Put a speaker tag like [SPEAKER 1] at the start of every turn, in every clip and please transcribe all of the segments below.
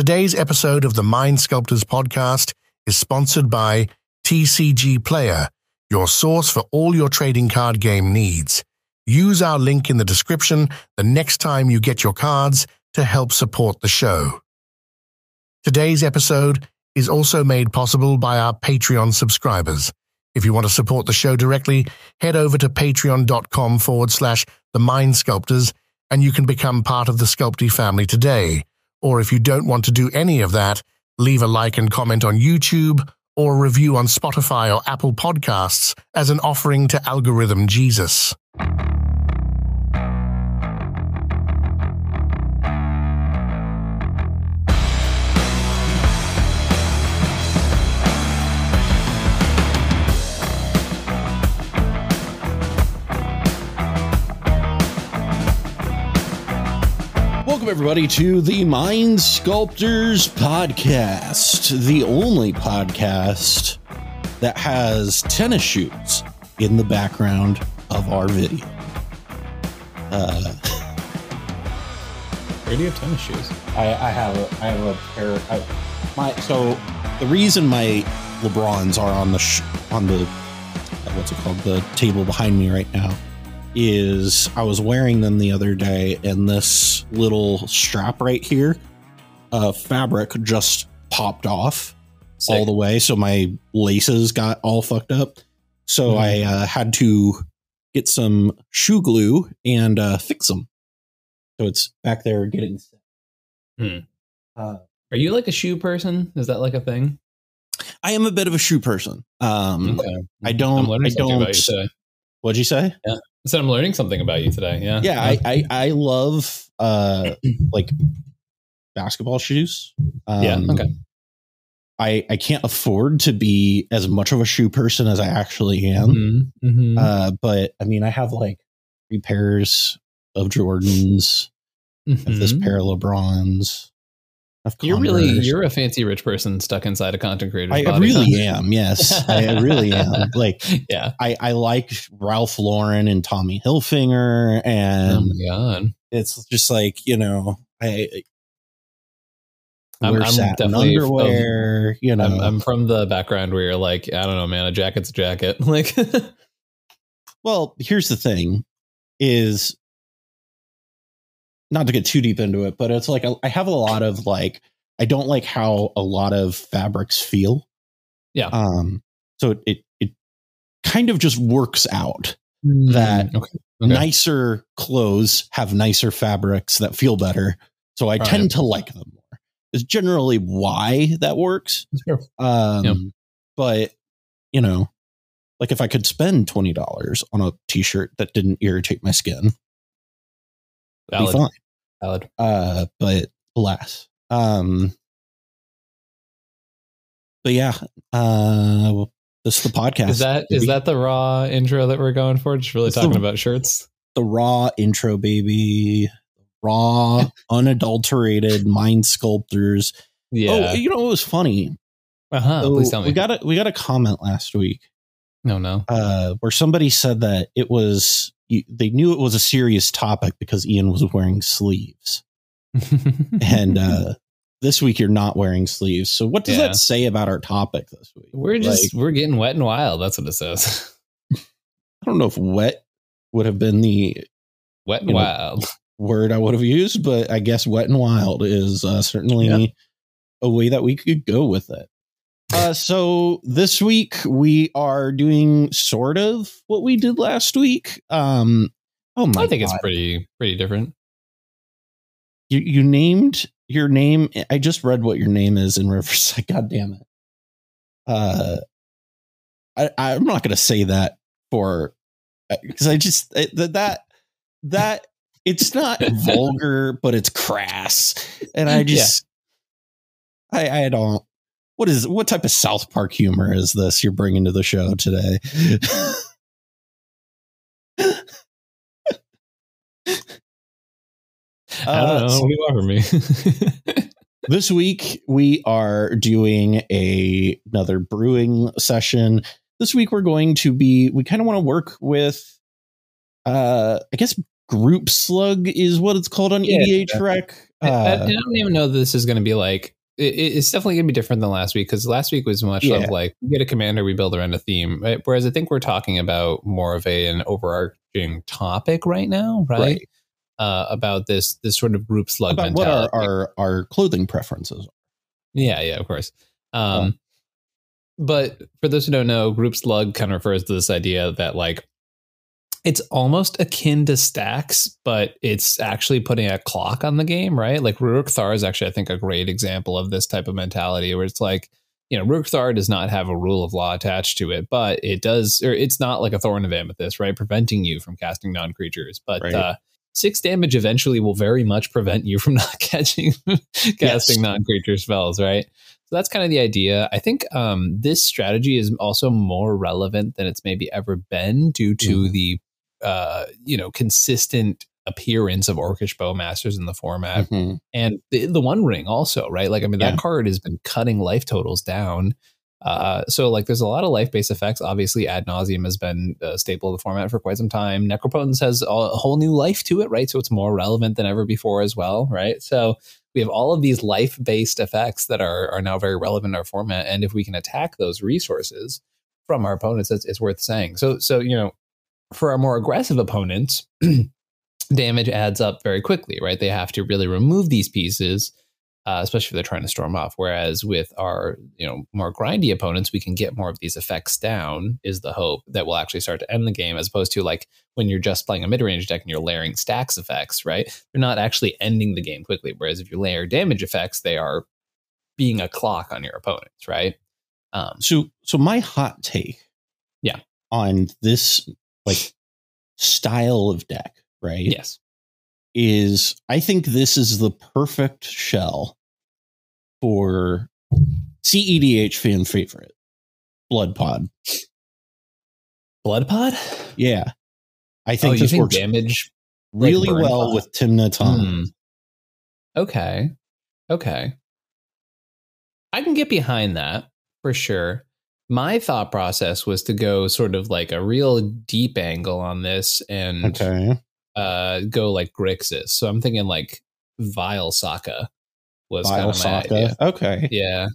[SPEAKER 1] Today's episode of the Mind Sculptors podcast is sponsored by TCG Player, your source for all your trading card game needs. Use our link in the description the next time you get your cards to help support the show. Today's episode is also made possible by our Patreon subscribers. If you want to support the show directly, head over to patreon.com forward slash the mind sculptors and you can become part of the Sculpty family today or if you don't want to do any of that, leave a like and comment on YouTube or a review on Spotify or Apple Podcasts as an offering to Algorithm Jesus.
[SPEAKER 2] Welcome, everybody, to the Mind Sculptors Podcast, the only podcast that has tennis shoes in the background of our video. Uh,
[SPEAKER 3] Where do you have tennis shoes?
[SPEAKER 2] I, I have a, I have a pair. I, my so the reason my Lebrons are on the sh- on the uh, what's it called the table behind me right now is I was wearing them the other day, and this little strap right here, uh, fabric just popped off all the way, so my laces got all fucked up. So
[SPEAKER 3] Mhm.
[SPEAKER 2] I uh, had to get some shoe glue and uh, fix them. So it's back there getting set.
[SPEAKER 3] Hmm.
[SPEAKER 2] Uh,
[SPEAKER 3] Are you like a shoe person? Is that like a thing?
[SPEAKER 2] I am a bit of a shoe person. Um, I don't-
[SPEAKER 3] I'm learning
[SPEAKER 2] I
[SPEAKER 3] something about
[SPEAKER 2] don't-
[SPEAKER 3] you today.
[SPEAKER 2] What'd you say?
[SPEAKER 3] I said I'm learning something about you today. Yeah. Uh,
[SPEAKER 2] yeah I, I i love uh like basketball shoes um,
[SPEAKER 3] Yeah, okay.
[SPEAKER 2] i i can't afford to be as much of a shoe person as i actually am
[SPEAKER 3] Mhm, mhm.
[SPEAKER 2] uh but i mean i have like three pairs of jordans I have this
[SPEAKER 3] Mhm.
[SPEAKER 2] pair of lebrons I have
[SPEAKER 3] You're really
[SPEAKER 2] Converse.
[SPEAKER 3] you're a fancy rich person stuck inside a content creator.
[SPEAKER 2] I, I really am yes I, I really am like
[SPEAKER 3] yeah.
[SPEAKER 2] I, I like Ralph Lauren and Tommy Hilfiger and
[SPEAKER 3] oh my god.
[SPEAKER 2] it's just like you know I
[SPEAKER 3] I'm-
[SPEAKER 2] wear
[SPEAKER 3] I'm
[SPEAKER 2] satin
[SPEAKER 3] definitely- um,
[SPEAKER 2] underwear. you know,
[SPEAKER 3] I'm, I'm from the background where you're like, I don't know, man, a jacket's a jacket. Like
[SPEAKER 2] well, here's the thing: is not to get too deep into it, but it's like I, I have a lot of like I don't like how a lot of fabrics feel.
[SPEAKER 3] Yeah.
[SPEAKER 2] Um. So it it, it kind of just works out that
[SPEAKER 3] Mm, Okay. Okay.
[SPEAKER 2] nicer clothes have nicer fabrics that feel better. So I
[SPEAKER 3] Right.
[SPEAKER 2] tend to like them more. Is generally why that works. Um,
[SPEAKER 3] Yeah.
[SPEAKER 2] but you know, like if I could spend twenty dollars on a T-shirt that didn't irritate my skin, that'd be
[SPEAKER 3] Valid.
[SPEAKER 2] fine.
[SPEAKER 3] Valid.
[SPEAKER 2] Uh, but alas, um, but yeah, uh, well, this is the podcast.
[SPEAKER 3] Is that is
[SPEAKER 2] baby.
[SPEAKER 3] that the raw intro that we're going for? Just really
[SPEAKER 2] It's the-
[SPEAKER 3] talking about shirts.
[SPEAKER 2] the raw intro, baby? Raw, unadulterated mind sculptors. Oh,
[SPEAKER 3] Yeah.
[SPEAKER 2] you know what was funny?
[SPEAKER 3] uh huh.
[SPEAKER 2] So
[SPEAKER 3] Please tell me.
[SPEAKER 2] We got a we got a comment last week
[SPEAKER 3] no, no.
[SPEAKER 2] uh, where somebody said that it was you, they knew it was a serious topic because Ian was wearing sleeves, and uh, this week you're not wearing sleeves. So what does
[SPEAKER 3] Yeah.
[SPEAKER 2] that say about our topic this week?
[SPEAKER 3] We're just
[SPEAKER 2] Like,
[SPEAKER 3] we're getting wet and wild. That's what it says.
[SPEAKER 2] I don't know if wet would have been the
[SPEAKER 3] Wet and
[SPEAKER 2] You know,
[SPEAKER 3] wild.
[SPEAKER 2] word I would have used, but I guess wet and wild is uh, certainly
[SPEAKER 3] Yeah.
[SPEAKER 2] a way that we could go with it. Uh, so this week we are doing sort of what we did last week. Um, oh my!
[SPEAKER 3] I think it's
[SPEAKER 2] God.
[SPEAKER 3] pretty pretty different.
[SPEAKER 2] you. You named your name. I just read what your name is in Riverside. God damn it! Uh, I I'm not gonna say that for because I just I- that that that it's not vulgar, but it's crass, and I just I I don't. What is what type of South Park humor is this you're bringing to the show today?
[SPEAKER 3] I don't
[SPEAKER 2] Uh,
[SPEAKER 3] know.
[SPEAKER 2] so-
[SPEAKER 3] What do you offer me?
[SPEAKER 2] this week we are doing a another brewing session this week we're going to be we kind of want to work with uh i guess group slug is what it's called on
[SPEAKER 3] Yeah.
[SPEAKER 2] edh rec
[SPEAKER 3] I- I,
[SPEAKER 2] uh,
[SPEAKER 3] I don't even know that this is going to be like. It, it- it's definitely going to be different than last week because last week was much
[SPEAKER 2] Yeah.
[SPEAKER 3] of like we get a commander, we build around a theme. right? Whereas I think we're talking about more of a an overarching topic right now, right?
[SPEAKER 2] Right.
[SPEAKER 3] Uh, about this this sort of group slug
[SPEAKER 2] about what
[SPEAKER 3] mentality.
[SPEAKER 2] our, our our clothing preferences
[SPEAKER 3] Yeah, yeah, of course. Um, But for those who don't know, group slug kind of refers to this idea that like it's almost akin to stacks, but it's actually putting a clock on the game, right? Like Rurik Thar is actually, I think, a great example of this type of mentality where it's like, you know, Rurik Thar does not have a rule of law attached to it, but it does, or it's not like a thorn of amethyst, right? Preventing you from casting non creatures. But
[SPEAKER 2] Right.
[SPEAKER 3] uh, six damage eventually will very much prevent you from not catching casting
[SPEAKER 2] Yes.
[SPEAKER 3] non-creature spells right so that's kind of the idea i think um, this strategy is also more relevant than it's maybe ever been due to the uh, you know consistent appearance of orcish bowmasters in the format
[SPEAKER 2] Mhm.
[SPEAKER 3] and the, the one ring also right like i mean
[SPEAKER 2] Yeah.
[SPEAKER 3] that card has been cutting life totals down uh, so like there's a lot of life-based effects obviously ad nauseum has been a staple of the format for quite some time necropotence has a a whole new life to it right so it's more relevant than ever before as well right so we have all of these life-based effects that are are now very relevant in our format and if we can attack those resources from our opponents it's, it's worth saying so so you know for our more aggressive opponents damage adds up very quickly, right? They have to really remove these pieces, uh, especially if they're trying to storm off. Whereas with our you know more grindy opponents, we can get more of these effects down. Is the hope that we'll actually start to end the game, as opposed to like when you're just playing a mid range deck and you're layering stacks effects, right? They're not actually ending the game quickly. Whereas if you layer damage effects, they are being a clock on your opponents, right? Um,
[SPEAKER 2] so so my hot take
[SPEAKER 3] Yeah.
[SPEAKER 2] on this like style of deck right
[SPEAKER 3] yes,
[SPEAKER 2] is I think this is the perfect shell for CEDH fan favorite Blood Pod.
[SPEAKER 3] blood pod.
[SPEAKER 2] Yeah. I
[SPEAKER 3] oh,
[SPEAKER 2] think
[SPEAKER 3] you
[SPEAKER 2] this
[SPEAKER 3] think
[SPEAKER 2] works
[SPEAKER 3] damage? like
[SPEAKER 2] really
[SPEAKER 3] burn
[SPEAKER 2] well
[SPEAKER 3] pod?
[SPEAKER 2] with Timna Tom.
[SPEAKER 3] Hmm. Okay. Okay. I can get behind that for sure. My thought process was to go sort of like a real deep angle on this and
[SPEAKER 2] Okay.
[SPEAKER 3] uh, go like Grixis. So I'm thinking like Vile Sokka was kind
[SPEAKER 2] Vile
[SPEAKER 3] of my idea.
[SPEAKER 2] Sokka. Okay.
[SPEAKER 3] Yeah.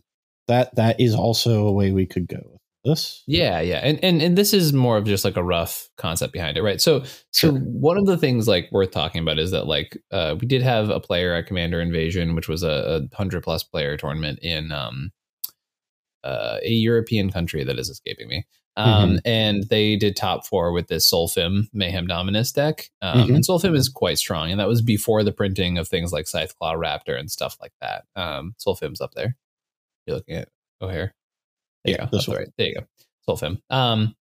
[SPEAKER 2] That that is also a way we could go with this.
[SPEAKER 3] Yeah, yeah. And and and this is more of just like a rough concept behind it, right? So so
[SPEAKER 2] Sure.
[SPEAKER 3] one of the things like worth talking about is that like uh we did have a player at Commander Invasion, which was a, a hundred plus player tournament in um uh, a European country that is escaping me.
[SPEAKER 2] Mm-hmm.
[SPEAKER 3] Um, and they did top four with this Solfim Mayhem Dominus deck. Um,
[SPEAKER 2] Mhm.
[SPEAKER 3] and Solfim is quite strong. And that was before the printing of things like Scythe Claw Raptor and stuff like that. Um, Solfim's up there. You're looking at O'Hare.
[SPEAKER 2] Yeah,
[SPEAKER 3] There you go.
[SPEAKER 2] this
[SPEAKER 3] That's right. There you go. Solfim. Um,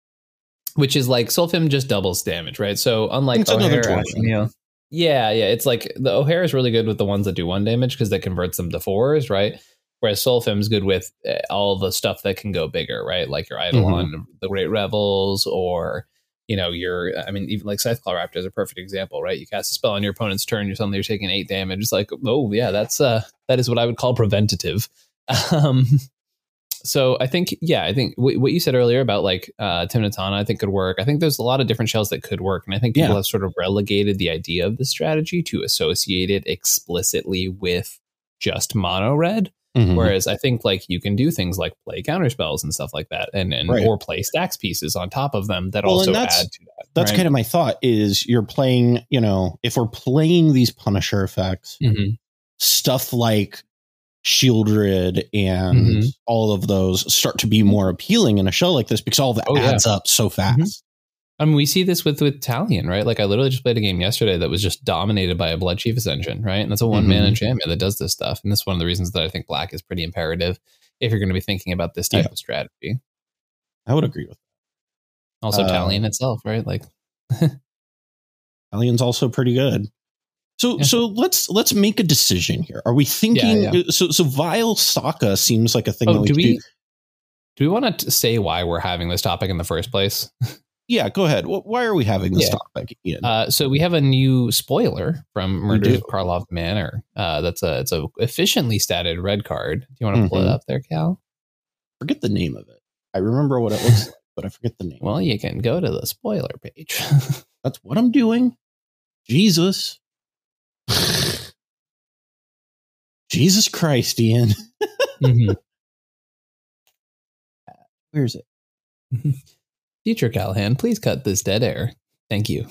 [SPEAKER 3] which is like Solfim just doubles damage, right? So unlike
[SPEAKER 2] It's another
[SPEAKER 3] O'Hare,
[SPEAKER 2] 20.
[SPEAKER 3] you know, yeah, yeah. It's like the O'Hare is really good with the ones that do one damage because that converts them to fours, right? Whereas Solfim's good with uh, all the stuff that can go bigger, right? Like your Eidolon, the Great Revels, or you know, your I mean, even like Scytheclaw Raptor is a perfect example, right? You cast a spell on your opponent's turn, you're suddenly you're taking eight damage. It's like, oh yeah, that's uh that is what I would call preventative. Um so I think, yeah, I think what what you said earlier about like uh, Timnatana, I think could work. I think there's a lot of different shells that could work, and I think people
[SPEAKER 2] Yeah.
[SPEAKER 3] have sort of relegated the idea of the strategy to associate it explicitly with just mono red.
[SPEAKER 2] Mhm.
[SPEAKER 3] Whereas I think like you can do things like play counter spells and stuff like that, and and
[SPEAKER 2] Right.
[SPEAKER 3] or play stacks pieces on top of them that
[SPEAKER 2] Well, and
[SPEAKER 3] also add
[SPEAKER 2] that's-
[SPEAKER 3] to that.
[SPEAKER 2] That's kind of my thought is you're playing,
[SPEAKER 3] Mm-hmm.
[SPEAKER 2] you know, if we're playing these Punisher effects,
[SPEAKER 3] of
[SPEAKER 2] stuff like Shieldred and
[SPEAKER 3] Mhm.
[SPEAKER 2] all of those start to be more appealing in a show like this because all that
[SPEAKER 3] Oh, yeah. Mm-hmm.
[SPEAKER 2] adds up so fast.
[SPEAKER 3] I mean, we see this with with Talion, right? Like I literally just played a game yesterday that was just dominated by a Blood Chiefess engine, right? And that's a one man
[SPEAKER 2] Mhm.
[SPEAKER 3] enchantment that does this stuff. And that's one of the reasons that I think black is pretty imperative if you're going to be thinking about this type
[SPEAKER 2] Yeah.
[SPEAKER 3] of strategy.
[SPEAKER 2] I would agree with
[SPEAKER 3] Also,
[SPEAKER 2] Uh,
[SPEAKER 3] Talion itself, right? Like
[SPEAKER 2] that. Alien's also pretty good. So
[SPEAKER 3] Yeah.
[SPEAKER 2] so let's let's make a decision here. Are we thinking uh,
[SPEAKER 3] Yeah,
[SPEAKER 2] so so vile Sokka seems like a thing that
[SPEAKER 3] Oh,
[SPEAKER 2] we
[SPEAKER 3] do
[SPEAKER 2] could
[SPEAKER 3] we
[SPEAKER 2] do.
[SPEAKER 3] do we want to say why we're having this topic in the first place?
[SPEAKER 2] Yeah, go ahead. Wh- Why are we having this
[SPEAKER 3] Yeah.
[SPEAKER 2] topic, Ian?
[SPEAKER 3] Uh, so we have a new spoiler from Murder
[SPEAKER 2] do.
[SPEAKER 3] of Karlov Manor. Uh, that's a it's a efficiently statted red card. Do you want to pull it
[SPEAKER 2] Mhm.
[SPEAKER 3] up there, Cal?
[SPEAKER 2] forget the name of it. I remember what it looks like, but I forget the name.
[SPEAKER 3] Well, you can go to the spoiler page.
[SPEAKER 2] That's what I'm doing. Jesus. Jesus Christ, Ian.
[SPEAKER 3] Mhm.
[SPEAKER 2] Where's it?
[SPEAKER 3] Future Callahan, please cut this dead air. Thank you.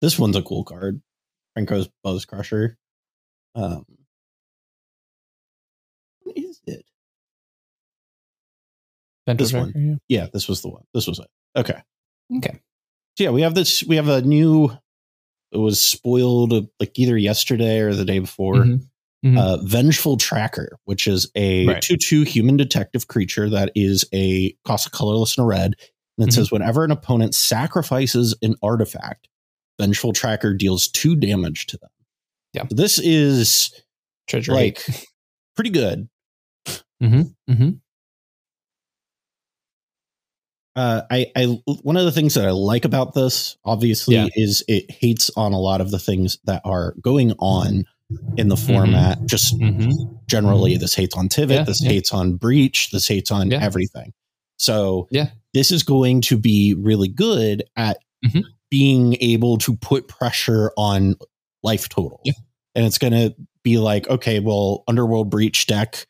[SPEAKER 2] This one's a cool card. Franco's Buzz Crusher. Um, what is it? This one. Yeah, this was the one. This was it. Okay.
[SPEAKER 3] Okay.
[SPEAKER 2] So yeah, we have this. We have a new. It was spoiled uh, like either yesterday or the day before.
[SPEAKER 3] Mhm. Mhm.
[SPEAKER 2] Uh, Vengeful Tracker, which is a
[SPEAKER 3] Right.
[SPEAKER 2] two-two human detective creature that is a cost a colorless and a red, and it
[SPEAKER 3] Mhm.
[SPEAKER 2] says whenever an opponent sacrifices an artifact, Vengeful Tracker deals two damage to them.
[SPEAKER 3] Yeah.
[SPEAKER 2] So this is
[SPEAKER 3] Treasure
[SPEAKER 2] like
[SPEAKER 3] Hate.
[SPEAKER 2] pretty good.
[SPEAKER 3] Mhm.
[SPEAKER 2] Uh, I, I one of the things that I like about this, obviously,
[SPEAKER 3] Yeah.
[SPEAKER 2] is it hates on a lot of the things that are going on in the format. Just
[SPEAKER 3] Mhm.
[SPEAKER 2] generally, this hates on Tivit,
[SPEAKER 3] Mm-hmm. Yeah,
[SPEAKER 2] this
[SPEAKER 3] yeah.
[SPEAKER 2] hates on Breach, this hates on
[SPEAKER 3] Yeah.
[SPEAKER 2] everything. So
[SPEAKER 3] Yeah.
[SPEAKER 2] this is going to be really good at
[SPEAKER 3] Mhm.
[SPEAKER 2] being able to put pressure on life total,
[SPEAKER 3] Yeah.
[SPEAKER 2] and it's going to be like, okay, well, Underworld Breach deck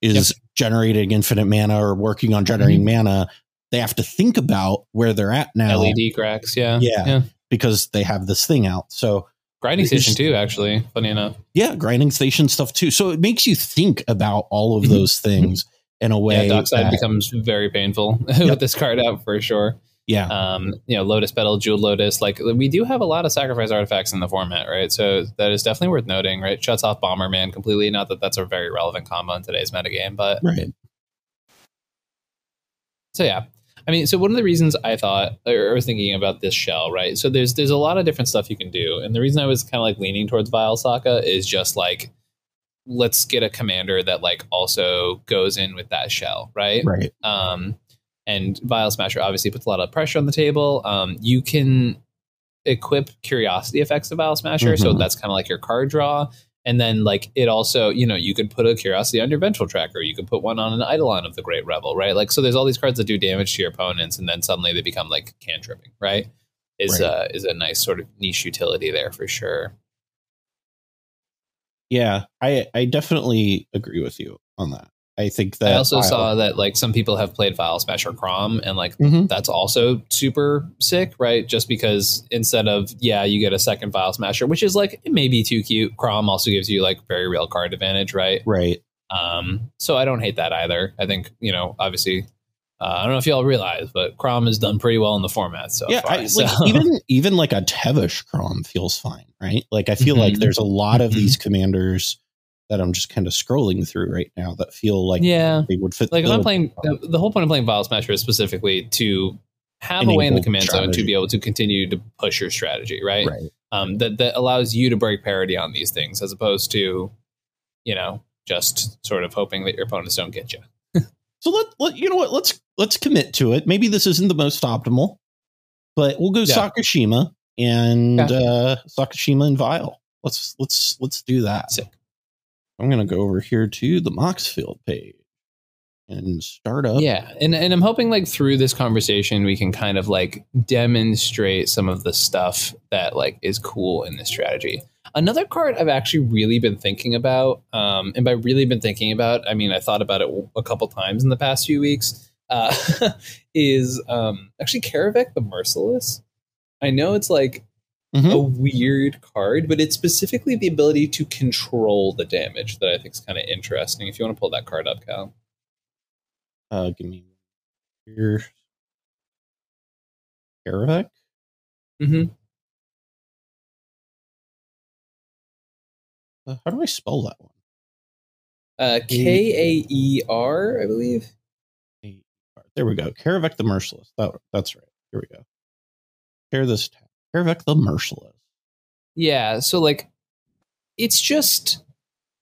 [SPEAKER 2] is generating infinite mana or working on generating
[SPEAKER 3] Mm-hmm.
[SPEAKER 2] mana. They have to think about where they're at now
[SPEAKER 3] LED E cracks. Yeah.
[SPEAKER 2] Yeah. because they have this thing out. So
[SPEAKER 3] Grinding
[SPEAKER 2] It's-
[SPEAKER 3] Station too, actually. Funny enough.
[SPEAKER 2] yeah, grinding station stuff too. So it makes you think about all of
[SPEAKER 3] Mhm.
[SPEAKER 2] those things in a way.
[SPEAKER 3] yeah, Dockside
[SPEAKER 2] that-
[SPEAKER 3] becomes very painful
[SPEAKER 2] Yep.
[SPEAKER 3] with this card out for sure.
[SPEAKER 2] yeah.
[SPEAKER 3] Um, you know, Lotus Petal, Jeweled Lotus. Like we do have a lot of sacrifice artifacts in the format, right? So that is definitely worth noting, right? Shuts off Bomberman completely. Not that that's a very relevant combo in today's metagame, but
[SPEAKER 2] Right.
[SPEAKER 3] So yeah, I mean, so one of the reasons I thought or was thinking about this shell, right? So there's there's a lot of different stuff you can do, and the reason I was kind of like leaning towards Vile Sokka is just like let's get a commander that like also goes in with that shell, right?
[SPEAKER 2] Right.
[SPEAKER 3] Um, and Vile Smasher obviously puts a lot of pressure on the table. Um, you can equip curiosity effects of Vile Smasher, so
[SPEAKER 2] Mhm.
[SPEAKER 3] that's kind of like your card draw. And then, like, it also, you know, you could put a curiosity on your ventral tracker. You could put one on an Eidolon of the Great Rebel, right? Like, so there's all these cards that do damage to your opponents, and then suddenly they become like cantripping, right? Is
[SPEAKER 2] Right.
[SPEAKER 3] uh is a nice sort of niche utility there for sure.
[SPEAKER 2] Yeah. I I definitely agree with you on that. I think that
[SPEAKER 3] I also
[SPEAKER 2] I'll-
[SPEAKER 3] saw that like some people have played Vile Smasher Crom, and like
[SPEAKER 2] Mhm.
[SPEAKER 3] that's also super sick, right? Just because instead of yeah, you get a second file smasher, which is like maybe too cute. Crom also gives you like very real card advantage, right?
[SPEAKER 2] Right.
[SPEAKER 3] Um, so I don't hate that either. I think you know, obviously, uh, I don't know if y'all realize, but Crom has done pretty well in the format so
[SPEAKER 2] yeah,
[SPEAKER 3] far.
[SPEAKER 2] I,
[SPEAKER 3] so.
[SPEAKER 2] like even even like a Tevish Crom feels fine, right? Like I feel like
[SPEAKER 3] Mhm.
[SPEAKER 2] there's a lot of
[SPEAKER 3] Mhm.
[SPEAKER 2] these commanders that I'm just kind of scrolling through right now that feel like
[SPEAKER 3] yeah,
[SPEAKER 2] they would fit.
[SPEAKER 3] like if
[SPEAKER 2] the
[SPEAKER 3] I'm
[SPEAKER 2] bill.
[SPEAKER 3] playing, the, the whole point of playing Vile Smasher is specifically to have a way in the
[SPEAKER 2] Enable
[SPEAKER 3] command zone to
[SPEAKER 2] strategy.
[SPEAKER 3] be able to continue to push your strategy, right?
[SPEAKER 2] right.
[SPEAKER 3] um, that that allows you to break parity on these things, as opposed to, you know, just sort of hoping that your opponents don't get you.
[SPEAKER 2] So let, let you know what let's let's commit to it. Maybe this isn't the most optimal, but we'll go
[SPEAKER 3] Yeah.
[SPEAKER 2] Sakashima and
[SPEAKER 3] Yeah.
[SPEAKER 2] uh, Sakashima and Vile. Let's let's let's do that.
[SPEAKER 3] Sick.
[SPEAKER 2] I'm gonna go over here to the Moxfield page and start up.
[SPEAKER 3] Yeah, and and I'm hoping like through this conversation we can kind of like demonstrate some of the stuff that like is cool in this strategy. Another card I've actually really been thinking about, um, and by really been thinking about, I mean I thought about it a couple times in the past few weeks. Uh, is um, actually Karavik the Merciless. I know it's like
[SPEAKER 2] Mhm.
[SPEAKER 3] a weird card, but it's specifically the ability to control the damage that I think is kind of interesting. If you want to pull that card up, Cal.
[SPEAKER 2] Uh, give me your Garavek.
[SPEAKER 3] Mm-hmm.
[SPEAKER 2] Uh, how do I spell that one?
[SPEAKER 3] Uh, K A E R, I believe.
[SPEAKER 2] There we go. Karavek the Merciless. That, that's right. Here we go. Share this tab. Karavek the Merciless.
[SPEAKER 3] Yeah, so like it's just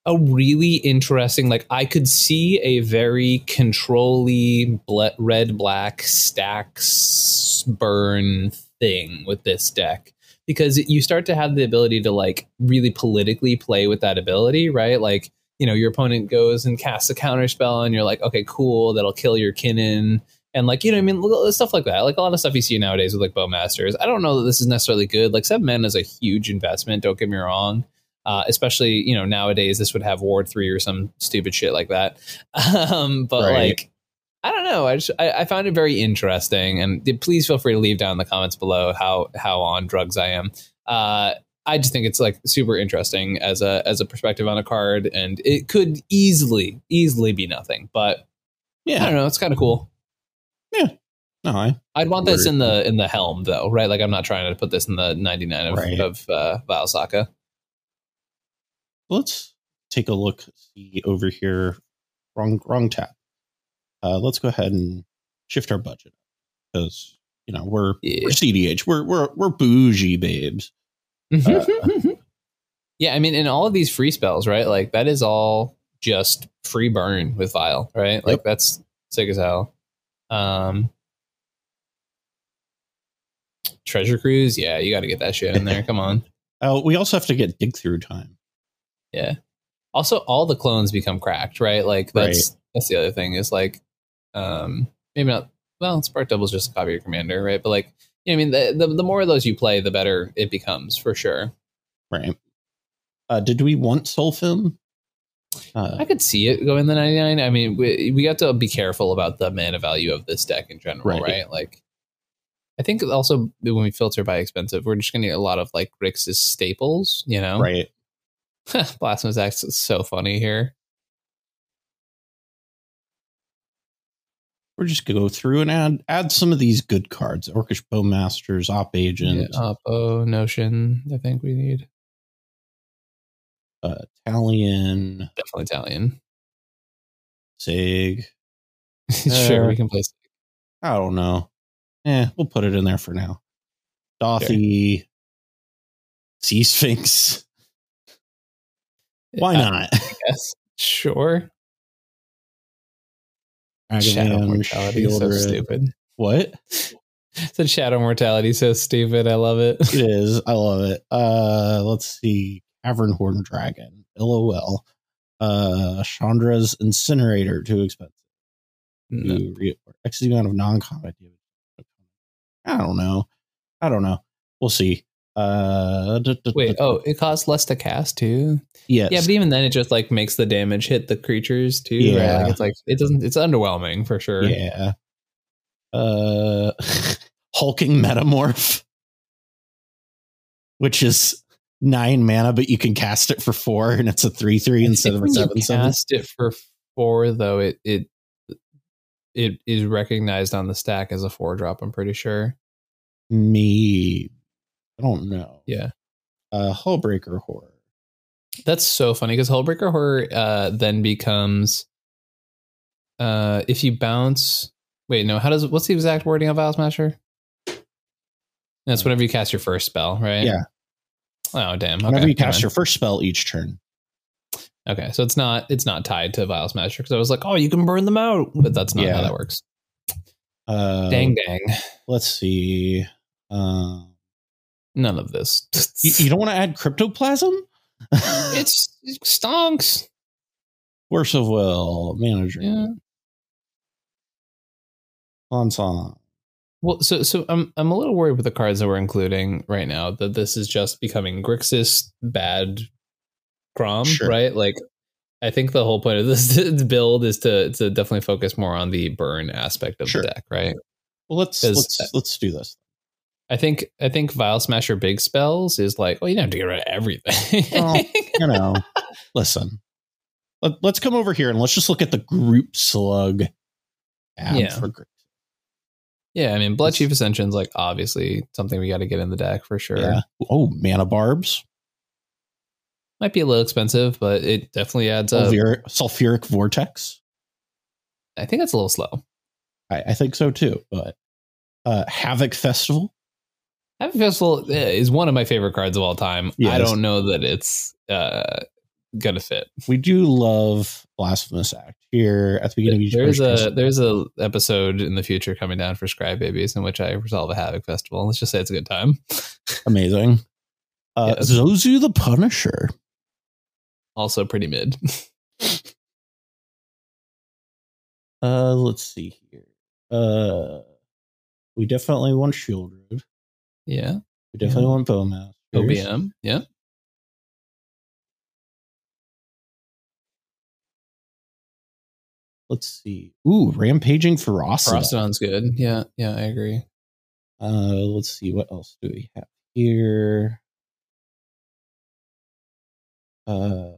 [SPEAKER 3] a really interesting like I could see a very controlly ble- red black stacks burn thing with this deck because you start to have the ability to like really politically play with that ability, right? Like you know, your opponent goes and casts a counter spell, and you're like, okay, cool, that'll kill your kinnin. And like, you know, what I mean, L- l- stuff like that. Like a lot of stuff you see nowadays with like bowmasters. I don't know that this is necessarily good. Like seven men is a huge investment. Don't get me wrong. Uh, especially you know nowadays this would have ward three or some stupid shit like that. Um, but
[SPEAKER 2] Right.
[SPEAKER 3] like, I don't know. I just I, I found it very interesting. And d- please feel free to leave down in the comments below how how on drugs I am. Uh, I just think it's like super interesting as a as a perspective on a card, and it could easily easily be nothing, but I
[SPEAKER 2] Yeah.
[SPEAKER 3] don't know. It's kind of cool.
[SPEAKER 2] No, I,
[SPEAKER 3] I'd want this
[SPEAKER 2] Word.
[SPEAKER 3] in the in the helm though, right? Like I'm not trying to put this in the 99 of
[SPEAKER 2] Right.
[SPEAKER 3] of uh, Vile Saka.
[SPEAKER 2] let's take a look. See over here. Wrong, wrong tab. Uh, let's go ahead and shift our budget because you know we're
[SPEAKER 3] Yeah.
[SPEAKER 2] we're CDH. We're we're we're bougie babes. Mm-hmm,
[SPEAKER 3] Uh, yeah, I mean, in all of these free spells, right? Like that is all just free burn with Vile, right? Like that's sick as hell. Um, Treasure Cruise, yeah, you got to get that shit in there. Come on.
[SPEAKER 2] Uh, we also have to get dig through time.
[SPEAKER 3] also all the clones become cracked right like that's that's the other thing is like um maybe not well spark double's just a copy of your commander right but like you know, i mean the, the the more of those you play the better it becomes for sure
[SPEAKER 2] Right. Uh, did we want Solfim? Uh,
[SPEAKER 3] i could see it going the 99 i mean we, we got to be careful about the mana value of this deck in general right,
[SPEAKER 2] Right.
[SPEAKER 3] like i think also when we filter by expensive we're just gonna get a lot of like rix's staples you know
[SPEAKER 2] Right.
[SPEAKER 3] Blasphemous Axe is so funny here
[SPEAKER 2] We're just gonna go through and add add some of these good cards: Orcish Bowmasters, Op Agent,
[SPEAKER 3] Up, oh notion i think we need
[SPEAKER 2] uh, Talion,
[SPEAKER 3] definitely Italian.
[SPEAKER 2] Sig.
[SPEAKER 3] sure,
[SPEAKER 2] Uh,
[SPEAKER 3] we can play.
[SPEAKER 2] I don't know. Eh, we'll put it in there for now. Dothy, Sea Sphinx. Why
[SPEAKER 3] Uh,
[SPEAKER 2] not?
[SPEAKER 3] Yes, sure. Shadow
[SPEAKER 2] Agavan,
[SPEAKER 3] mortality is so
[SPEAKER 2] Shieldred.
[SPEAKER 3] stupid.
[SPEAKER 2] What?
[SPEAKER 3] Said shadow mortality is so stupid. I love it.
[SPEAKER 2] It is. I love it. Uh let's see. Cavern Horn Dragon. LOL. Uh Chandra's Incinerator. Too expensive.
[SPEAKER 3] No.
[SPEAKER 2] to re- or X the amount of non combat damage. I don't know. I don't know. We'll see. Uh duh, duh,
[SPEAKER 3] Wait,
[SPEAKER 2] duh,
[SPEAKER 3] oh, it costs less to cast too.
[SPEAKER 2] yes.
[SPEAKER 3] Yeah, but even then, it just like makes the damage hit the creatures too. right?
[SPEAKER 2] Yeah.
[SPEAKER 3] Like, it's like it doesn't. It's underwhelming for sure.
[SPEAKER 2] Yeah. Uh, hulking metamorph, which is nine mana, but you can cast it for four, and it's a three three instead of a
[SPEAKER 3] When
[SPEAKER 2] seven
[SPEAKER 3] you
[SPEAKER 2] seven.
[SPEAKER 3] cast it for four though, it it it is recognized on the stack as a four drop. I'm pretty sure.
[SPEAKER 2] Me, I don't know.
[SPEAKER 3] Yeah.
[SPEAKER 2] Uh, Hullbreaker horror.
[SPEAKER 3] That's so funny because Hullbreaker Horror uh, then becomes uh, if you bounce. Wait, no. How does what's the exact wording of Vow Smasher? That's whenever you cast your first spell, right?
[SPEAKER 2] Yeah.
[SPEAKER 3] Oh damn. Okay.
[SPEAKER 2] Whenever you
[SPEAKER 3] never
[SPEAKER 2] cast
[SPEAKER 3] mind.
[SPEAKER 2] your first spell each turn,
[SPEAKER 3] Okay, so it's not it's not tied to Vial Smasher because I was like, oh, you can burn them out, but that's not
[SPEAKER 2] Yeah.
[SPEAKER 3] how that works.
[SPEAKER 2] uh,
[SPEAKER 3] dang, dang.
[SPEAKER 2] Let's see. Uh,
[SPEAKER 3] None of this.
[SPEAKER 2] you, you don't want to add cryptoplasm.
[SPEAKER 3] it's it stonks.
[SPEAKER 2] Worse of will manager.
[SPEAKER 3] Yeah.
[SPEAKER 2] Lansang.
[SPEAKER 3] Well, so so I'm I'm a little worried with the cards that we're including right now that this is just becoming Grixis bad Grom,
[SPEAKER 2] Sure.
[SPEAKER 3] right? Like I think the whole point of this build is to to definitely focus more on the burn aspect of
[SPEAKER 2] Sure.
[SPEAKER 3] the deck, right?
[SPEAKER 2] Well, let's
[SPEAKER 3] 'Cause-
[SPEAKER 2] let's let's do this.
[SPEAKER 3] I think I think Vile Smasher Big Spells is like, well, you don't have to get rid of everything.
[SPEAKER 2] Well, you know, listen. Let, let's come over here and let's just look at the group slug. App
[SPEAKER 3] Yeah.
[SPEAKER 2] For group.
[SPEAKER 3] yeah, I mean, Blood
[SPEAKER 2] It's-
[SPEAKER 3] Chief Ascension's like obviously something we got to get in the deck for sure.
[SPEAKER 2] Yeah. Oh, mana barbs.
[SPEAKER 3] Might be a little expensive, but it definitely adds up.
[SPEAKER 2] Sulfuric, sulfuric vortex.
[SPEAKER 3] I think that's a little slow.
[SPEAKER 2] I, I think so too. But uh, havoc festival.
[SPEAKER 3] Happy Festival eh, is one of my favorite cards of all time.
[SPEAKER 2] Yes.
[SPEAKER 3] I don't know that it's uh, gonna fit.
[SPEAKER 2] We do love blasphemous act here at the beginning of each
[SPEAKER 3] There's
[SPEAKER 2] first
[SPEAKER 3] a there's a episode in the future coming down for Scribe Babies in which I resolve a Havoc Festival. Let's just say it's a good time.
[SPEAKER 2] amazing. Uh,
[SPEAKER 3] Yes.
[SPEAKER 2] Zozu the Punisher.
[SPEAKER 3] Also pretty mid.
[SPEAKER 2] Uh, let's see here. Uh, we definitely want Shieldred.
[SPEAKER 3] yeah.
[SPEAKER 2] We definitely
[SPEAKER 3] Yeah.
[SPEAKER 2] want Bowmaster.
[SPEAKER 3] OBM. Yeah.
[SPEAKER 2] Let's see. Ooh, Rampaging Ferocity.
[SPEAKER 3] Prostodon's good. Yeah. Yeah. I agree.
[SPEAKER 2] Uh, let's see. What else do we have here? Uh,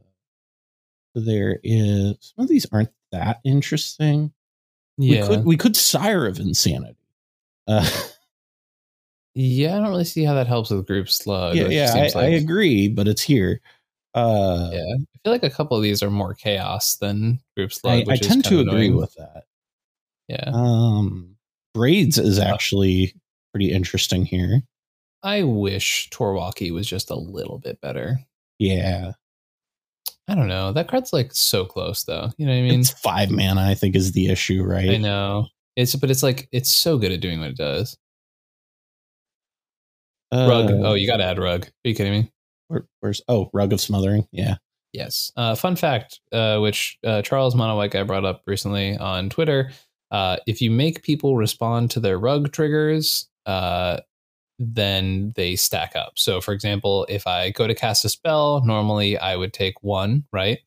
[SPEAKER 2] there is some of these aren't that interesting.
[SPEAKER 3] Yeah.
[SPEAKER 2] We could we could Sire of Insanity. Uh,
[SPEAKER 3] yeah. I don't really see how that helps with group slug.
[SPEAKER 2] yeah,
[SPEAKER 3] It
[SPEAKER 2] yeah,
[SPEAKER 3] just
[SPEAKER 2] I,
[SPEAKER 3] seems
[SPEAKER 2] I
[SPEAKER 3] like-
[SPEAKER 2] agree, but it's here. Uh,
[SPEAKER 3] Yeah. I feel like a couple of these are more chaos than group slug.
[SPEAKER 2] I, I
[SPEAKER 3] which is
[SPEAKER 2] tend
[SPEAKER 3] kind
[SPEAKER 2] to
[SPEAKER 3] of
[SPEAKER 2] agree
[SPEAKER 3] annoying.
[SPEAKER 2] with that.
[SPEAKER 3] Yeah.
[SPEAKER 2] Um, braids is actually pretty interesting here.
[SPEAKER 3] I wish Torwaki was just a little bit better.
[SPEAKER 2] Yeah,
[SPEAKER 3] I don't know. That card's like so close though. You know what I mean?
[SPEAKER 2] it's five mana. I think is the issue, right?
[SPEAKER 3] I know. It's but it's like it's so good at doing what it does.
[SPEAKER 2] Uh,
[SPEAKER 3] Rug. oh, you gotta add rug. Are you kidding me?
[SPEAKER 2] where- where's oh rug of smothering? Yeah,
[SPEAKER 3] Yes. Uh, fun fact, uh, which uh, Charles Mono White Guy brought up recently on Twitter. Uh, if you make people respond to their rug triggers, uh, then they stack up. So, for example, if I go to cast a spell, normally I would take one, right?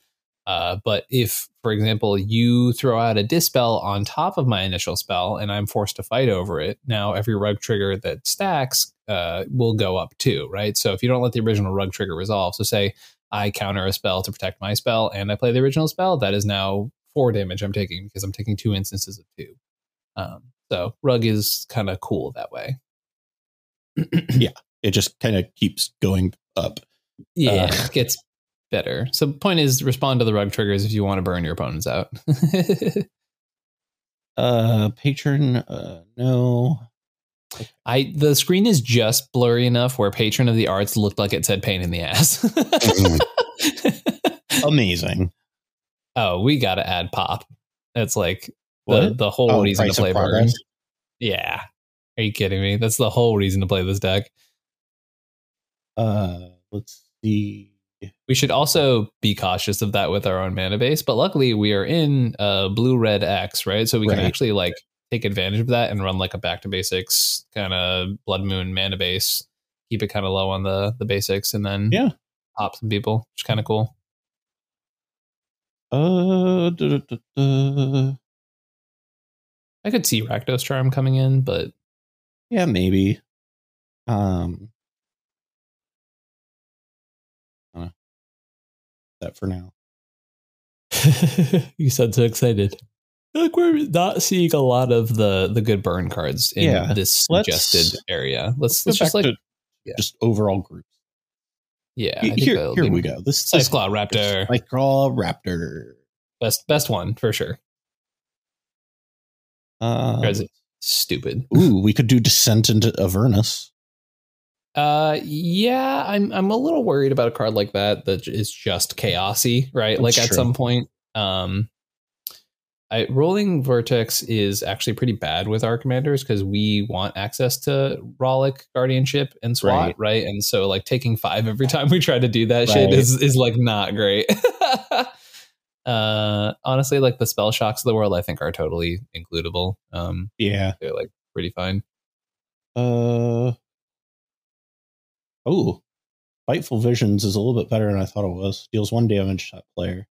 [SPEAKER 3] Uh, but if, for example, you throw out a dispel on top of my initial spell and I'm forced to fight over it, now every rug trigger that stacks uh, will go up too, right? So, if you don't let the original rug trigger resolve, so say I counter a spell to protect my spell and I play the original spell, that is now four damage I'm taking because I'm taking two instances of two. Um, so rug is kind of cool that way. Uh,
[SPEAKER 2] it just kind of keeps going up.
[SPEAKER 3] Yeah,
[SPEAKER 2] Uh.
[SPEAKER 3] it gets better. So point is respond to the rug triggers if you want to burn your opponents out.
[SPEAKER 2] Uh, patron. Uh, no.
[SPEAKER 3] I the screen is just blurry enough where patron of the arts looked like it said pain in the
[SPEAKER 2] Mm-hmm.
[SPEAKER 3] ass.
[SPEAKER 2] Amazing.
[SPEAKER 3] oh, we got to add pop. That's like the,
[SPEAKER 2] What?
[SPEAKER 3] the whole
[SPEAKER 2] Oh,
[SPEAKER 3] reason to
[SPEAKER 2] price of
[SPEAKER 3] play burn.
[SPEAKER 2] progress.
[SPEAKER 3] Yeah. Are you kidding me? That's the whole reason to play this deck.
[SPEAKER 2] Uh, let's see.
[SPEAKER 3] We should also be cautious of that with our own mana base, but luckily we are in uh, blue red X, right? So we can
[SPEAKER 2] Right.
[SPEAKER 3] actually like take advantage of that and run like a back to basics kind of blood moon mana base. Keep it kind of low on the the basics, and then
[SPEAKER 2] Yeah.
[SPEAKER 3] pop some people, which is kind of cool.
[SPEAKER 2] Uh, duh, duh, duh, duh.
[SPEAKER 3] I could see Rakdos Charm coming in, but
[SPEAKER 2] yeah, maybe. Um, I dunno. that for now.
[SPEAKER 3] you sound so excited. Like we're not seeing a lot of the the good burn cards in
[SPEAKER 2] Yeah.
[SPEAKER 3] this
[SPEAKER 2] Let's-
[SPEAKER 3] suggested area. Let's
[SPEAKER 2] Go
[SPEAKER 3] let's just
[SPEAKER 2] back
[SPEAKER 3] like
[SPEAKER 2] to
[SPEAKER 3] yeah.
[SPEAKER 2] just overall groups.
[SPEAKER 3] yeah.
[SPEAKER 2] He-
[SPEAKER 3] I think
[SPEAKER 2] here,
[SPEAKER 3] that'll
[SPEAKER 2] here
[SPEAKER 3] be-
[SPEAKER 2] we go. This is
[SPEAKER 3] Cyclaw Raptor,
[SPEAKER 2] Cyclaw Raptor.
[SPEAKER 3] best best one for sure.
[SPEAKER 2] Um,
[SPEAKER 3] Guys, Stupid.
[SPEAKER 2] ooh, we could do Descent into Avernus.
[SPEAKER 3] Uh, yeah, I'm I'm a little worried about a card like that that is just chaosy, right? Like
[SPEAKER 2] That's
[SPEAKER 3] at
[SPEAKER 2] true.
[SPEAKER 3] some point, um, I rolling vortex is actually pretty bad with our commanders because we want access to Rollick, Guardianship, and SWAT, right.
[SPEAKER 2] Right.
[SPEAKER 3] And so like taking five every time we try to do that shit
[SPEAKER 2] Right.
[SPEAKER 3] is is like not great. uh, honestly, like the spell shocks of the world, I think are totally includable. Um,
[SPEAKER 2] Yeah.
[SPEAKER 3] they're like pretty fine.
[SPEAKER 2] Uh. Oh, Biteful Visions is a little bit better than I thought it was. Deals one damage to that player.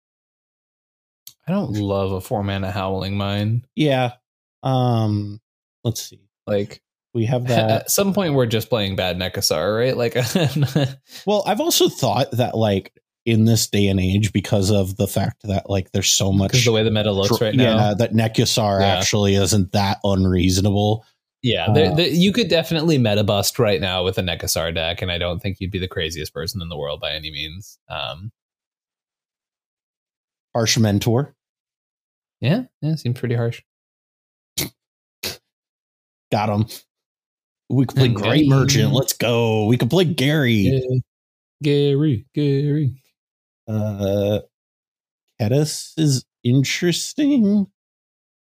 [SPEAKER 3] I
[SPEAKER 2] Oh,
[SPEAKER 3] don't love a four mana howling mine.
[SPEAKER 2] Yeah. Um. Let's see.
[SPEAKER 3] Like
[SPEAKER 2] We have that.
[SPEAKER 3] At some point, we're just playing bad Nekasar, right? Like,
[SPEAKER 2] well, I've also thought that like in this day and age, because of the fact that like there's so much
[SPEAKER 3] because the way the meta looks right now.
[SPEAKER 2] Yeah, that Nekusar
[SPEAKER 3] Yeah.
[SPEAKER 2] actually isn't that unreasonable.
[SPEAKER 3] Yeah, there
[SPEAKER 2] Uh,
[SPEAKER 3] there- you could definitely meta bust right now with a Nekasar deck, and I don't think you'd be the craziest person in the world by any means. Um,
[SPEAKER 2] Harsh mentor.
[SPEAKER 3] yeah, yeah, seems pretty harsh.
[SPEAKER 2] Got him. We could play
[SPEAKER 3] And
[SPEAKER 2] Great
[SPEAKER 3] Gary.
[SPEAKER 2] Merchant. Let's go. We could play Gary.
[SPEAKER 3] Gary, Gary.
[SPEAKER 2] Uh Kedis is interesting.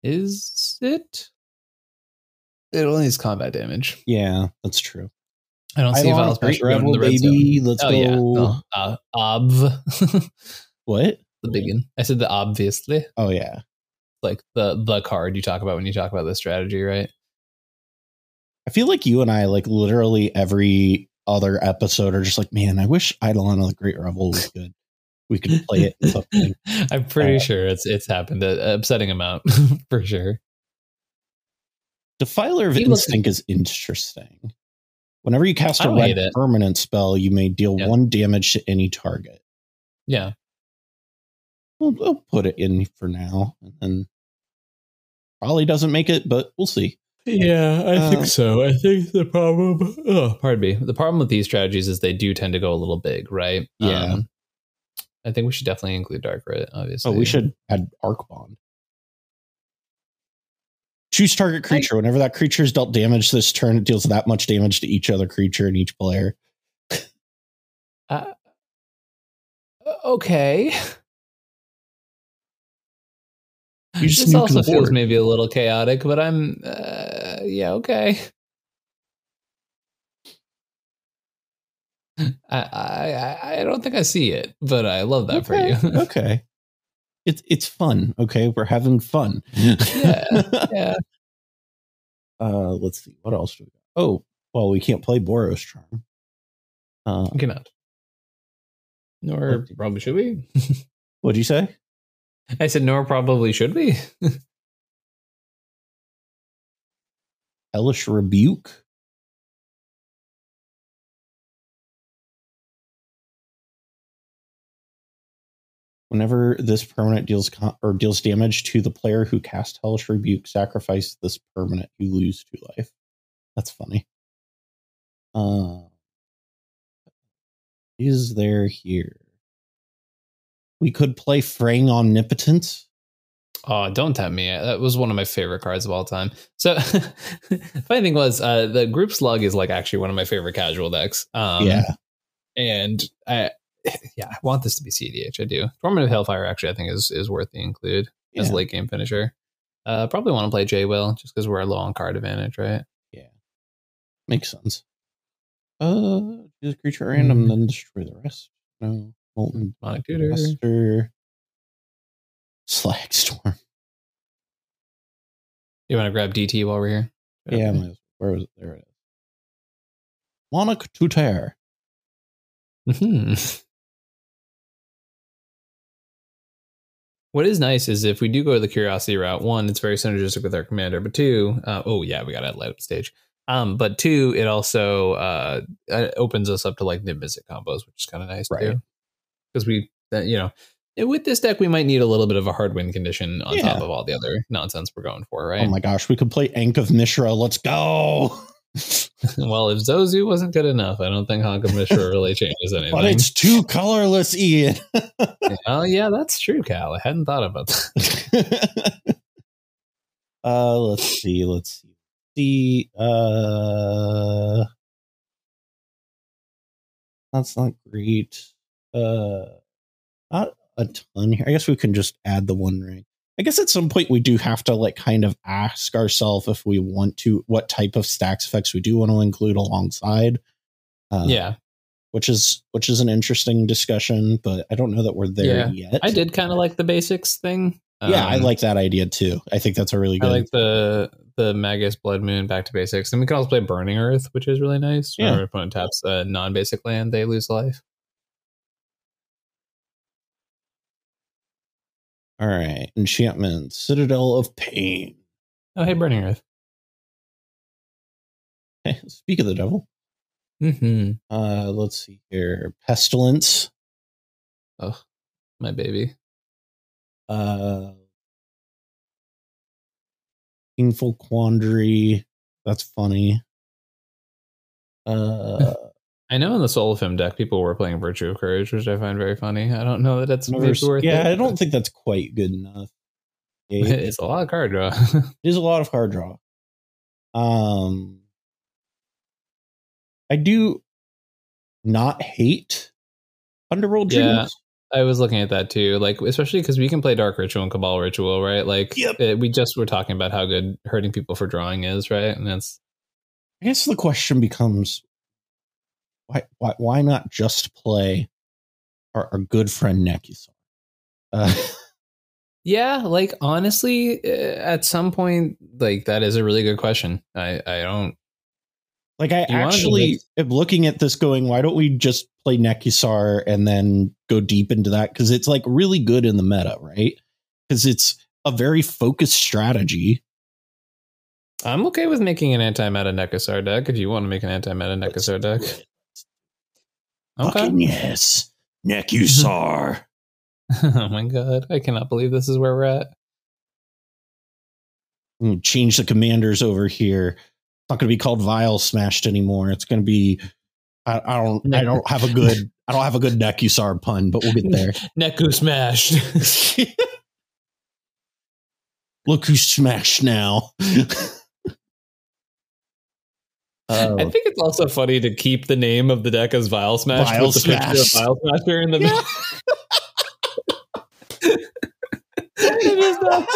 [SPEAKER 3] Is it? It only is combat damage.
[SPEAKER 2] Yeah, that's true.
[SPEAKER 3] I don't see
[SPEAKER 2] Eidolon,
[SPEAKER 3] Vile's
[SPEAKER 2] Great
[SPEAKER 3] pressure going
[SPEAKER 2] Rebel,
[SPEAKER 3] to the red zone.
[SPEAKER 2] baby. Let's
[SPEAKER 3] Oh,
[SPEAKER 2] go.
[SPEAKER 3] yeah. no, uh, ob.
[SPEAKER 2] What?
[SPEAKER 3] the big one. I said the obviously.
[SPEAKER 2] Oh yeah.
[SPEAKER 3] Like the the card you talk about when you talk about this strategy, right?
[SPEAKER 2] I feel like you and I, like literally every other episode, are just like, man, I wish Eidolon of the Great Rebel was good. We could play it. in something.
[SPEAKER 3] I'm pretty
[SPEAKER 2] Uh,
[SPEAKER 3] sure it's it's happened a upsetting amount for sure.
[SPEAKER 2] Defiler of
[SPEAKER 3] He looks-
[SPEAKER 2] Instinct is interesting. Whenever you cast
[SPEAKER 3] I
[SPEAKER 2] a
[SPEAKER 3] don't
[SPEAKER 2] red
[SPEAKER 3] hate it.
[SPEAKER 2] permanent spell, you may deal
[SPEAKER 3] Yeah.
[SPEAKER 2] one damage to any target.
[SPEAKER 3] Yeah.
[SPEAKER 2] We'll, we'll put it in for now, and then probably doesn't make it, but we'll see.
[SPEAKER 3] Yeah, I
[SPEAKER 2] Uh,
[SPEAKER 3] think so. I think the problem. Oh, pardon me. The problem with these strategies is they do tend to go a little big, right?
[SPEAKER 2] Yeah.
[SPEAKER 3] Um, I think we should definitely include Dark Rit, obviously.
[SPEAKER 2] Oh, we should add Arc Bond. Choose target creature. Whenever that creature is dealt damage this turn, it deals that much damage to each other creature and each player.
[SPEAKER 3] Uh, okay.
[SPEAKER 2] You just
[SPEAKER 3] this
[SPEAKER 2] nuke the
[SPEAKER 3] also feels
[SPEAKER 2] board.
[SPEAKER 3] maybe a little chaotic, but I'm. Uh, yeah, okay. I, I I- I don't think I see it, but I love that
[SPEAKER 2] okay.
[SPEAKER 3] for you.
[SPEAKER 2] okay. It's it's fun. Okay, we're having fun.
[SPEAKER 3] Yeah. yeah.
[SPEAKER 2] uh, let's see. What else do we got? Oh, well, we can't play Boros Charm. Uh,
[SPEAKER 3] We cannot. Nor
[SPEAKER 2] Okay.
[SPEAKER 3] probably should we.
[SPEAKER 2] what'd you say?
[SPEAKER 3] I said, nor probably should we.
[SPEAKER 2] Hellish Rebuke. Whenever this permanent deals con- or deals damage to the player who cast Hellish Rebuke, sacrifice this permanent. You lose two life. That's funny. Uh, is there here? We could play Fraying Omnipotence.
[SPEAKER 3] Oh, don't tempt me. That was one of my favorite cards of all time. So, funny thing was, uh, the group slug is like actually one of my favorite casual decks. Um, and I, yeah, I want this to be CDH. I do. Torment of Hellfire actually, I think is is worth the include as
[SPEAKER 2] Yeah.
[SPEAKER 3] late game finisher. Uh, probably want to play J Will just because we're low on card advantage, right?
[SPEAKER 2] Makes sense. Uh, choose a creature at random, then destroy the rest. No, molten
[SPEAKER 3] Monic Tutor.
[SPEAKER 2] Duster, Slag Storm.
[SPEAKER 3] You want to grab DT while we're here?
[SPEAKER 2] Yeah, might as- where was it? There it is. Monarch Tutor.
[SPEAKER 3] hmm What is nice is if we do go to the curiosity route, one, it's very synergistic with our commander, but two, uh, oh yeah, we got to light up stage. Um, but two, it also uh, uh, opens us up to like Nimbizit combos, which is kind of nice
[SPEAKER 2] Right.
[SPEAKER 3] too, because we, that, you know, eh, with this deck we might need a little bit of a hard win condition on
[SPEAKER 2] Yeah.
[SPEAKER 3] top of all the other nonsense we're going for, right?
[SPEAKER 2] Oh my gosh, we could play Ankh of Mishra. Let's go.
[SPEAKER 3] well, if Zozu wasn't good enough, I don't think Honka Mishra really changes anything.
[SPEAKER 2] but it's too colorless, Ian.
[SPEAKER 3] oh yeah, that's true, Cal. I hadn't thought about that.
[SPEAKER 2] uh let's see let's see the uh that's not great uh not a ton here i guess we can just add the one ring i guess at some point we do have to like kind of ask ourselves if we want to what type of stacks effects we do want to include alongside uh,
[SPEAKER 3] yeah.
[SPEAKER 2] which is which is an interesting discussion but i don't know that we're there yet
[SPEAKER 3] I did kind of like the basics thing.
[SPEAKER 2] yeah, I
[SPEAKER 3] Um,
[SPEAKER 2] like that idea too. I think that's a really
[SPEAKER 3] I
[SPEAKER 2] good.
[SPEAKER 3] like the the Magus Blood Moon back to basics, and we can also play Burning Earth, which is really nice.
[SPEAKER 2] Yeah.
[SPEAKER 3] When our opponent taps a non-basic land, they lose life.
[SPEAKER 2] All right, enchantment, Citadel of Pain.
[SPEAKER 3] Oh, hey, Burning Earth.
[SPEAKER 2] Okay, speak of the devil.
[SPEAKER 3] Mm-hmm.
[SPEAKER 2] Uh, let's see here. Pestilence.
[SPEAKER 3] My baby.
[SPEAKER 2] Uh, painful quandary. That's funny. Uh,
[SPEAKER 3] I know in the Soul of Him deck, people were playing Virtue of Courage, which I find very funny. I don't know that that's maybe
[SPEAKER 2] Mercy-
[SPEAKER 3] worth
[SPEAKER 2] yeah,
[SPEAKER 3] it.
[SPEAKER 2] I don't think that's quite good enough. Yeah, it
[SPEAKER 3] it's a lot of card draw.
[SPEAKER 2] is a lot of card draw. Um, I do not hate Underworld
[SPEAKER 3] Yeah.
[SPEAKER 2] Dreams.
[SPEAKER 3] I was looking at that too, like especially because we can play Dark Ritual and Cabal Ritual, right? Like
[SPEAKER 2] Yep.
[SPEAKER 3] it- we just were talking about how good hurting people for drawing is, right? And that's
[SPEAKER 2] I guess the question becomes why why why not just play our, our good friend Nekusar? Uh,
[SPEAKER 3] yeah, like honestly, uh, at some point, like that is a really good question. I I don't
[SPEAKER 2] like I
[SPEAKER 3] You wanted to
[SPEAKER 2] actually
[SPEAKER 3] just-
[SPEAKER 2] am looking at this going, why don't we just play Nekusar and then go deep into that? Because it's like really good in the meta, right? Because it's a very focused strategy.
[SPEAKER 3] I'm okay with making an anti meta Nekasar deck if you want to make an anti meta Nekasar deck. Okay.
[SPEAKER 2] Fucking yes. Mm-hmm. Nekusar.
[SPEAKER 3] oh my god, I cannot believe this is where we're at.
[SPEAKER 2] Mm, change the commanders over here. It's not going to be called Vile Smashed anymore. It's going to be I, I don't I don't have a good I don't have a good Nekusar pun, but we'll get there.
[SPEAKER 3] Neku smashed.
[SPEAKER 2] Look who smashed now. Oh.
[SPEAKER 3] I think it's also funny to keep the name of the deck as Vile Smash.
[SPEAKER 2] Vile
[SPEAKER 3] with the picture of
[SPEAKER 2] Smash.
[SPEAKER 3] Vile Smasher in the It is not-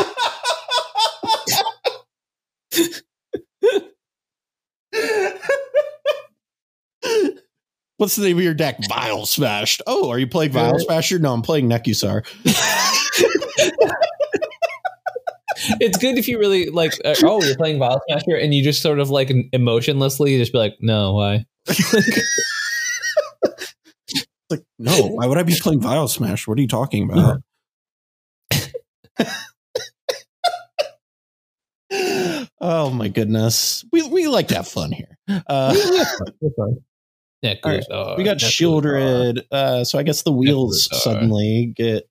[SPEAKER 2] What's the name of your deck? Vile Smashed. Oh, are you playing Vile Smasher? No, I'm playing Nekusar.
[SPEAKER 3] it's good if you really like. Uh, oh, you're playing Vile Smasher, and you just sort of like emotionlessly just be like, "No, why?"
[SPEAKER 2] It's like, no, why would I be playing Vile Smash? What are you talking about? oh my goodness. We we like to have fun here. Uh
[SPEAKER 3] Yeah,
[SPEAKER 2] All right, we got Shieldred, uh, so I guess the wheels
[SPEAKER 3] Nekusar.
[SPEAKER 2] suddenly get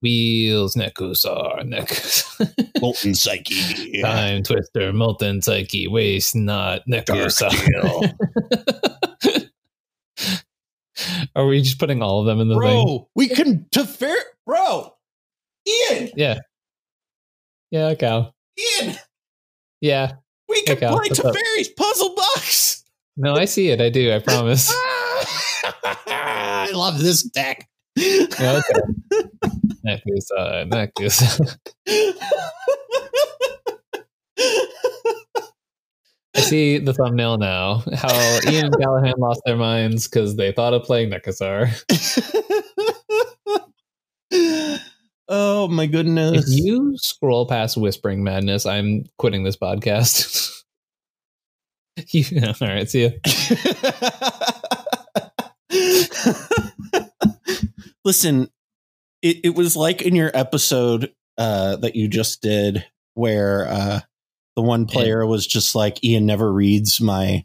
[SPEAKER 3] Wheels, Nekusar, Nekusar.
[SPEAKER 2] molten psyche.
[SPEAKER 3] Time Twister, Molten Psyche, Waste Not,
[SPEAKER 2] Deal.
[SPEAKER 3] Nekusar. Are we just putting all of them in the thing?
[SPEAKER 2] bro, we can to fair bro. Ian,
[SPEAKER 3] Yeah, cow.
[SPEAKER 2] Ian,
[SPEAKER 3] Yeah.
[SPEAKER 2] we can
[SPEAKER 3] Hey, Cal,
[SPEAKER 2] play
[SPEAKER 3] what's up?
[SPEAKER 2] Teferi's puzzle box.
[SPEAKER 3] No, I see it. I do. I promise.
[SPEAKER 2] I love this deck.
[SPEAKER 3] Yeah, okay. Nekusar, Nekusar. I see the thumbnail now. How Ian and Callahan lost their minds because they thought of playing Nekusar.
[SPEAKER 2] oh my
[SPEAKER 3] If
[SPEAKER 2] goodness.
[SPEAKER 3] you scroll past Whispering Madness, I'm quitting this podcast. You- all right, see ya.
[SPEAKER 2] Listen, it, it was like in your episode uh, that you just did where uh, the one player was just like, Ian never reads my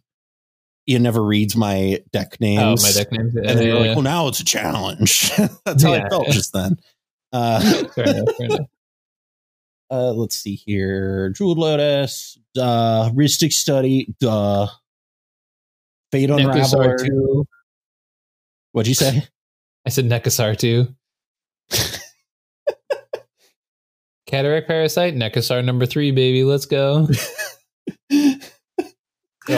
[SPEAKER 2] Ian never reads my deck
[SPEAKER 3] Oh,
[SPEAKER 2] names.
[SPEAKER 3] my deck names.
[SPEAKER 2] And then you're like,
[SPEAKER 3] Yeah.
[SPEAKER 2] well, now it's a challenge. That's how I
[SPEAKER 3] Yeah.
[SPEAKER 2] felt just then. Uh,
[SPEAKER 3] Fair enough, fair enough.
[SPEAKER 2] uh, let's see here. Druid Lotus, duh, Ristic Study, duh. Fate
[SPEAKER 3] Nekusar
[SPEAKER 2] Unraveler.
[SPEAKER 3] two.
[SPEAKER 2] What'd you say?
[SPEAKER 3] I said Nekasar two. Cataract Parasite, Nekasar number three, baby. Let's go. They're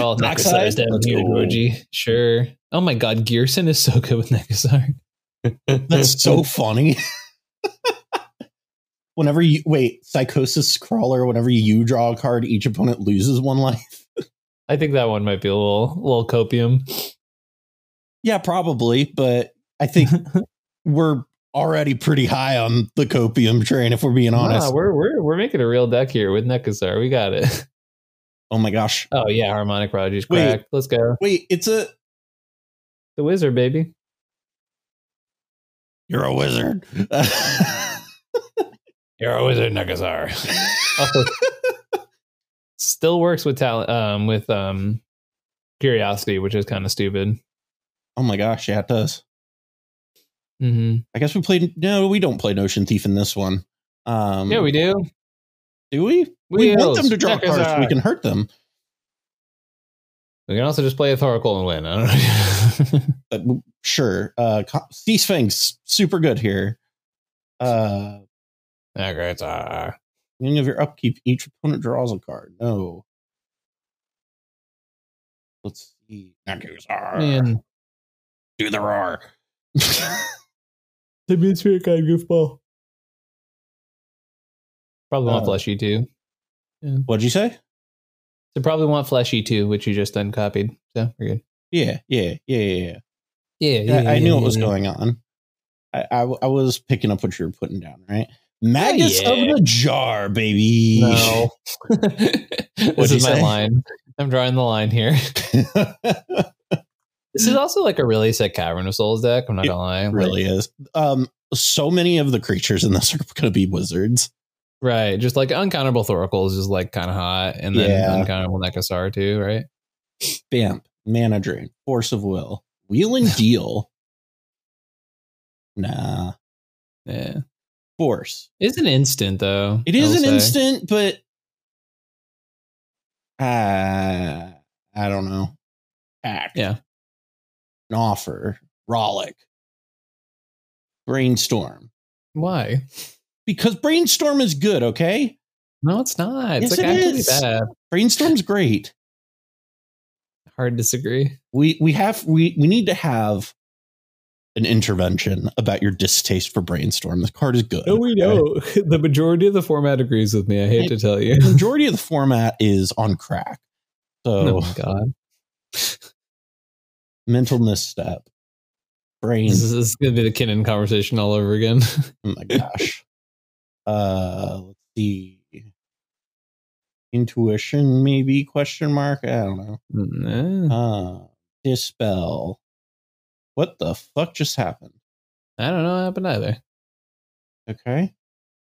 [SPEAKER 3] all
[SPEAKER 2] Nakasar?
[SPEAKER 3] Nekasars down
[SPEAKER 2] Let's
[SPEAKER 3] here,
[SPEAKER 2] go.
[SPEAKER 3] Georgie. Sure. Oh my god, Gearson is so good with Nekasar.
[SPEAKER 2] That's so funny. whenever you wait, psychosis crawler, whenever you draw a card, each opponent loses one life.
[SPEAKER 3] I think that one might be a little little copium.
[SPEAKER 2] Yeah, probably, but I think we're already pretty high on the copium train if we're being honest.
[SPEAKER 3] Nah, we're we're we're making a real deck here with Nekasar. We got it.
[SPEAKER 2] oh my gosh.
[SPEAKER 3] Oh yeah, harmonic Rogers
[SPEAKER 2] Wait.
[SPEAKER 3] cracked. Let's go.
[SPEAKER 2] Wait, it's a
[SPEAKER 3] The wizard, baby.
[SPEAKER 2] you're a wizard. Oh
[SPEAKER 3] You're a wizard, Nekazar. also, still works with talent um with um curiosity, which is kind of stupid.
[SPEAKER 2] Oh my gosh, yeah, it does.
[SPEAKER 3] Mm-hmm.
[SPEAKER 2] I guess we played. No, we don't play Notion Thief in this one. Um,
[SPEAKER 3] yeah, we do.
[SPEAKER 2] Do we? We want
[SPEAKER 3] Wheels,
[SPEAKER 2] them to draw
[SPEAKER 3] check us
[SPEAKER 2] cards so we
[SPEAKER 3] out.
[SPEAKER 2] can hurt them.
[SPEAKER 3] We can also just play a Thoracle and win. I don't know.
[SPEAKER 2] But sure, uh, co- Sea Sphinx, super good here. Uh,
[SPEAKER 3] okay, it's, uh,
[SPEAKER 2] beginning of your upkeep, each opponent draws a card. No. Let's see. Not use R.
[SPEAKER 3] man.
[SPEAKER 2] Do the roar.
[SPEAKER 3] The mean spirit guy goofball. Probably want
[SPEAKER 2] Uh.
[SPEAKER 3] fleshy too.
[SPEAKER 2] What'd you say?
[SPEAKER 3] So probably want fleshy too, which you just then copied. So we're good.
[SPEAKER 2] Yeah, yeah, yeah, yeah. yeah.
[SPEAKER 3] Yeah,
[SPEAKER 2] I- I, knew what was going on. I, I w- I was picking up what you were putting down, right? Magus
[SPEAKER 3] Oh, yeah.
[SPEAKER 2] of the jar, baby.
[SPEAKER 3] No. this
[SPEAKER 2] you
[SPEAKER 3] is my
[SPEAKER 2] say?
[SPEAKER 3] line. I'm drawing the line here.
[SPEAKER 2] it
[SPEAKER 3] This is also like a really sick Cavern of Souls deck. I'm not
[SPEAKER 2] It
[SPEAKER 3] gonna lie. Like-
[SPEAKER 2] really is. Um, so many of the creatures in this are going to be wizards.
[SPEAKER 3] right. Just like uncountable Thoracle is just like kind of hot, and then
[SPEAKER 2] Yeah.
[SPEAKER 3] uncountable Nekasar too, right?
[SPEAKER 2] Vamp, Mana Drain, Force of Will, Wheel and Deal. Nah,
[SPEAKER 3] Yeah,
[SPEAKER 2] Force.
[SPEAKER 3] it's an instant though.
[SPEAKER 2] It
[SPEAKER 3] I
[SPEAKER 2] is
[SPEAKER 3] will
[SPEAKER 2] an
[SPEAKER 3] say.
[SPEAKER 2] instant, but uh, I don't know. Act.
[SPEAKER 3] Yeah.
[SPEAKER 2] An offer. Rollick. Brainstorm.
[SPEAKER 3] Why?
[SPEAKER 2] Because brainstorm is good, okay?
[SPEAKER 3] No, it's not.
[SPEAKER 2] Yes,
[SPEAKER 3] It's like
[SPEAKER 2] it
[SPEAKER 3] actually
[SPEAKER 2] is.
[SPEAKER 3] bad.
[SPEAKER 2] Brainstorm's great.
[SPEAKER 3] Hard disagree.
[SPEAKER 2] We we have we we need to have an intervention about your distaste for brainstorm. The card is good. okay?
[SPEAKER 3] The majority of the format agrees with me. I hate to tell you.
[SPEAKER 2] The majority of the format is on crack. So
[SPEAKER 3] Oh my god,
[SPEAKER 2] mental misstep. Brain
[SPEAKER 3] this is, this is gonna be the Kinnan conversation all over again.
[SPEAKER 2] Oh my gosh. uh let's see. Intuition maybe question mark. I don't know.
[SPEAKER 3] Mm, eh,
[SPEAKER 2] Uh dispel. What the fuck just happened?
[SPEAKER 3] I don't know what happened either.
[SPEAKER 2] Okay.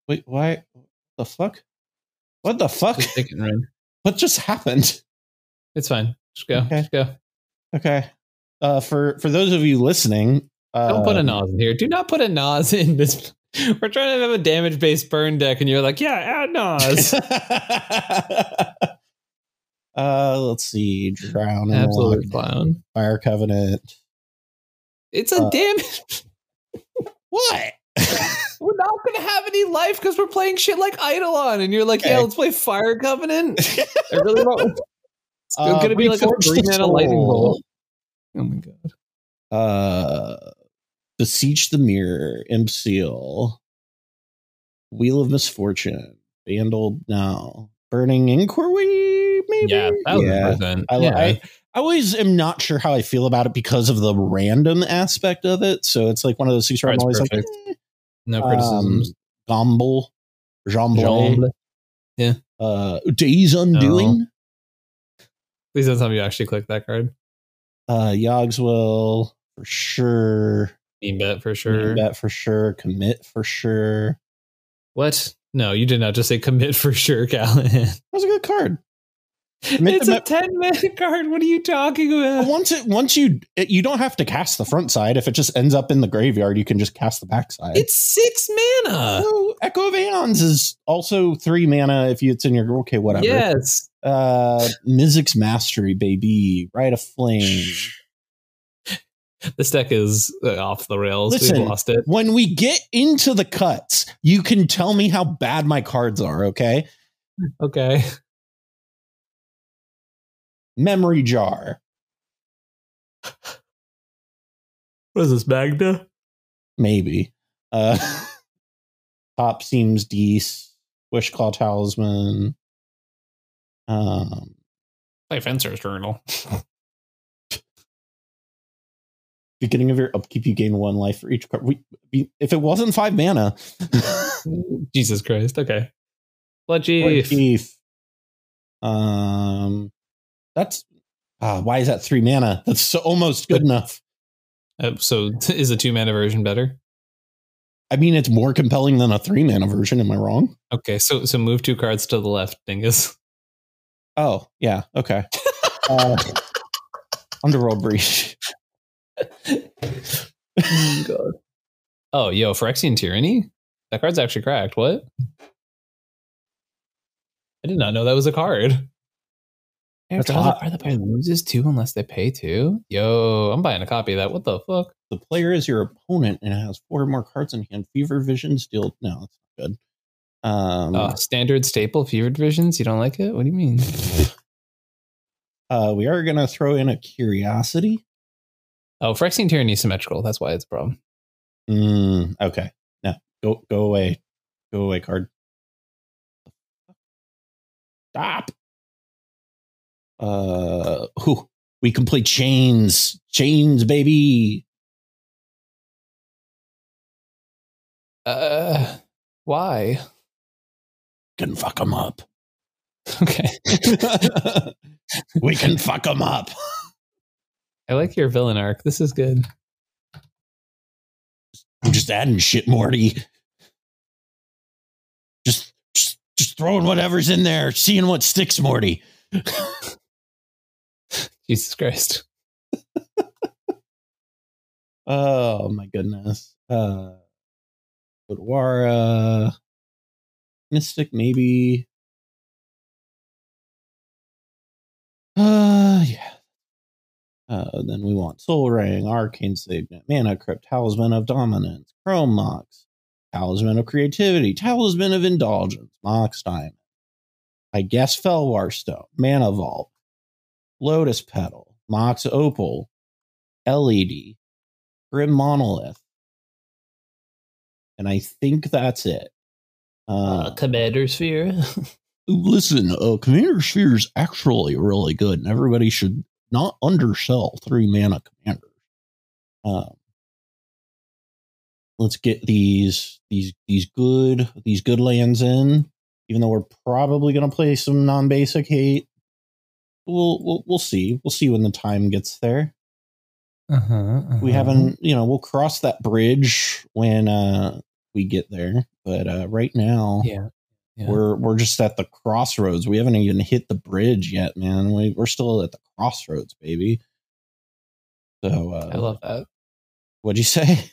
[SPEAKER 2] Wait, why what the fuck? What the fuck?
[SPEAKER 3] Just take it and run.
[SPEAKER 2] What just happened?
[SPEAKER 3] It's fine. Just go.
[SPEAKER 2] Okay.
[SPEAKER 3] Just go.
[SPEAKER 2] Okay. Uh for for those of you listening, uh
[SPEAKER 3] Don't put a Nas in here. Do not put a Nas in this. We're trying to have a damage based burn deck, and you're like, yeah, add Nas.
[SPEAKER 2] uh let's see. Drown in
[SPEAKER 3] Absolute
[SPEAKER 2] water.
[SPEAKER 3] clown.
[SPEAKER 2] Fire Covenant.
[SPEAKER 3] It's a
[SPEAKER 2] Uh,
[SPEAKER 3] damage.
[SPEAKER 2] What?
[SPEAKER 3] We're not going to have any life because we're playing shit like Eidolon, and you're like, yeah,
[SPEAKER 2] Okay.
[SPEAKER 3] let's play Fire Covenant. I really want. It's
[SPEAKER 2] Uh,
[SPEAKER 3] going to be like a
[SPEAKER 2] Reforged
[SPEAKER 3] green and a lightning
[SPEAKER 2] Soul.
[SPEAKER 3] bolt. Oh my god.
[SPEAKER 2] Uh, Beseech the Mirror, Imp Seal, Wheel of Misfortune, Vandal Now, Burning Inquiry, maybe?
[SPEAKER 3] Yeah, thousand
[SPEAKER 2] Yeah.
[SPEAKER 3] percent.
[SPEAKER 2] I,
[SPEAKER 3] yeah.
[SPEAKER 2] I, I always am not sure how I feel about it because of the random aspect of it. So it's like one of those things where I'm
[SPEAKER 3] Right,
[SPEAKER 2] always
[SPEAKER 3] it's
[SPEAKER 2] like, eh.
[SPEAKER 3] no
[SPEAKER 2] um,
[SPEAKER 3] criticisms.
[SPEAKER 2] Gomble, Jean
[SPEAKER 3] Jean-
[SPEAKER 2] Blais, uh, Days Undoing,
[SPEAKER 3] Please don't tell me you actually clicked that card.
[SPEAKER 2] uh, Yogswell, for sure.
[SPEAKER 3] Mean bet for sure.
[SPEAKER 2] Sure. Bet for sure. Commit for sure.
[SPEAKER 3] What? No, you did not just say commit for sure, Callahan.
[SPEAKER 2] That's a good card. Commit
[SPEAKER 3] It's
[SPEAKER 2] the
[SPEAKER 3] a
[SPEAKER 2] map-
[SPEAKER 3] 10 minute card. What are you talking
[SPEAKER 2] But
[SPEAKER 3] about?
[SPEAKER 2] Once it, once you it, you don't have to cast the front side. If it just ends up in the graveyard, you can just cast the backside.
[SPEAKER 3] It's six mana.
[SPEAKER 2] oh, Echo of Aeons is also three mana if you, it's in your okay whatever.
[SPEAKER 3] Yes.
[SPEAKER 2] Uh, Mizzix Mastery, baby, Rite of Flame.
[SPEAKER 3] This deck is uh, off the rails.
[SPEAKER 2] Listen.
[SPEAKER 3] We've lost it.
[SPEAKER 2] when we get into the cuts, you can tell me how bad my cards are. Okay,
[SPEAKER 3] Okay.
[SPEAKER 2] Memory Jar,
[SPEAKER 3] What is this, Magna?
[SPEAKER 2] maybe. Uh, Top seems Deece, Wishclaw Talisman. Um,
[SPEAKER 3] Play Fencer's Journal.
[SPEAKER 2] beginning of your upkeep, you gain one life for each card. We, we- if it wasn't five mana,
[SPEAKER 3] Jesus Christ. Okay. Fletchy.
[SPEAKER 2] Chief. Um, that's ah, why is that three mana? That's so, almost good enough.
[SPEAKER 3] Uh, so is the two mana version better?
[SPEAKER 2] I mean, it's more compelling than a three mana version. Am I wrong?
[SPEAKER 3] Okay. So so move two cards to the left, Dingus.
[SPEAKER 2] Oh yeah, okay. uh, Underworld Breach.
[SPEAKER 3] Oh, God. Oh, yo, Phyrexian Tyranny? That card's actually cracked. What? I did not know that was a card.
[SPEAKER 2] That's
[SPEAKER 3] That's all the
[SPEAKER 2] hot.
[SPEAKER 3] card that player loses two unless they pay two. Yo, I'm buying a copy of that. What the fuck?
[SPEAKER 2] The player is your opponent and has four or more cards in hand. Fever Vision, Steel. No, that's not good. Um,
[SPEAKER 3] Uh, standard staple fever divisions. You don't like it? What do you mean?
[SPEAKER 2] uh, we are going to throw in a Curiosity.
[SPEAKER 3] Oh, Phyrexian Tyranny is symmetrical. That's why it's a problem.
[SPEAKER 2] Mm, okay. No, go go away. Go away, card. Stop. Uh, whew. we complete chains, chains, baby.
[SPEAKER 3] Uh, why?
[SPEAKER 2] Can fuck them up.
[SPEAKER 3] Okay.
[SPEAKER 2] we can fuck them up.
[SPEAKER 3] I like your villain arc. This is good.
[SPEAKER 2] I'm just adding shit, Morty. Just, just, just throwing whatever's in there, seeing what sticks, Morty.
[SPEAKER 3] Jesus Christ.
[SPEAKER 2] Oh my goodness. Uh Budwara. Mystic, maybe. Uh yeah. Uh, then we want Soul Ring, Arcane Signet, Mana Crypt, Talisman of Dominance, Chrome Mox, Talisman of Creativity, Talisman of Indulgence, Mox Diamond. I guess Felwar Stone, Mana Vault, Lotus Petal, Mox Opal, LED, Grim Monolith. And I think that's it. Uh,
[SPEAKER 3] Commander Sphere.
[SPEAKER 2] listen, uh, Commander Sphere is actually really good, and everybody should not undersell three mana commanders. Um, let's get these these these good these good lands in, even though we're probably going to play some non basic hate. We'll, we'll we'll see we'll see when the time gets there
[SPEAKER 3] uh-huh,
[SPEAKER 2] we
[SPEAKER 3] uh-huh.
[SPEAKER 2] haven't you know we'll cross that bridge when uh we get there but uh right now
[SPEAKER 3] Yeah. yeah.
[SPEAKER 2] we're we're just at the crossroads we haven't even hit the bridge yet man we, we're still at the crossroads baby so
[SPEAKER 3] I
[SPEAKER 2] uh
[SPEAKER 3] love that.
[SPEAKER 2] what'd you say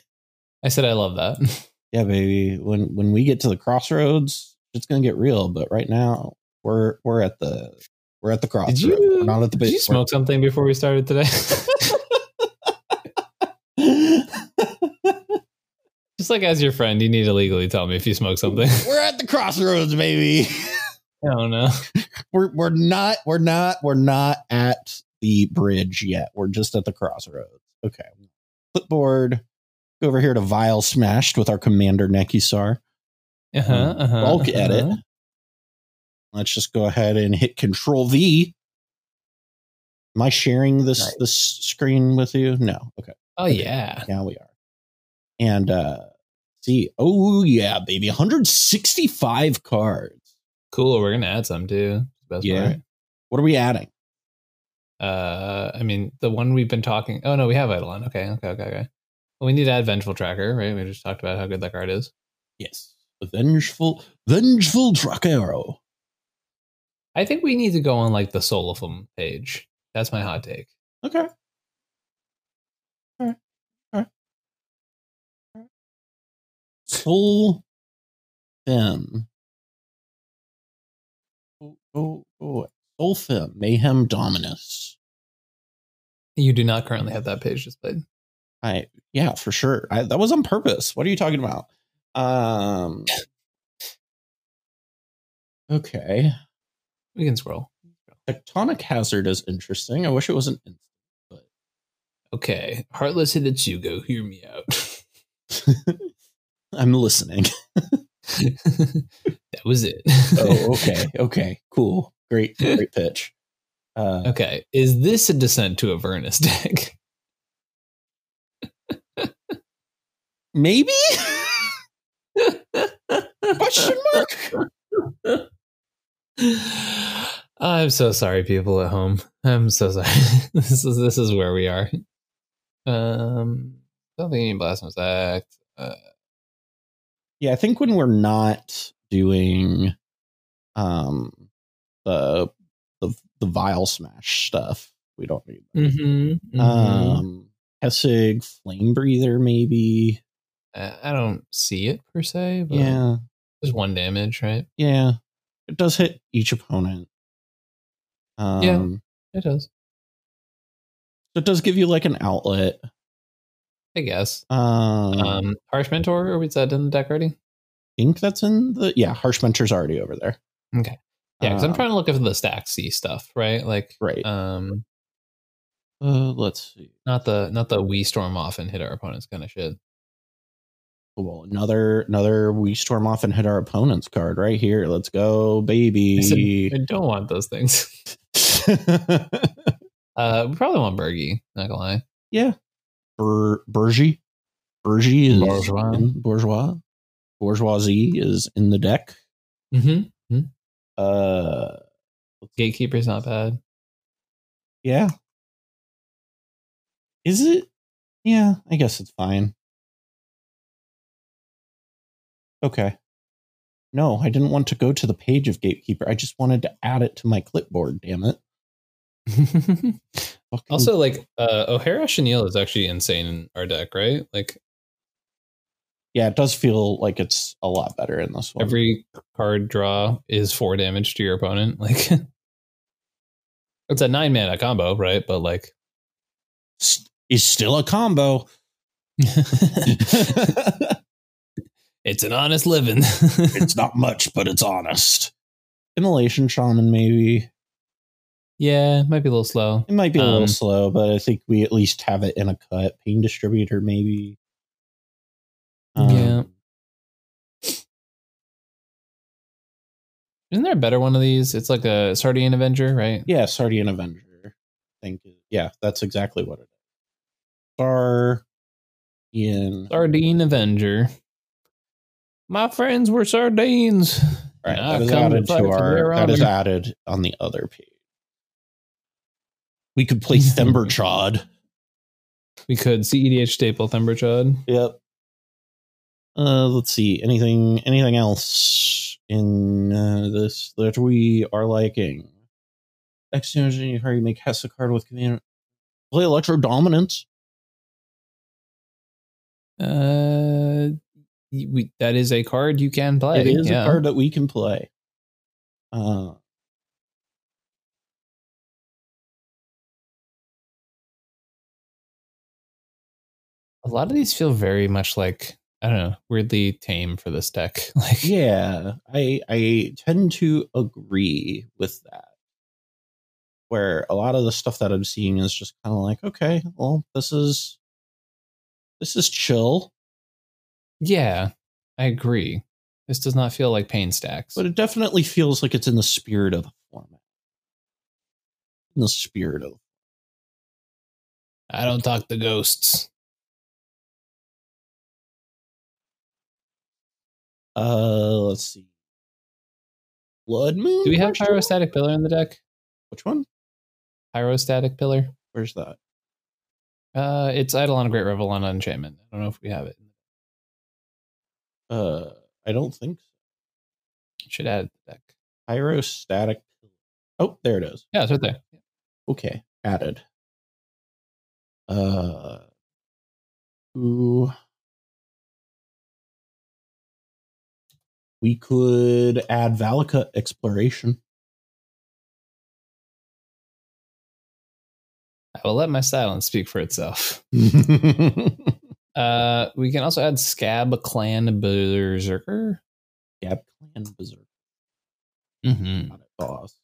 [SPEAKER 3] I said I love that.
[SPEAKER 2] yeah baby when when we get to the crossroads it's gonna get real but right now we're we're at the we're at the crossroads
[SPEAKER 3] you-
[SPEAKER 2] we're not at the
[SPEAKER 3] Did
[SPEAKER 2] bridge
[SPEAKER 3] you smoke something before we started today? Just like as your friend, you need to legally tell me if you smoke something.
[SPEAKER 2] we're at the crossroads baby
[SPEAKER 3] I don't know.
[SPEAKER 2] we're we're not we're not we're not at the bridge yet. We're just at the crossroads. Okay. Clipboard. Go over here to Vile Smashed with our commander Nekisar.
[SPEAKER 3] Uh-huh, uh-huh,
[SPEAKER 2] Hmm. Bulk edit.
[SPEAKER 3] uh-huh.
[SPEAKER 2] Let's just go ahead and hit Control V. Am I sharing this
[SPEAKER 3] Nice.
[SPEAKER 2] this screen with you? No. Okay.
[SPEAKER 3] Oh yeah.
[SPEAKER 2] Now we are. And uh see. Oh yeah, baby. 165 cards.
[SPEAKER 3] Cool. We're gonna add some too. Best
[SPEAKER 2] Yeah.
[SPEAKER 3] yeah.
[SPEAKER 2] What are we adding?
[SPEAKER 3] Uh, I mean, the one we've been talking. Oh no, we have Eidolon. Okay, okay, okay, okay. Well, we need to add Vengeful Tracker, right? We just talked about how good that card is.
[SPEAKER 2] Yes. Vengeful Vengeful Truck Arrow.
[SPEAKER 3] I think we need to go on like the Solifum page. That's my hot take.
[SPEAKER 2] Okay. Alright. Alright. Alright. Soul Fem. Oh, oh, oh. Soul Fem. Mayhem Dominus.
[SPEAKER 3] You do not currently have that page displayed.
[SPEAKER 2] I yeah, for sure. I, that was on purpose. What are you talking about? Um Okay.
[SPEAKER 3] We can scroll.
[SPEAKER 2] Tectonic hazard is interesting. I wish it wasn't
[SPEAKER 3] Okay, Heartless Hidetsugo, hear me out.
[SPEAKER 2] I'm listening.
[SPEAKER 3] that was it.
[SPEAKER 2] oh, okay. Okay. Cool. Great. Great pitch. Uh,
[SPEAKER 3] okay, is this a descent to Avernus deck?
[SPEAKER 2] maybe? Question mark?
[SPEAKER 3] I'm so sorry, people at home. I'm so sorry. this is this is where we are. Um, don't think any blasphemous act. Uh,
[SPEAKER 2] Yeah, I think when we're not doing um the the the vial smash stuff, We don't need that.
[SPEAKER 3] Mm-hmm.
[SPEAKER 2] Um, Hessig, Flame Breather, maybe.
[SPEAKER 3] I don't see it per se, but
[SPEAKER 2] Yeah,
[SPEAKER 3] there's one damage, right?
[SPEAKER 2] yeah. It does hit each opponent. Um,
[SPEAKER 3] Yeah. It does.
[SPEAKER 2] so it does give you like an outlet.
[SPEAKER 3] I guess.
[SPEAKER 2] Um,
[SPEAKER 3] Um, Harsh Mentor, or is that in the deck already?
[SPEAKER 2] I think that's in the yeah. Harsh Mentor's already over there.
[SPEAKER 3] Okay. Yeah, because I'm
[SPEAKER 2] Um,
[SPEAKER 3] trying to look at the stack C stuff, right? Like,
[SPEAKER 2] Right.
[SPEAKER 3] um,
[SPEAKER 2] Uh, let's see.
[SPEAKER 3] not the not the we storm off and hit our opponents kind of shit.
[SPEAKER 2] Well, another another we storm off and hit our opponent's card right here. Let's go,
[SPEAKER 3] I said,
[SPEAKER 2] baby.
[SPEAKER 3] I don't want those things. Uh, we probably want Bergie. Not gonna lie.
[SPEAKER 2] yeah, Bur- Burgie, Burgie is
[SPEAKER 3] Bourgeois.
[SPEAKER 2] in- bourgeois, bourgeoisie is in the deck.
[SPEAKER 3] Mm-hmm.
[SPEAKER 2] Uh,
[SPEAKER 3] Gatekeeper's not bad.
[SPEAKER 2] yeah. Is it? Yeah, I guess it's fine. Okay. No, I didn't want to go to the page of Gatekeeper. I just wanted to add it to my clipboard. Damn it. Fucking-
[SPEAKER 3] also, like uh, O'Hara Chenille is actually insane in our deck, right? Like
[SPEAKER 2] yeah, it does feel like it's a lot better in this one.
[SPEAKER 3] every card draw is four damage to your opponent. Like it's a nine mana combo, right? But like
[SPEAKER 2] S- is still a combo.
[SPEAKER 3] it's an honest living.
[SPEAKER 2] it's not much, but it's honest. Immolation Shaman, maybe.
[SPEAKER 3] yeah, it might be a little slow.
[SPEAKER 2] It might be a little
[SPEAKER 3] Um,
[SPEAKER 2] slow, but I think we at least have it in a cut. Pain Distributor, maybe. Um,
[SPEAKER 3] Yeah. Isn't there a better one of these? It's like a Sardian Avenger, right?
[SPEAKER 2] Yeah, Sardian Avenger. I think. Yeah, that's exactly what it is. Sardian.
[SPEAKER 3] Sardine Avenger. My friends were sardines.
[SPEAKER 2] All right,
[SPEAKER 3] and I
[SPEAKER 2] that is
[SPEAKER 3] come to
[SPEAKER 2] added
[SPEAKER 3] fight
[SPEAKER 2] to
[SPEAKER 3] for
[SPEAKER 2] our.
[SPEAKER 3] their
[SPEAKER 2] That is
[SPEAKER 3] honor.
[SPEAKER 2] added on the other page. We could play Thembertrod.
[SPEAKER 3] We could CEDH staple Thumberchod.
[SPEAKER 2] Yep. Uh, let's see. Anything anything else in uh, this that we are liking? Extension card you make Hess a card with command. Play Electro Dominance.
[SPEAKER 3] Uh, we, that is a card you can play.
[SPEAKER 2] It is
[SPEAKER 3] yeah.
[SPEAKER 2] a card that we can play. Uh
[SPEAKER 3] A lot of these feel very much like I don't know, weirdly tame for this deck. Like,
[SPEAKER 2] yeah, I I tend to agree with that. Where a lot of the stuff that I'm seeing is just kind of like, okay, well, this is this is chill.
[SPEAKER 3] yeah, I agree. This does not feel like pain stacks.
[SPEAKER 2] but it definitely feels like it's in the spirit of the format. In the spirit of
[SPEAKER 3] I don't talk to ghosts.
[SPEAKER 2] uh, let's see, blood moon.
[SPEAKER 3] Do we have
[SPEAKER 2] Marshal?
[SPEAKER 3] pyrostatic pillar in the deck?
[SPEAKER 2] Which one?
[SPEAKER 3] Pyrostatic pillar.
[SPEAKER 2] Where's that?
[SPEAKER 3] Uh, it's Eidolon, Great Revel, on Enchantment. I don't know if we have it.
[SPEAKER 2] Uh, I don't think so.
[SPEAKER 3] Should add it to the deck.
[SPEAKER 2] pyrostatic. Oh, there it is.
[SPEAKER 3] Yeah, it's right there.
[SPEAKER 2] Okay, added. Uh, ooh. We could add Valaka exploration.
[SPEAKER 3] I will let my silence speak for itself. Uh, we can also add Scab Clan Berserker.
[SPEAKER 2] Gab Clan Berserk.
[SPEAKER 3] Mm-hmm.
[SPEAKER 2] Got it, boss.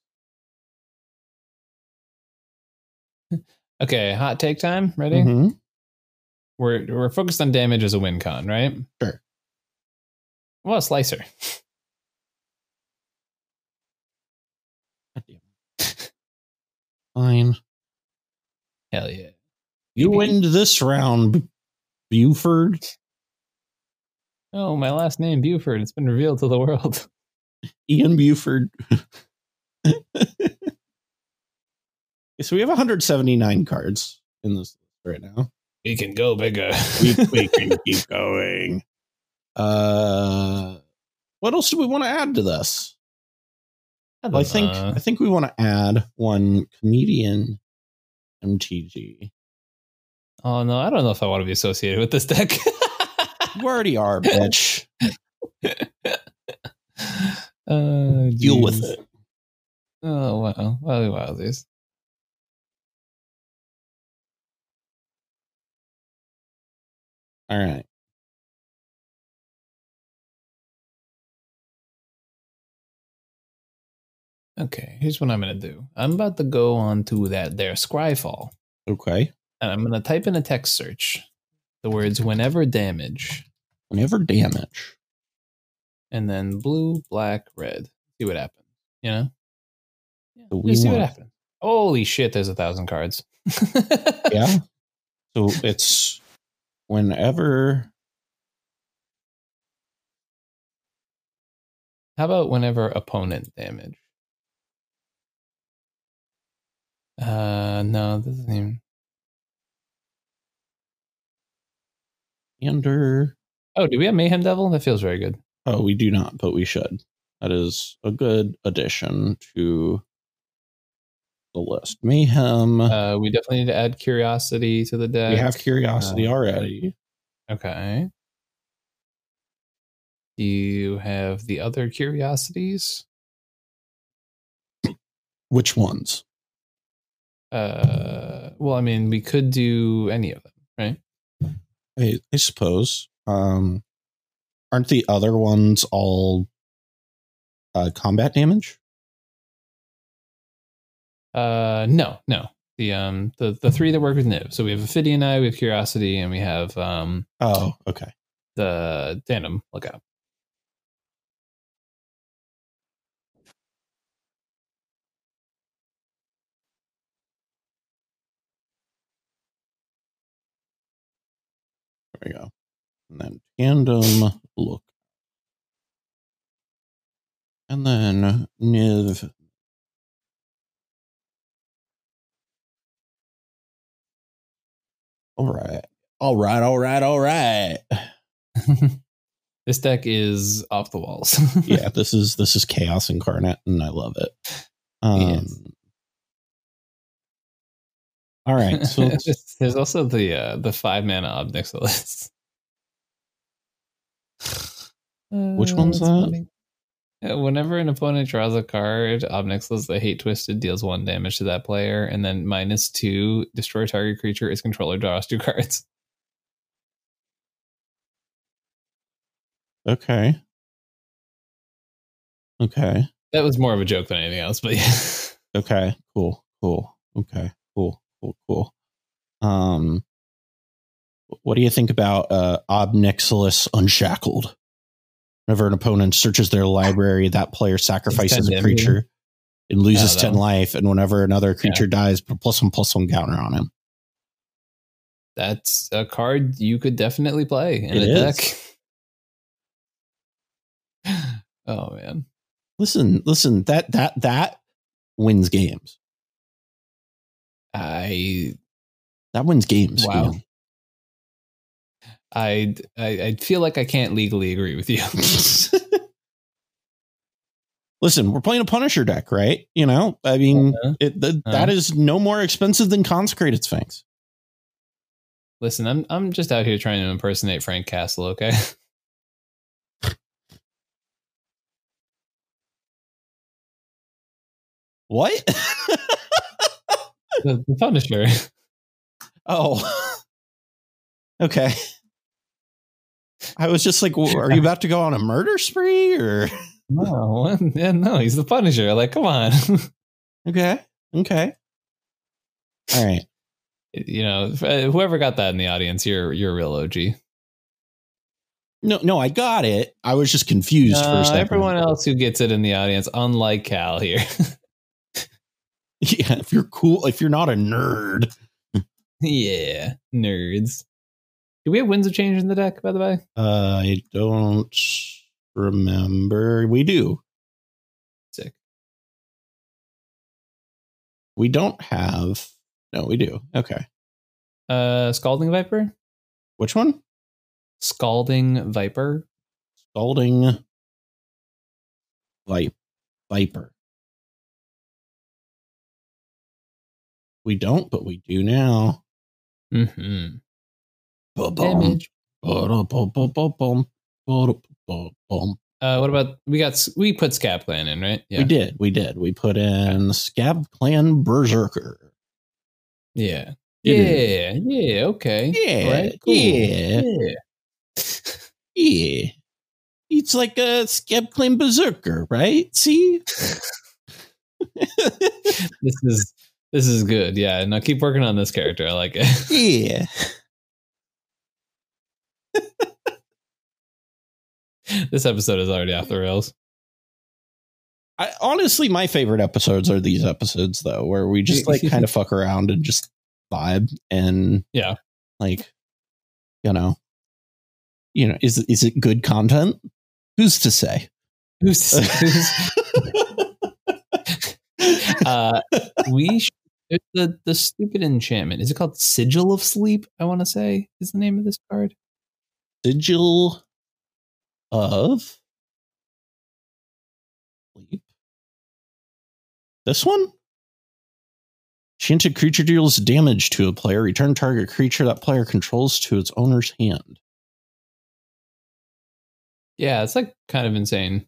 [SPEAKER 3] Okay, hot take time. Ready?
[SPEAKER 2] Mhm.
[SPEAKER 3] We're we're focused on damage as a win con, right?
[SPEAKER 2] Sure.
[SPEAKER 3] Well, slicer.
[SPEAKER 2] Fine.
[SPEAKER 3] Hell yeah.
[SPEAKER 2] You win this round, Buford.
[SPEAKER 3] Oh, my last name Buford. It's been revealed to the world.
[SPEAKER 2] Ian Buford. so we have 179 cards in this right now.
[SPEAKER 3] We can go bigger.
[SPEAKER 2] We, we can keep going. Uh, what else do we want to add to this? Well, I think I think we want to add one comedian MTG.
[SPEAKER 3] Oh no, I don't know if I want to be associated with this deck.
[SPEAKER 2] You already are, bitch.
[SPEAKER 3] Uh,
[SPEAKER 2] Deal with
[SPEAKER 3] geez.
[SPEAKER 2] it.
[SPEAKER 3] Oh wow, wow, wowzers.
[SPEAKER 2] All right.
[SPEAKER 3] Okay, here's what I'm gonna do. I'm about to go on to that there Scryfall,
[SPEAKER 2] Okay.
[SPEAKER 3] and I'm gonna type in a text search the words "whenever damage"
[SPEAKER 2] Whenever damage.
[SPEAKER 3] and then blue, black, red. See what happens. You know. Yeah,
[SPEAKER 2] So we
[SPEAKER 3] just see what
[SPEAKER 2] want-
[SPEAKER 3] happens. Holy shit! There's a thousand cards.
[SPEAKER 2] Yeah. so it's whenever
[SPEAKER 3] How about whenever opponent damage? Uh, no, this isn't even.
[SPEAKER 2] under.
[SPEAKER 3] Oh, do we have Mayhem Devil? That feels very good.
[SPEAKER 2] Oh, we do not, but we should. That is a good addition to the list. Mayhem.
[SPEAKER 3] Uh, we definitely need to add Curiosity to the deck. Uh,
[SPEAKER 2] we have curiosity already.
[SPEAKER 3] Okay. Do you have the other curiosities?
[SPEAKER 2] Which ones?
[SPEAKER 3] Uh, well, I mean, we could do any of them, right?
[SPEAKER 2] I, I suppose. Um, aren't the other ones all uh, combat damage?
[SPEAKER 3] Uh, no, no. The um, the the three that work with Niv. So we have Ophidian Eye, we have Curiosity, and we have um,
[SPEAKER 2] Oh, okay.
[SPEAKER 3] the Danum lookout.
[SPEAKER 2] There we go. And then tandem look. And then Niv. All right. All right. All right. All right.
[SPEAKER 3] this deck is off the walls.
[SPEAKER 2] yeah, this is this is chaos incarnate, and I love it. Um,
[SPEAKER 3] Yes.
[SPEAKER 2] All right. So
[SPEAKER 3] there's also the uh, the five mana Obnixilis.
[SPEAKER 2] Which one's
[SPEAKER 3] that's
[SPEAKER 2] that?
[SPEAKER 3] funny. Uh, Whenever an opponent draws a card, Obnixilis the Hate Twisted deals one damage to that player, and then minus two, destroy target creature. Its controller draws two cards.
[SPEAKER 2] okay. Okay.
[SPEAKER 3] That was more of a joke than anything else, but yeah.
[SPEAKER 2] Okay, cool, cool. Okay, cool, cool, cool. Um, what do you think about uh, Obnixilis Unshackled? Whenever an opponent searches their library, that player sacrifices a
[SPEAKER 3] Ten damage. Ah,
[SPEAKER 2] creature and loses
[SPEAKER 3] that
[SPEAKER 2] ten
[SPEAKER 3] one.
[SPEAKER 2] life, and whenever another creature dies, put plus one plus one counter on him.
[SPEAKER 3] that's a card you could definitely play in
[SPEAKER 2] It
[SPEAKER 3] a
[SPEAKER 2] is.
[SPEAKER 3] deck. oh man.
[SPEAKER 2] Listen, listen, that that that wins games.
[SPEAKER 3] I
[SPEAKER 2] That wins games.
[SPEAKER 3] Wow.
[SPEAKER 2] Ian.
[SPEAKER 3] I I I feel like I can't legally agree with you.
[SPEAKER 2] Listen, we're playing a Punisher deck, right? You know, I mean,
[SPEAKER 3] Uh-huh.
[SPEAKER 2] it, th- that
[SPEAKER 3] Uh-huh.
[SPEAKER 2] is no more expensive than Consecrated Sphinx.
[SPEAKER 3] Listen, I'm I'm just out here trying to impersonate Frank Castle, okay?
[SPEAKER 2] What?
[SPEAKER 3] the, the Punisher.
[SPEAKER 2] oh. okay. I was just like, w- are you about to go on a murder spree or?
[SPEAKER 3] No, yeah, no, he's the Punisher. Like, come on.
[SPEAKER 2] Okay. Okay. All right.
[SPEAKER 3] you know, uh, whoever got that in the audience, you're you're a real OG.
[SPEAKER 2] No, no, I got it. I was just confused for
[SPEAKER 3] Uh,
[SPEAKER 2] a second.
[SPEAKER 3] everyone else who gets it in the audience, unlike Cal here.
[SPEAKER 2] Yeah. If you're cool, if you're not a nerd.
[SPEAKER 3] yeah, nerds. Do we have Winds of Change in the deck, by the way?
[SPEAKER 2] Uh, I don't remember. We do.
[SPEAKER 3] Sick.
[SPEAKER 2] We don't have. No, we do. Okay.
[SPEAKER 3] Uh, Scalding Viper.
[SPEAKER 2] Which one?
[SPEAKER 3] Scalding Viper.
[SPEAKER 2] Scalding Vi- Viper. We don't, but we do now.
[SPEAKER 3] Mm-hmm.
[SPEAKER 2] Ba-bum. Ba-da-ba-ba-ba-bum. Ba-da-ba-ba-bum.
[SPEAKER 3] Uh, what about we got s- we put Scab Clan in right? Yeah,
[SPEAKER 2] We did. We did. We put in Scab Clan Berserker.
[SPEAKER 3] yeah,
[SPEAKER 2] You
[SPEAKER 3] yeah, yeah. Okay,
[SPEAKER 2] Yeah,
[SPEAKER 3] Alright, cool.
[SPEAKER 2] yeah.
[SPEAKER 3] yeah.
[SPEAKER 2] Yeah. It's like a Scab Clan Berserker, right? See?
[SPEAKER 3] This is this is good. Yeah, and I'll keep working on this character. I like it.
[SPEAKER 2] yeah.
[SPEAKER 3] this episode is already off the rails.
[SPEAKER 2] I, honestly, my favorite episodes are these episodes, though, where we just like kind of fuck around and just vibe and
[SPEAKER 3] Yeah.
[SPEAKER 2] like you know, you know, is is it good content? Who's to say?
[SPEAKER 3] Who's, who's uh, we sh- it's the the stupid enchantment? Is it called Sigil of Sleep? I want to say is the name of this card.
[SPEAKER 2] Sigil of sleep. This one? Enchanted creature deals damage to a player. Return target creature that player controls to its owner's hand.
[SPEAKER 3] Yeah, it's like kind of insane.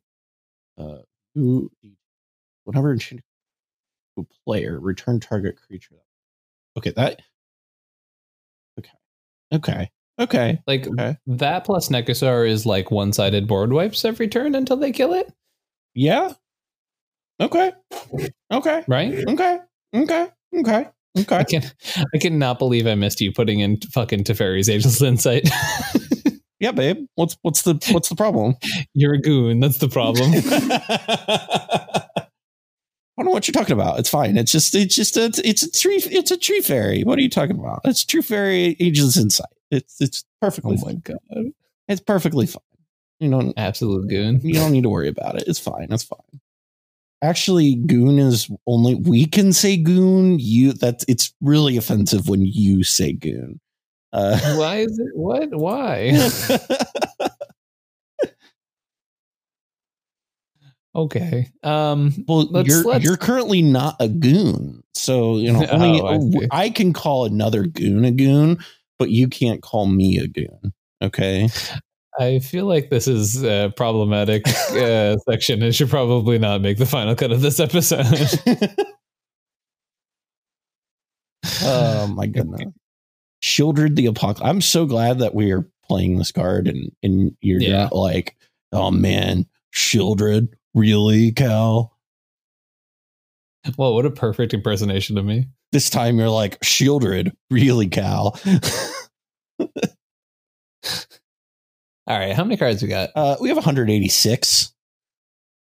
[SPEAKER 2] Uh, who, whenever enchanted to a player, return target creature. Okay, that. Okay. Okay. Okay.
[SPEAKER 3] Like
[SPEAKER 2] Okay.
[SPEAKER 3] that plus Necosaur is like one sided board wipes every turn until they kill it,
[SPEAKER 2] Yeah. Okay. Okay.
[SPEAKER 3] right?
[SPEAKER 2] Okay. Okay. Okay.
[SPEAKER 3] I
[SPEAKER 2] Okay.
[SPEAKER 3] can I cannot believe I missed you putting in fucking Teferi's Angel's Insight.
[SPEAKER 2] Yeah, babe. What's what's the what's the problem?
[SPEAKER 3] You're a goon. That's the problem.
[SPEAKER 2] I don't know what you're talking about. It's fine. It's just it's just a, it's a tree it's a tree fairy. What are you talking about? It's tree fairy agents insight. It's it's perfectly fine.
[SPEAKER 3] god.
[SPEAKER 2] It's perfectly fine. You don't
[SPEAKER 3] Absolute goon.
[SPEAKER 2] you don't need to worry about it. It's fine. It's fine. Actually, goon is only we can say goon. You that's it's really offensive when you say goon. Uh,
[SPEAKER 3] Why is it what? Why?
[SPEAKER 2] yeah,
[SPEAKER 3] Okay. Um
[SPEAKER 2] well,
[SPEAKER 3] Let's-
[SPEAKER 2] you're
[SPEAKER 3] let's-
[SPEAKER 2] you're currently not a goon, so you know
[SPEAKER 3] Oh,
[SPEAKER 2] only,
[SPEAKER 3] I see.
[SPEAKER 2] I, can call another goon a goon, but you can't call me a goon. Okay,
[SPEAKER 3] I feel like this is a problematic uh, section and should probably not make the final cut of this episode.
[SPEAKER 2] oh my goodness, Shieldred the apocalypse. I'm so glad that we are playing this card, and and you're
[SPEAKER 3] Yeah.
[SPEAKER 2] not like, oh man, Shieldred, really, Cal?
[SPEAKER 3] well, what a perfect impersonation of me.
[SPEAKER 2] This time you're like, Shieldred, really, Cal?
[SPEAKER 3] All right, how many cards we got?
[SPEAKER 2] uh, we have 186.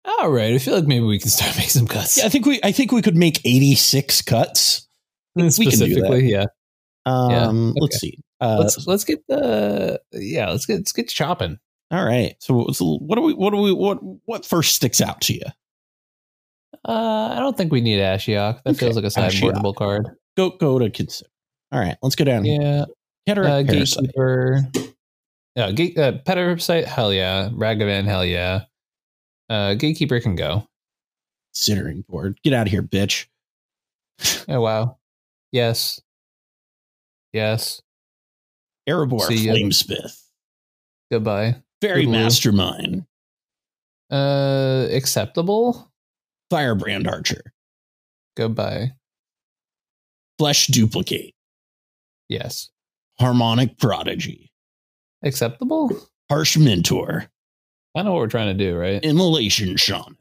[SPEAKER 3] All right, I feel like maybe we can start making some cuts.
[SPEAKER 2] Yeah, I think we I think we could make 86 cuts. we can do that.
[SPEAKER 3] Specifically, yeah.
[SPEAKER 2] Um
[SPEAKER 3] Yeah,
[SPEAKER 2] let's see. Uh,
[SPEAKER 3] Let's let's get the yeah. Let's get let's get chopping.
[SPEAKER 2] all right. So, so what do we what do we what what first sticks out to you?
[SPEAKER 3] Uh, I don't think we need Ashiok. That
[SPEAKER 2] Okay,
[SPEAKER 3] feels like a sideboardable card.
[SPEAKER 2] Go go to consider. All right, let's go down. here.
[SPEAKER 3] Yeah. Uh,
[SPEAKER 2] Cataract Parasite.
[SPEAKER 3] gatekeeper. Yeah, gate, uh, Parasite, hell yeah. Ragavan, hell yeah. Uh, gatekeeper can go.
[SPEAKER 2] considering board. Get out of here, bitch.
[SPEAKER 3] Oh wow. Yes. Yes.
[SPEAKER 2] Erebor
[SPEAKER 3] See ya.
[SPEAKER 2] Flamesmith.
[SPEAKER 3] Goodbye.
[SPEAKER 2] Fairy
[SPEAKER 3] Toodaloo.
[SPEAKER 2] Mastermind.
[SPEAKER 3] Uh acceptable?
[SPEAKER 2] Firebrand Archer.
[SPEAKER 3] Goodbye.
[SPEAKER 2] Flesh Duplicate.
[SPEAKER 3] Yes.
[SPEAKER 2] Harmonic Prodigy.
[SPEAKER 3] Acceptable?
[SPEAKER 2] Harsh Mentor.
[SPEAKER 3] I know what we're trying to do, right?
[SPEAKER 2] Immolation Shaman.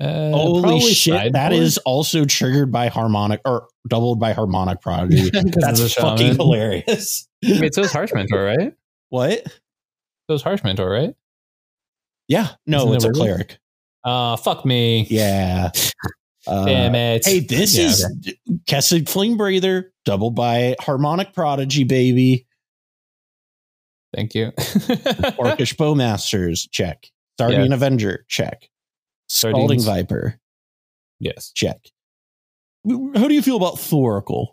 [SPEAKER 3] Uh,
[SPEAKER 2] Holy
[SPEAKER 3] probably
[SPEAKER 2] shit. That
[SPEAKER 3] sideboard.
[SPEAKER 2] is also triggered by harmonic or doubled by harmonic prodigy.
[SPEAKER 3] 'Cause of the
[SPEAKER 2] That's
[SPEAKER 3] shaman.
[SPEAKER 2] fucking hilarious.
[SPEAKER 3] Wait, so is Harsh Mentor, right?
[SPEAKER 2] what?
[SPEAKER 3] So is Harsh Mentor, right?
[SPEAKER 2] Yeah. No,
[SPEAKER 3] Isn't
[SPEAKER 2] it's
[SPEAKER 3] it
[SPEAKER 2] a
[SPEAKER 3] really?
[SPEAKER 2] cleric.
[SPEAKER 3] Uh fuck me.
[SPEAKER 2] Yeah. Uh,
[SPEAKER 3] Damn it.
[SPEAKER 2] Hey, this
[SPEAKER 3] Yeah.
[SPEAKER 2] is Kessid Flame Breather, doubled by Harmonic Prodigy, baby.
[SPEAKER 3] Thank you.
[SPEAKER 2] Orcish Bowmasters, check. Guardian Avenger, check. Scalding
[SPEAKER 3] Sardines.
[SPEAKER 2] Viper,
[SPEAKER 3] yes.
[SPEAKER 2] check. How do you feel about Thoracle?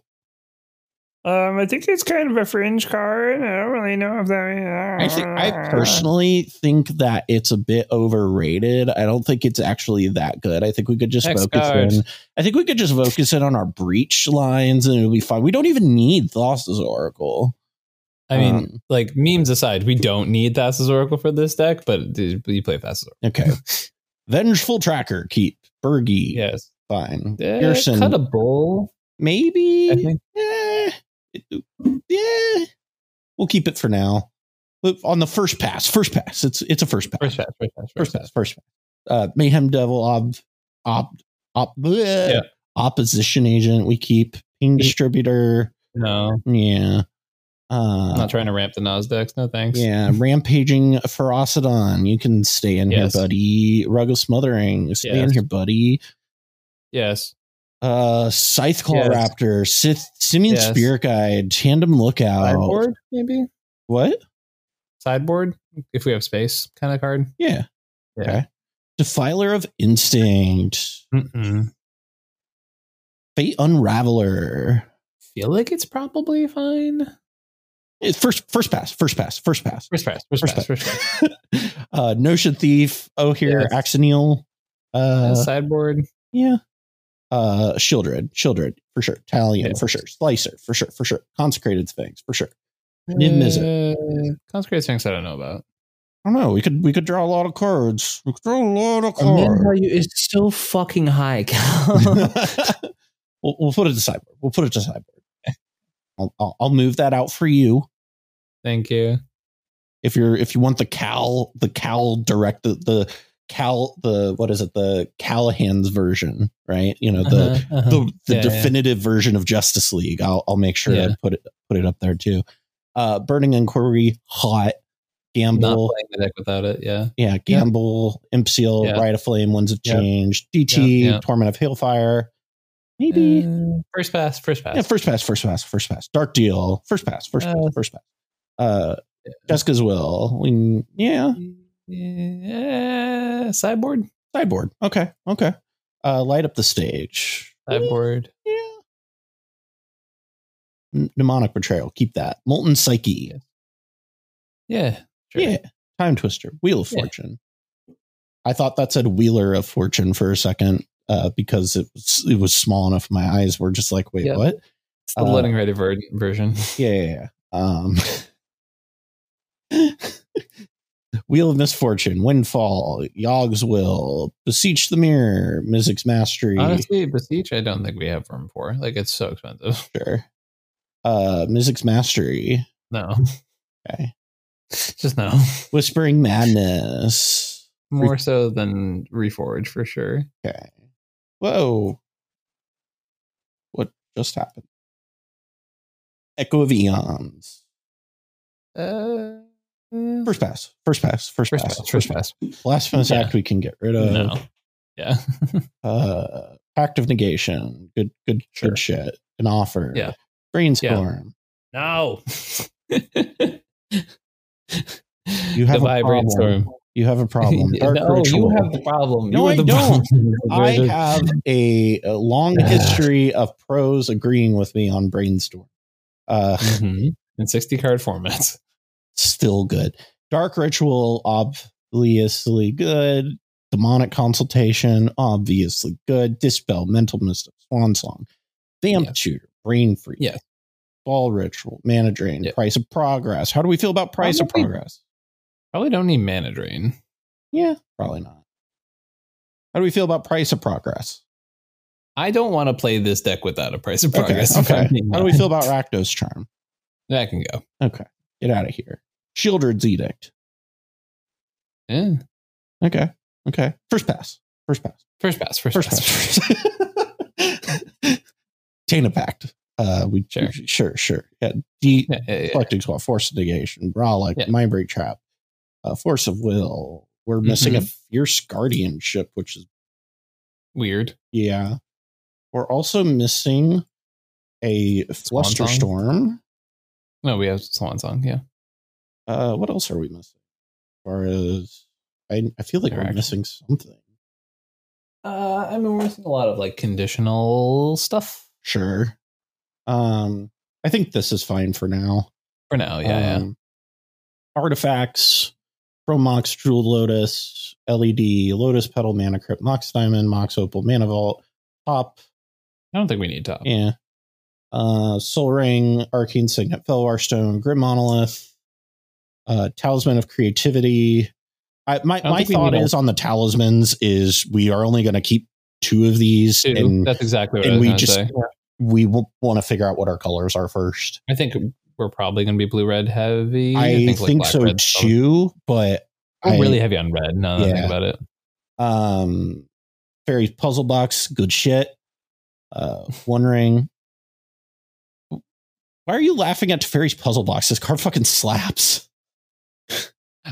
[SPEAKER 4] Um, I think it's kind of a fringe card. I don't really know if that. uh,
[SPEAKER 2] I think I personally think that it's a bit overrated. I don't think it's actually that good. I think we could just
[SPEAKER 3] Next
[SPEAKER 2] focus
[SPEAKER 3] card.
[SPEAKER 2] in. I think we could just focus in on our breach lines, and it'll be fine. We don't even need Thassa's Oracle.
[SPEAKER 3] I mean,
[SPEAKER 2] Um,
[SPEAKER 3] like memes aside, we don't need Thassa's Oracle for this deck, but dude, you play Thassa's Oracle.
[SPEAKER 2] Okay, Vengeful Tracker, keep Bergie,
[SPEAKER 3] Yes.
[SPEAKER 2] fine.
[SPEAKER 3] Eh,
[SPEAKER 2] Pearson,
[SPEAKER 3] Cut a bowl. I
[SPEAKER 2] maybe.
[SPEAKER 3] think.
[SPEAKER 2] Eh, it- yeah, we'll keep it for now. But on the first pass, first pass, it's it's a first pass.
[SPEAKER 3] First pass, first pass,
[SPEAKER 2] first pass, first pass. Uh, Mayhem Devil, ob, ob, ob, bleh.
[SPEAKER 3] Yeah.
[SPEAKER 2] opposition agent. We keep ping
[SPEAKER 3] Yeah.
[SPEAKER 2] distributor.
[SPEAKER 3] No,
[SPEAKER 2] Yeah. Uh,
[SPEAKER 3] I'm not trying to ramp the Nas decks. No thanks.
[SPEAKER 2] yeah, rampaging Ferocidon. You can stay in
[SPEAKER 3] Yes.
[SPEAKER 2] here, buddy. Rug of Smothering. Stay in
[SPEAKER 3] Yes.
[SPEAKER 2] here, buddy.
[SPEAKER 3] Yes.
[SPEAKER 2] Uh, Scythe Claw
[SPEAKER 3] Yes.
[SPEAKER 2] Raptor. Sith, Simeon
[SPEAKER 3] Yes.
[SPEAKER 2] Spear Guide. Tandem Lookout.
[SPEAKER 3] Sideboard, maybe.
[SPEAKER 2] What?
[SPEAKER 3] Sideboard, if we have space, kind of card.
[SPEAKER 2] Yeah.
[SPEAKER 3] Yeah.
[SPEAKER 2] Okay. Defiler of Instinct.
[SPEAKER 3] Mm-mm.
[SPEAKER 2] Fate Unraveler.
[SPEAKER 3] Feel like it's probably fine.
[SPEAKER 2] It's first first pass, first pass, first pass.
[SPEAKER 3] First pass, first,
[SPEAKER 2] First
[SPEAKER 3] pass,
[SPEAKER 2] pass.
[SPEAKER 3] first pass.
[SPEAKER 2] uh Notion Thief, oh here,
[SPEAKER 3] Yes.
[SPEAKER 2] Axonial. Uh
[SPEAKER 3] Sideboard.
[SPEAKER 2] yeah. Uh Shieldred, Shieldred, for sure. Talion,
[SPEAKER 3] Yes.
[SPEAKER 2] for sure. Slicer, for sure, for sure. Consecrated Sphinx, for sure. Niv Mizzet.
[SPEAKER 3] Uh, Consecrated Sphinx, I don't know about.
[SPEAKER 2] I don't know. We could we could draw a lot of cards. We could draw a lot of cards.
[SPEAKER 5] value is so fucking high, Cal.
[SPEAKER 2] we'll, we'll put it to sideboard. We'll put it to sideboard. I'll, I'll, I'll move that out for you
[SPEAKER 3] Thank you.
[SPEAKER 2] if you're if you want the Cal the Cal direct the, the Cal the what is it the Callahan's version right you know the
[SPEAKER 3] Uh-huh, uh-huh.
[SPEAKER 2] the, the
[SPEAKER 3] Yeah, yeah.
[SPEAKER 2] definitive version of Justice League I'll I'll make sure
[SPEAKER 3] Yeah.
[SPEAKER 2] I put it put it up there too uh Burning Inquiry hot
[SPEAKER 3] Not
[SPEAKER 2] Gamble
[SPEAKER 3] playing the deck without it. Yeah.
[SPEAKER 2] yeah Gamble Imp Seal
[SPEAKER 3] Yeah.
[SPEAKER 2] Rite of Flame Winds of
[SPEAKER 3] Yep.
[SPEAKER 2] Change DT
[SPEAKER 3] Yep, yep.
[SPEAKER 2] Torment of Hailfire maybe
[SPEAKER 3] Uh, first pass, first pass.
[SPEAKER 2] yeah, first pass, first pass, first pass. Dark deal, first pass, first pass,
[SPEAKER 3] Uh,
[SPEAKER 2] first pass. Uh, Jessica's will. We- yeah,
[SPEAKER 3] Yeah, sideboard.
[SPEAKER 2] sideboard. Okay, okay. Uh, light up the stage.
[SPEAKER 3] Sideboard.
[SPEAKER 2] Yeah. N- Mnemonic betrayal. Keep that. Molten psyche.
[SPEAKER 3] Yeah.
[SPEAKER 2] Yeah. Time twister. Wheel of
[SPEAKER 3] Yeah.
[SPEAKER 2] fortune. I thought that said Wheeler of Fortune for a second, uh, because it was, it was small enough. My eyes were just like, wait,
[SPEAKER 3] Yeah.
[SPEAKER 2] what?
[SPEAKER 3] It's the
[SPEAKER 2] Uh,
[SPEAKER 3] letting ready ver- version.
[SPEAKER 2] Yeah, yeah, yeah. Um, Wheel of Misfortune, Windfall, Yogg's Will, Beseech the Mirror, Mizzix Mastery,
[SPEAKER 3] Honestly, Beseech, I don't think we have room for. Like, it's so expensive.
[SPEAKER 2] sure. uh, Mizzix Mastery,
[SPEAKER 3] No,
[SPEAKER 2] okay.
[SPEAKER 3] just no.
[SPEAKER 2] Whispering Madness,
[SPEAKER 3] More so than Reforge for sure.
[SPEAKER 2] okay. Whoa, what just happened? Echo of Eons,
[SPEAKER 3] Uh,
[SPEAKER 2] first pass, first pass, first,
[SPEAKER 3] first
[SPEAKER 2] pass,
[SPEAKER 3] pass, first pass.
[SPEAKER 2] Blasphemous
[SPEAKER 3] Yeah.
[SPEAKER 2] Act we can get rid of.
[SPEAKER 3] No. Yeah.
[SPEAKER 2] uh act of negation good good
[SPEAKER 3] Sure.
[SPEAKER 2] good shit an offer
[SPEAKER 3] Yeah.
[SPEAKER 2] brainstorm
[SPEAKER 3] No.
[SPEAKER 2] you have a
[SPEAKER 3] Divine
[SPEAKER 2] problem
[SPEAKER 3] brainstorm.
[SPEAKER 2] you have a problem Dark
[SPEAKER 3] no,
[SPEAKER 2] ritual.
[SPEAKER 3] you have the problem.
[SPEAKER 2] No,
[SPEAKER 3] you are
[SPEAKER 2] I
[SPEAKER 3] the
[SPEAKER 2] don't.
[SPEAKER 3] problem.
[SPEAKER 2] i have a, a long history of pros agreeing with me on brainstorm uh
[SPEAKER 3] Mhm. in 60 card formats.
[SPEAKER 2] still good dark ritual obviously good demonic consultation obviously good dispel mental mystic swan song vamp
[SPEAKER 3] Yeah.
[SPEAKER 2] shooter brain freeze
[SPEAKER 3] Yeah.
[SPEAKER 2] ball ritual mana drain
[SPEAKER 3] Yeah.
[SPEAKER 2] price of progress how do we feel about price of
[SPEAKER 3] Probably-
[SPEAKER 2] progress
[SPEAKER 3] Probably don't need mana drain.
[SPEAKER 2] yeah probably not how do we feel about price of progress
[SPEAKER 3] I don't want to play this deck without a price of progress. if
[SPEAKER 2] okay,
[SPEAKER 3] I'm
[SPEAKER 2] okay.
[SPEAKER 3] being
[SPEAKER 2] how do we
[SPEAKER 3] honest.
[SPEAKER 2] feel about rakdos charm
[SPEAKER 3] That can go.
[SPEAKER 2] okay get out of here shieldred's edict
[SPEAKER 3] Yeah.
[SPEAKER 2] okay okay first pass first pass
[SPEAKER 3] First pass, first,
[SPEAKER 2] First
[SPEAKER 3] pass.
[SPEAKER 2] pass. Tana Pact. Uh, we
[SPEAKER 3] Sure.
[SPEAKER 2] sure, sure, sure. Yeah, D
[SPEAKER 3] Yeah, yeah, yeah.
[SPEAKER 2] collecting squad, force of negation, brolic,
[SPEAKER 3] Yeah.
[SPEAKER 2] mind break trap, uh, force of will. We're missing a
[SPEAKER 3] Mm-hmm.
[SPEAKER 2] fierce guardianship, which is
[SPEAKER 3] Weird.
[SPEAKER 2] yeah. We're also missing a
[SPEAKER 3] Swan
[SPEAKER 2] fluster
[SPEAKER 3] song?
[SPEAKER 2] storm.
[SPEAKER 3] No, we have Swan Song. Yeah.
[SPEAKER 2] Uh, what else are we missing? As far as I, I feel like
[SPEAKER 3] They're
[SPEAKER 2] we're
[SPEAKER 3] actually-
[SPEAKER 2] missing something.
[SPEAKER 3] Uh, I mean, we're missing a lot of like conditional stuff.
[SPEAKER 2] Sure. Um, I think this is fine for now.
[SPEAKER 3] For now, yeah, yeah.
[SPEAKER 2] Um, Artifacts, Chromox, Jewel Lotus, LED, Lotus Petal, Mana Crypt, Mox Diamond, Mox Opal, Mana Vault, Pop,
[SPEAKER 3] I don't think we need top.
[SPEAKER 2] yeah. Uh, Soul Ring, Arcane Signet, Felwar Stone, Grim Monolith, uh, Talisman of Creativity. I, my
[SPEAKER 3] don't
[SPEAKER 2] my
[SPEAKER 3] think we
[SPEAKER 2] thought
[SPEAKER 3] need all-
[SPEAKER 2] is on the talismans is we are only going to keep two of these,
[SPEAKER 3] Two.
[SPEAKER 2] and
[SPEAKER 3] That's exactly what I
[SPEAKER 2] and we
[SPEAKER 3] was gonna
[SPEAKER 2] just
[SPEAKER 3] say.
[SPEAKER 2] we will want to figure out what our colors are first.
[SPEAKER 3] I think we're probably going to be blue red heavy.
[SPEAKER 2] I think,
[SPEAKER 3] like, black,
[SPEAKER 2] so
[SPEAKER 3] red's probably-
[SPEAKER 2] too, but
[SPEAKER 3] I'm
[SPEAKER 2] I-
[SPEAKER 3] really heavy on red. Now that I think
[SPEAKER 2] Yeah.
[SPEAKER 3] about it,
[SPEAKER 2] um, fairy puzzle box, good shit. Uh, One Ring. Why are you laughing at Fairy's puzzle box? This card fucking slaps.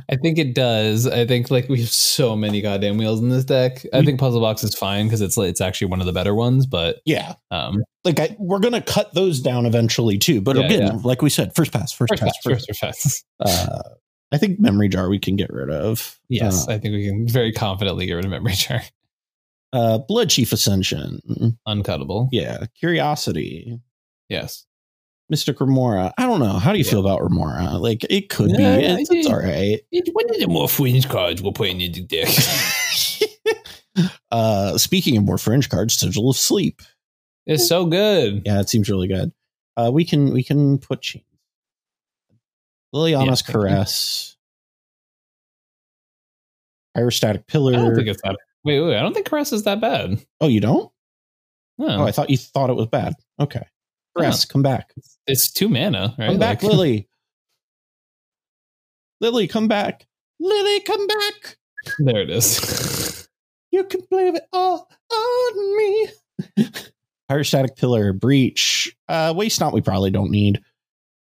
[SPEAKER 3] I think it does. I think like we have so many goddamn wheels in this deck. I
[SPEAKER 2] We-
[SPEAKER 3] think puzzle box is fine because it's it's actually one of the better ones. But
[SPEAKER 2] Yeah,
[SPEAKER 3] um,
[SPEAKER 2] like I, we're gonna cut those down eventually too. But
[SPEAKER 3] Yeah,
[SPEAKER 2] again,
[SPEAKER 3] yeah.
[SPEAKER 2] like we said, first pass, first,
[SPEAKER 3] first
[SPEAKER 2] pass,
[SPEAKER 3] pass, first, first pass.
[SPEAKER 2] pass. Uh, I think memory jar we can get rid of.
[SPEAKER 3] Yes,
[SPEAKER 2] Uh,
[SPEAKER 3] I think we can very confidently get rid of memory jar.
[SPEAKER 2] uh, Blood Chief Ascension.
[SPEAKER 3] Uncuttable.
[SPEAKER 2] Yeah, Curiosity.
[SPEAKER 3] Yes.
[SPEAKER 2] Mystic Remora. I don't know. How do you feel about Remora? Like it could
[SPEAKER 3] Yeah, I
[SPEAKER 2] be. It's, it's
[SPEAKER 3] do.
[SPEAKER 2] all right.
[SPEAKER 3] One of the more fringe cards we're putting in the deck.
[SPEAKER 2] uh speaking of more fringe cards, Sigil of Sleep.
[SPEAKER 3] it's so good.
[SPEAKER 2] Yeah, it seems really good. Uh we can we can put chains. Liliana's
[SPEAKER 3] Yeah.
[SPEAKER 2] Caress. Pyrostatic
[SPEAKER 3] I don't
[SPEAKER 2] Pillar.
[SPEAKER 3] think it's that. Wait, wait. I don't think caress is that bad.
[SPEAKER 2] oh, you don't?
[SPEAKER 3] No,
[SPEAKER 2] Oh, I thought you thought it was bad. Okay. Caress, come back.
[SPEAKER 3] it's two mana. Right?
[SPEAKER 2] Come back,
[SPEAKER 3] Like-
[SPEAKER 2] Lily. Lily, come back. Lily, come back.
[SPEAKER 3] There it is.
[SPEAKER 2] You can blame it all on me. Pyrostatic pillar, breach, uh, waste not. We probably don't need.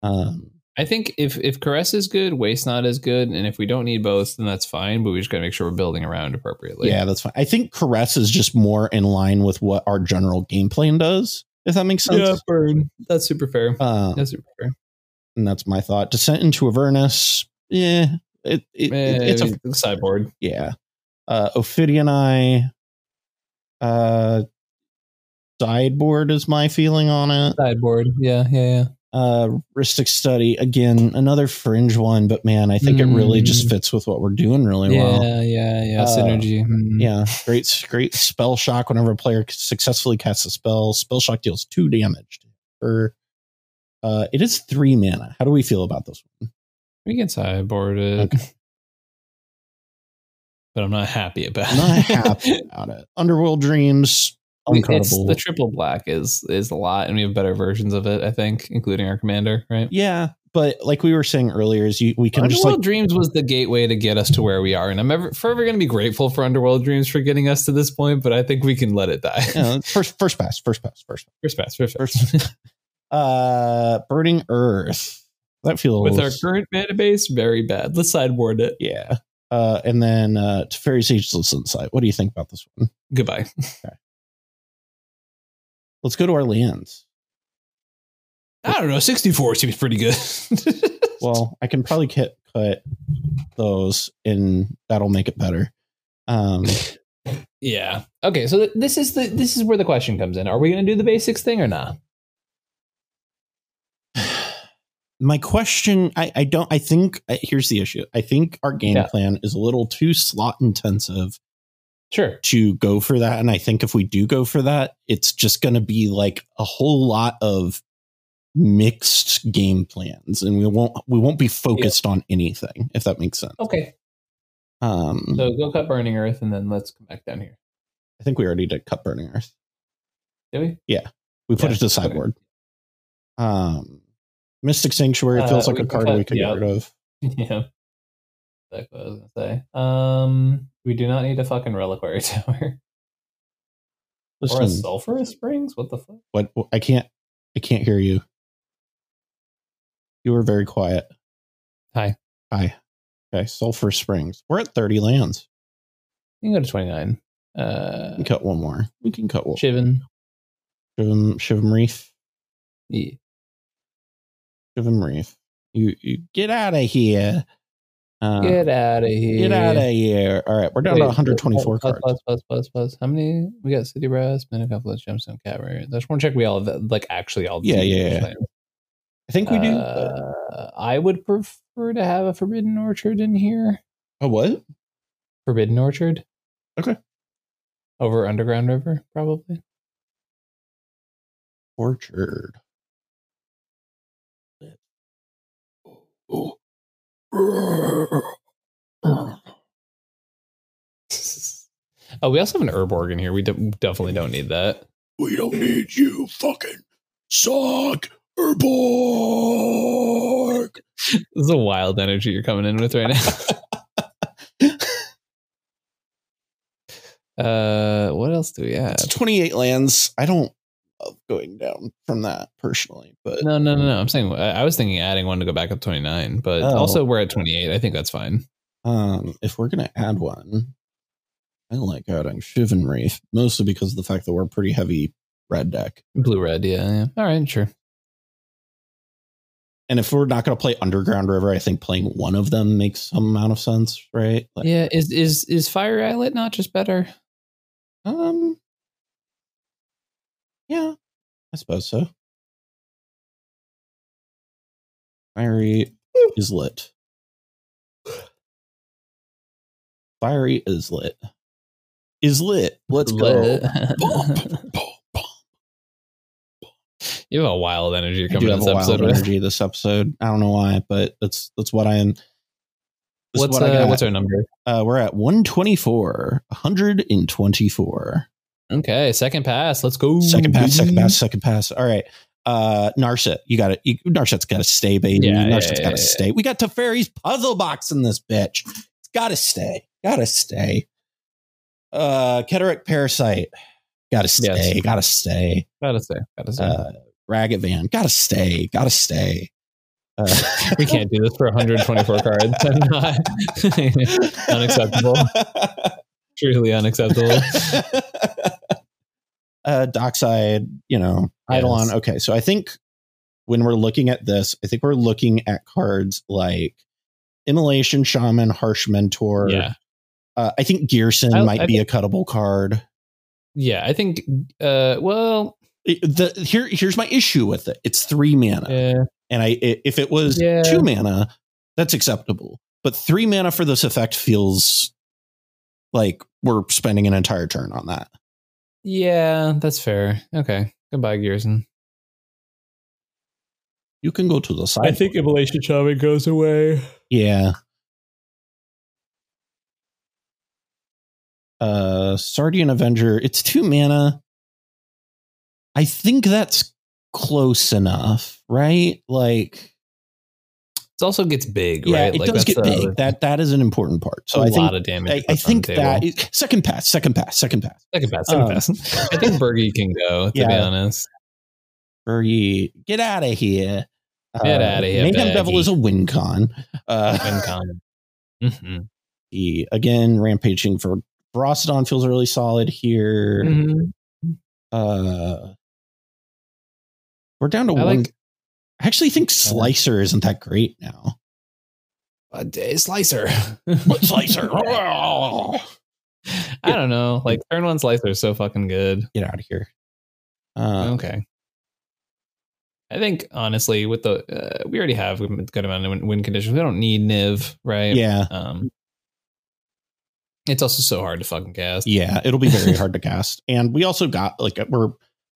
[SPEAKER 2] Um,
[SPEAKER 3] I think if if caress is good, waste not is good, and if we don't need both, then that's fine. But we just gotta make sure we're building around appropriately.
[SPEAKER 2] yeah, that's fine. I think caress is just more in line with what our general game plan does. If that makes sense.
[SPEAKER 3] burn. That's super fair.
[SPEAKER 2] Um,
[SPEAKER 3] That's super fair.
[SPEAKER 2] and that's my thought. Descent into Avernus. Yeah, it, it, it- it's a
[SPEAKER 3] Eh, sideboard.
[SPEAKER 2] yeah. Uh, Ophidian Eye. Uh, sideboard is my feeling on it.
[SPEAKER 3] Sideboard. Yeah, yeah, yeah.
[SPEAKER 2] uh Ristic Study again, another fringe one, but man, I think it really
[SPEAKER 3] Mm.
[SPEAKER 2] just fits with what we're doing really well.
[SPEAKER 3] Yeah, yeah, yeah.
[SPEAKER 2] Uh,
[SPEAKER 3] Synergy. Mm.
[SPEAKER 2] Yeah, great, great spell shock. Whenever a player successfully casts a spell, spell shock deals two damage. Or, uh, it is three mana. How do we feel about this one?
[SPEAKER 3] We can sideboard it.
[SPEAKER 2] Okay.
[SPEAKER 3] But I'm not happy about
[SPEAKER 2] I'm not
[SPEAKER 3] it.
[SPEAKER 2] happy about it. Underworld Dreams,
[SPEAKER 3] It's,
[SPEAKER 2] uncuttable.
[SPEAKER 3] the triple black is is a lot, and we have better versions of it, I think, including our commander, right?
[SPEAKER 2] yeah, but like we were saying earlier, is you we can just
[SPEAKER 3] Underworld
[SPEAKER 2] like
[SPEAKER 3] Dreams was the gateway to get us to where we are, and I'm ever forever going to be grateful for Underworld Dreams for getting us to this point. But I think we can let it die.
[SPEAKER 2] you know, first first pass, first pass, first. Pass.
[SPEAKER 3] First pass, first pass.
[SPEAKER 2] First- Uh, Burning Earth. That feels
[SPEAKER 3] With our current mana base, very bad. Let's sideboard it.
[SPEAKER 2] Yeah. Uh, and then uh, to Fairy Ageless Insight. What do you think about this one?
[SPEAKER 3] Goodbye.
[SPEAKER 2] Let's go to our lands.
[SPEAKER 3] I don't know. 64 seems pretty good.
[SPEAKER 2] Well, I can probably cut, cut those, and that'll make it better. Um,
[SPEAKER 3] yeah. Okay. So th- this is the this is where the question comes in. Are we going to do the basics thing or not?
[SPEAKER 2] my question, I, I don't. I think uh, here's the issue. I think our game
[SPEAKER 3] Yeah.
[SPEAKER 2] plan is a little too slot intensive
[SPEAKER 3] Sure.
[SPEAKER 2] to go for that. And I think if we do go for that, it's just going to be like a whole lot of mixed game plans, and we won't we won't be focused on anything. If that makes sense.
[SPEAKER 3] Okay.
[SPEAKER 2] Um,
[SPEAKER 3] So go cut Burning Earth, and then let's come back down here.
[SPEAKER 2] I think we already did Cut Burning Earth.
[SPEAKER 3] Did we?
[SPEAKER 2] We put
[SPEAKER 3] Yeah,
[SPEAKER 2] it to the
[SPEAKER 3] okay.
[SPEAKER 2] sideboard. Um, Mystic Sanctuary
[SPEAKER 3] Uh,
[SPEAKER 2] feels like
[SPEAKER 3] we
[SPEAKER 2] a
[SPEAKER 3] can
[SPEAKER 2] card
[SPEAKER 3] cut-
[SPEAKER 2] we could
[SPEAKER 3] yeah.
[SPEAKER 2] get rid of.
[SPEAKER 3] yeah. That's what I was gonna say. Um, we do not need a fucking reliquary tower or a
[SPEAKER 2] Listen,
[SPEAKER 3] sulfurous springs. What the fuck?
[SPEAKER 2] what, what- I can't, I can't hear you. You were very quiet.
[SPEAKER 3] Hi.
[SPEAKER 2] hi. Okay, Sulphur Springs. We're at thirty lands.
[SPEAKER 3] You can go to twenty nine.
[SPEAKER 2] We
[SPEAKER 3] Uh,
[SPEAKER 2] can cut one more. We can cut one.
[SPEAKER 3] Shivan.
[SPEAKER 2] Shivim, Shivim Reef.
[SPEAKER 3] Yeah.
[SPEAKER 2] Shivim Reef. You, you get out of here. Uh,
[SPEAKER 3] Get out of here.
[SPEAKER 2] get out of here. All right, we're down to
[SPEAKER 3] Wait,
[SPEAKER 2] 124
[SPEAKER 3] plus,
[SPEAKER 2] cards.
[SPEAKER 3] Plus, plus, plus, plus. How many? We got City Brass, Minute Complex, Gemstone Cavern. I just want to check we all have, like actually all.
[SPEAKER 2] Yeah, yeah, yeah. I think we do. but-
[SPEAKER 3] Uh, I would prefer to have a Forbidden Orchard in here.
[SPEAKER 2] oh, what?
[SPEAKER 3] Forbidden Orchard.
[SPEAKER 2] Okay.
[SPEAKER 3] Over Underground River, probably.
[SPEAKER 2] Orchard. Oh.
[SPEAKER 3] oh, we also have an herb organ here. We de- definitely don't need that.
[SPEAKER 2] We don't need you, fucking sock or borg.
[SPEAKER 3] This is a wild energy you're coming in with right now. uh, what else do we have?
[SPEAKER 2] It's 28 lands. I don't love going down from that personally, but
[SPEAKER 3] No, no, no, no. I'm saying I I was thinking adding one to go back up 29, but
[SPEAKER 2] Oh.
[SPEAKER 3] also we're at 28. I think that's fine.
[SPEAKER 2] um, if we're gonna add one, I like adding Shivan Reef mostly because of the fact that we're a pretty heavy red deck.
[SPEAKER 3] Blue red, yeah, yeah. All right, sure.
[SPEAKER 2] And if we're not gonna play Underground River, I think playing one of them makes some amount of sense, right? Like,
[SPEAKER 3] Yeah, is is is Fire Islet not just better?
[SPEAKER 2] Um. Yeah, I suppose so. Fiery is lit. Fiery is lit. Is lit. Let's go. Bump, bump, bump.
[SPEAKER 3] you have a wild energy you're
[SPEAKER 2] I do
[SPEAKER 3] coming in
[SPEAKER 2] have a
[SPEAKER 3] this episode
[SPEAKER 2] wild
[SPEAKER 3] with.
[SPEAKER 2] energy this episode. I don't know why, but that's that's what I am. that's
[SPEAKER 3] What's
[SPEAKER 2] what I
[SPEAKER 3] uh,
[SPEAKER 2] got.
[SPEAKER 3] what's our number?
[SPEAKER 2] Uh, we're at 124. 124.
[SPEAKER 3] Okay, second pass. Let's go.
[SPEAKER 2] Second pass, second
[SPEAKER 3] baby.
[SPEAKER 2] pass, second pass. All right. Uh Narset, you got it. Narset's got to stay, baby.
[SPEAKER 3] Yeah,
[SPEAKER 2] Narset's
[SPEAKER 3] yeah,
[SPEAKER 2] got to
[SPEAKER 3] yeah,
[SPEAKER 2] stay. We got Teferi's puzzle box in this bitch. It's got to stay. Got to stay. Uh Ketterick Parasite, got to stay.
[SPEAKER 3] Yes.
[SPEAKER 2] Got to stay.
[SPEAKER 3] Gotta say, gotta say.
[SPEAKER 2] Uh Ragged Van, got to stay. Got to stay. Uh,
[SPEAKER 3] we can't do this for 124 cards. I'm not. Unacceptable. Truly unacceptable.
[SPEAKER 2] uh, Dockside, you know, Eidolon.
[SPEAKER 3] Yes.
[SPEAKER 2] Okay, so I think when we're looking at this, I think we're looking at cards like Immolation Shaman, Harsh Mentor.
[SPEAKER 3] yeah,
[SPEAKER 2] Uh, I think Gearson
[SPEAKER 3] I-
[SPEAKER 2] might
[SPEAKER 3] I
[SPEAKER 2] be a cuttable card.
[SPEAKER 3] yeah. I think. Uh, well,
[SPEAKER 2] It- the, here, here's my issue with it. It's three mana,
[SPEAKER 3] yeah.
[SPEAKER 2] and I i- if it was
[SPEAKER 3] Yeah.
[SPEAKER 2] two mana, that's acceptable. But three mana for this effect feels like we're spending an entire turn on that.
[SPEAKER 3] Yeah, that's fair. Okay. Goodbye, Gearson.
[SPEAKER 2] You can go to the side.
[SPEAKER 3] Immolation Shaman goes away.
[SPEAKER 2] Yeah. Uh Sardian Avenger, it's two mana. I think that's close enough, right? Like
[SPEAKER 3] It also gets big,
[SPEAKER 2] yeah,
[SPEAKER 3] right?
[SPEAKER 2] it does
[SPEAKER 3] that's
[SPEAKER 2] get
[SPEAKER 3] the
[SPEAKER 2] big.
[SPEAKER 3] other-
[SPEAKER 2] that that is an important part. So
[SPEAKER 3] a
[SPEAKER 2] I
[SPEAKER 3] lot
[SPEAKER 2] think
[SPEAKER 3] of damage.
[SPEAKER 2] I,
[SPEAKER 3] puts
[SPEAKER 2] I
[SPEAKER 3] on
[SPEAKER 2] think
[SPEAKER 3] the
[SPEAKER 2] that
[SPEAKER 3] table.
[SPEAKER 2] is, second pass, second pass, second pass.
[SPEAKER 3] second pass, second
[SPEAKER 2] Um,
[SPEAKER 3] pass. I think Bergie can go. To be
[SPEAKER 2] Yeah.
[SPEAKER 3] honest,
[SPEAKER 2] Or ye get out of here. Uh,
[SPEAKER 3] Get outta here,
[SPEAKER 2] Mayhem Devil
[SPEAKER 3] Baggy.
[SPEAKER 2] is a win con. Uh,
[SPEAKER 3] hmm
[SPEAKER 2] he- again, rampaging for Brosodon feels really solid here.
[SPEAKER 3] Mm-hmm.
[SPEAKER 2] uh we're down to
[SPEAKER 3] I
[SPEAKER 2] one
[SPEAKER 3] like-
[SPEAKER 2] i actually think slicer isn't that great now
[SPEAKER 3] A day slicer.
[SPEAKER 2] but slicer oh,
[SPEAKER 3] I don't know. Like turn one slicer is so fucking good.
[SPEAKER 2] get out of here uh,
[SPEAKER 3] okay. I think honestly, with the uh, we already have a good amount of win, win conditions. We don't need Niv, right?
[SPEAKER 2] yeah
[SPEAKER 3] Um, it's also so hard to fucking cast.
[SPEAKER 2] yeah it'll be very hard to cast and we also got like we're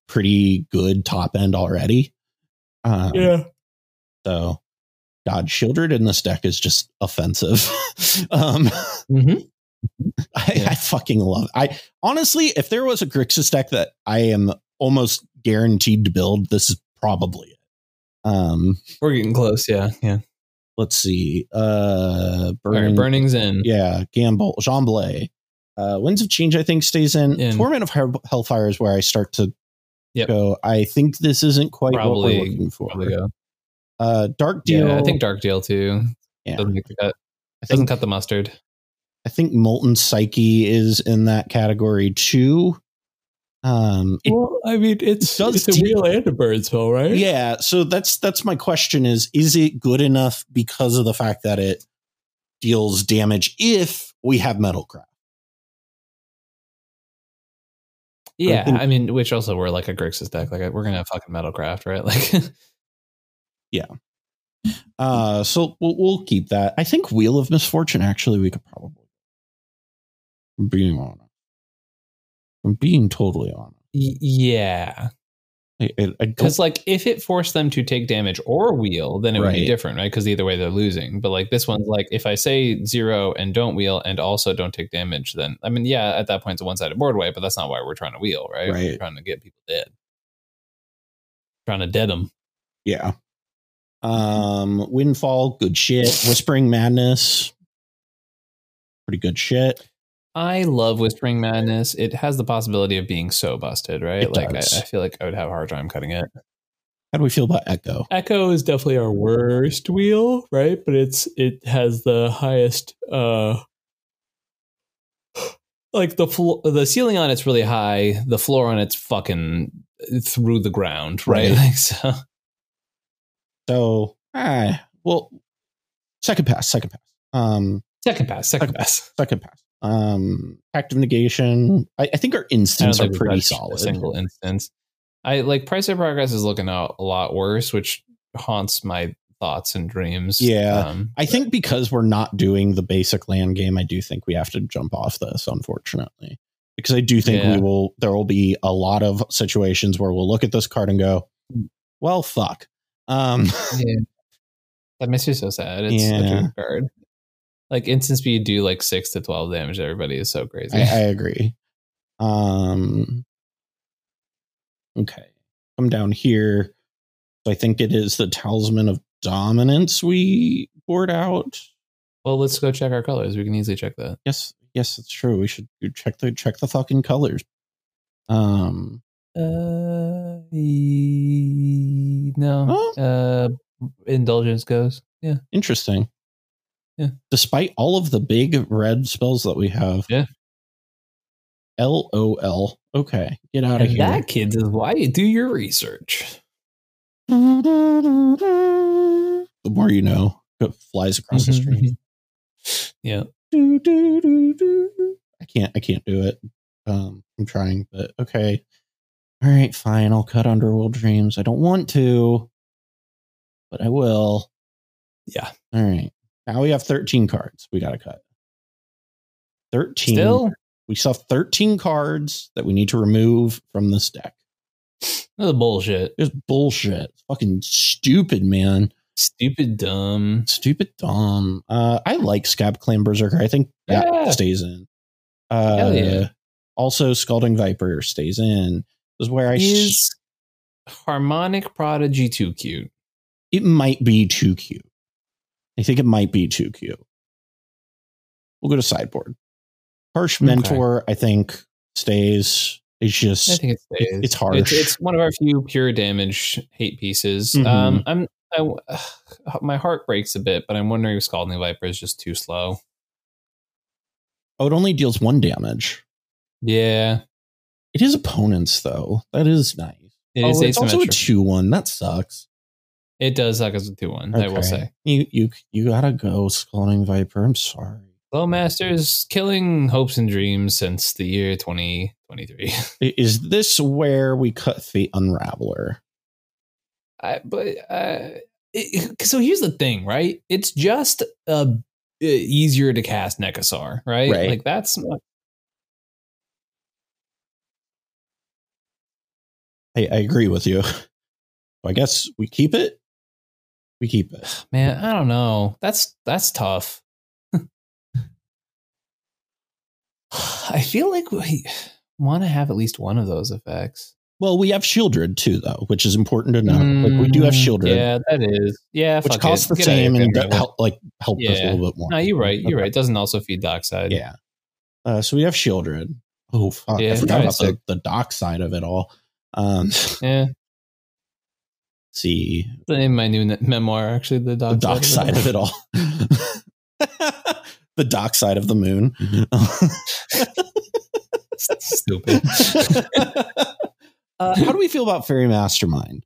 [SPEAKER 2] pretty good top end already um, so god shieldred in this deck is just offensive um
[SPEAKER 3] Mm-hmm.
[SPEAKER 2] I,
[SPEAKER 3] Yeah.
[SPEAKER 2] I fucking love. I honestly, if there was a Grixis deck that I am almost guaranteed to build, this is probably it. Um,
[SPEAKER 3] We're getting close. Yeah. Yeah.
[SPEAKER 2] let's see. Uh,
[SPEAKER 3] All
[SPEAKER 2] burning,
[SPEAKER 3] right. Burning's in.
[SPEAKER 2] yeah, gamble, Jean Blay. Uh, Winds of Change, I think, stays in.
[SPEAKER 3] In.
[SPEAKER 2] Torment of Hell- Hellfire is where I start to
[SPEAKER 3] Yep.
[SPEAKER 2] go. I think this isn't quite what
[SPEAKER 3] Probably-
[SPEAKER 2] we're looking for.
[SPEAKER 3] Probably go.
[SPEAKER 2] Uh, Dark Deal.
[SPEAKER 3] Yeah. I think Dark Deal too.
[SPEAKER 2] Yeah.
[SPEAKER 3] Doesn't make the cut.
[SPEAKER 2] I
[SPEAKER 3] Doesn't
[SPEAKER 2] think,
[SPEAKER 3] cut the mustard.
[SPEAKER 2] I think Molten Psyche is in that category too. Um, it
[SPEAKER 3] well, I mean, it's
[SPEAKER 2] does it's a deal.
[SPEAKER 3] and a bird spell, right?
[SPEAKER 2] yeah so that's that's my question is is it good enough because of the fact that it deals damage if we have metal craft
[SPEAKER 3] Yeah,
[SPEAKER 2] I think-
[SPEAKER 3] I mean, which also we're like a Grixis deck. Like we're gonna have fucking Metalcraft, right? Like
[SPEAKER 2] Uh, so we'll, we'll keep that. I think Wheel of Misfortune. Actually, we could probably. From being honest, from being totally honest,
[SPEAKER 3] Y- yeah.
[SPEAKER 2] I, I, I don't-
[SPEAKER 3] Because like if it forced them to take damage or wheel, then it would be
[SPEAKER 2] Right.
[SPEAKER 3] different, right? Because either way they're losing. But like this one's like if I say zero and don't wheel and also don't take damage, then I mean yeah, at that point it's a one sided board way, but that's not why we're trying to wheel, right? We're
[SPEAKER 2] Right.
[SPEAKER 3] trying to get people dead, trying to dead them.
[SPEAKER 2] yeah. Um, Windfall, good shit. Whispering Madness, pretty good shit.
[SPEAKER 3] I love Whispering Madness. It has the possibility of being so busted, right?
[SPEAKER 2] It
[SPEAKER 3] like I,
[SPEAKER 2] does.
[SPEAKER 3] I feel like I would have a hard time cutting it.
[SPEAKER 2] How do we feel about Echo?
[SPEAKER 3] Echo is definitely our worst wheel, right? But it's it has the highest uh like the flo- the ceiling on it's really high, the floor on it's fucking through the ground, right?
[SPEAKER 2] Right.
[SPEAKER 3] Like so
[SPEAKER 2] So, ah, well, second pass, second pass. Um,
[SPEAKER 3] second pass, second
[SPEAKER 2] Okay.
[SPEAKER 3] pass.
[SPEAKER 2] second pass. Um, active negation. I, I think our instants are
[SPEAKER 3] we've
[SPEAKER 2] pretty
[SPEAKER 3] touched a
[SPEAKER 2] solid.
[SPEAKER 3] single instance. I like price of progress is looking out a lot worse, which haunts my thoughts and dreams.
[SPEAKER 2] Yeah.
[SPEAKER 3] Um,
[SPEAKER 2] I think because we're not doing the basic land game, I do think we have to jump off this, unfortunately. Because I do think
[SPEAKER 3] Yeah.
[SPEAKER 2] we will there will be a lot of situations where we'll look at this card and go, Well fuck. Um
[SPEAKER 3] That makes me so sad. It's such
[SPEAKER 2] Yeah.
[SPEAKER 3] a card. Like instant speed do like six to twelve damage to everybody is so crazy.
[SPEAKER 2] I, I agree. Um Okay. Come down here. So I think it is the talisman of dominance we board out.
[SPEAKER 3] well, let's go check our colors. We can easily check that.
[SPEAKER 2] Yes, yes, it's true. We should check the check the fucking colors. Um
[SPEAKER 3] Uh, no.
[SPEAKER 2] Huh?
[SPEAKER 3] Uh, indulgence goes. Yeah.
[SPEAKER 2] Interesting.
[SPEAKER 3] Yeah.
[SPEAKER 2] Despite all of the big red spells that we have.
[SPEAKER 3] Yeah.
[SPEAKER 2] LOL. Okay. Get out of here.
[SPEAKER 3] that kids is why you do your research.
[SPEAKER 2] the more you know. It flies across the stream.
[SPEAKER 3] Mm-hmm, Yeah.
[SPEAKER 2] Do, do, do, do. I can't I can't do it. Um I'm trying, but okay. All right, fine. I'll cut Underworld Dreams. I don't want to, but I will.
[SPEAKER 3] Yeah.
[SPEAKER 2] All right. Now we have 13 cards we got to cut. 13.
[SPEAKER 3] Still
[SPEAKER 2] We saw 13 cards that we need to remove from this deck.
[SPEAKER 3] another bullshit.
[SPEAKER 2] It's bullshit. It's fucking stupid, man.
[SPEAKER 3] Stupid dumb.
[SPEAKER 2] Stupid dumb. Uh, I like Scab Clan Berserker. I think that
[SPEAKER 3] Yeah.
[SPEAKER 2] stays in. Uh,
[SPEAKER 3] Hell yeah.
[SPEAKER 2] Also, Scalding Viper stays in. This is where I. sh-
[SPEAKER 3] Is harmonic prodigy too cute?
[SPEAKER 2] it might be too cute. I think it might be too cute. We'll go to sideboard. Harsh
[SPEAKER 3] Okay.
[SPEAKER 2] Mentor, I think, stays. It's just.
[SPEAKER 3] I think it stays.
[SPEAKER 2] it's harsh.
[SPEAKER 3] It's, it's one of our few pure damage hate pieces.
[SPEAKER 2] Mhm.
[SPEAKER 3] Um, I'm I, ugh, my heart breaks a bit, but I'm wondering if Scalding Viper is just too slow.
[SPEAKER 2] oh, it only deals one damage.
[SPEAKER 3] Yeah,
[SPEAKER 2] It is opponents though. That is nice.
[SPEAKER 3] it
[SPEAKER 2] oh,
[SPEAKER 3] is
[SPEAKER 2] it's also a
[SPEAKER 3] asymmetric.
[SPEAKER 2] two one. That sucks.
[SPEAKER 3] it does suck as a two one. I will
[SPEAKER 2] Okay.
[SPEAKER 3] say.
[SPEAKER 2] you you you gotta go, Scalding Viper. I'm sorry.
[SPEAKER 3] Low Masters killing hopes and dreams since the year 2023.
[SPEAKER 2] I- Is this where we cut the Unraveler?
[SPEAKER 3] I, but uh, it, so here's the thing, right? It's just uh, easier to cast Nekasar, right?
[SPEAKER 2] Right.
[SPEAKER 3] Like that's
[SPEAKER 2] I, I agree with you. I guess we keep it. We keep it.
[SPEAKER 3] man. I don't know. That's that's tough. I feel like we want to have at least one of those effects.
[SPEAKER 2] Well, we have Shieldred too, though, which is important to know. like we do have
[SPEAKER 3] Mm,
[SPEAKER 2] Shieldred,
[SPEAKER 3] Yeah, that is. Yeah,
[SPEAKER 2] which
[SPEAKER 3] fuck
[SPEAKER 2] costs
[SPEAKER 3] it.
[SPEAKER 2] the
[SPEAKER 3] Get out of
[SPEAKER 2] same
[SPEAKER 3] here,
[SPEAKER 2] and
[SPEAKER 3] Grandma.
[SPEAKER 2] help like help us a
[SPEAKER 3] Yeah.
[SPEAKER 2] little bit more.
[SPEAKER 3] No, you're right. You're
[SPEAKER 2] Okay.
[SPEAKER 3] right. It doesn't also feed Dockside.
[SPEAKER 2] Yeah. Uh, so we have Shieldred. Oh fuck!
[SPEAKER 3] Yeah,
[SPEAKER 2] I forgot
[SPEAKER 3] right,
[SPEAKER 2] about
[SPEAKER 3] so-
[SPEAKER 2] the, the dock side of it all. Um, let's
[SPEAKER 3] Yeah.
[SPEAKER 2] see
[SPEAKER 3] It's in my new ne- memoir, actually, the
[SPEAKER 2] the
[SPEAKER 3] Dockside.
[SPEAKER 2] dock side of it all. the dock side of the moon. Mm-hmm.
[SPEAKER 3] Stupid.
[SPEAKER 2] uh, how do we feel about Fairy Mastermind?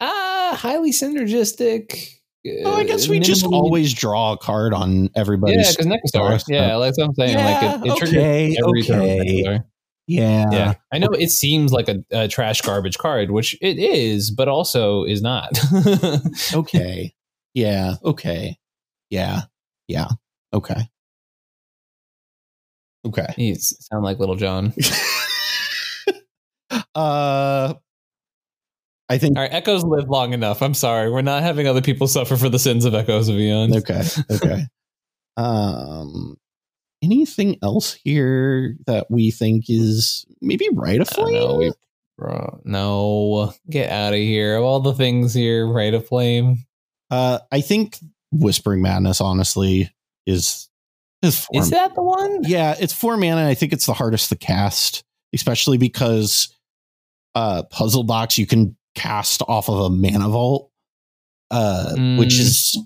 [SPEAKER 3] Ah, highly synergistic. uh,
[SPEAKER 2] Oh, I guess we just always draw a card on
[SPEAKER 3] Yeah,
[SPEAKER 2] everybody's.
[SPEAKER 3] because Nekasar.
[SPEAKER 2] Yeah.
[SPEAKER 3] Yeah, like that's what I'm saying. like it, it triggers
[SPEAKER 2] okay,
[SPEAKER 3] every turn.
[SPEAKER 2] okay.
[SPEAKER 3] Nekasar.
[SPEAKER 2] Yeah.
[SPEAKER 3] yeah, I know it seems like a, a trash garbage card, which it is, but also is not.
[SPEAKER 2] Okay. Yeah. Okay. Yeah. Yeah. Okay. Okay.
[SPEAKER 3] you s- sound like Little John.
[SPEAKER 2] uh, I think.
[SPEAKER 3] All right, Echoes live long enough. I'm sorry, we're not having other people suffer for the sins of Echoes of Eons. Uh,
[SPEAKER 2] Okay. Okay. um, anything else here that we think is maybe right of
[SPEAKER 3] I don't
[SPEAKER 2] flame?
[SPEAKER 3] know. We, bro, no, get out of here. Of all the things here, right of flame.
[SPEAKER 2] uh, I think Whispering Madness, honestly, is is four
[SPEAKER 3] Is that the one?
[SPEAKER 2] yeah, it's four mana. and I think it's the hardest to cast, especially because uh puzzle box you can cast off of a mana vault, uh,
[SPEAKER 3] Mm.
[SPEAKER 2] which is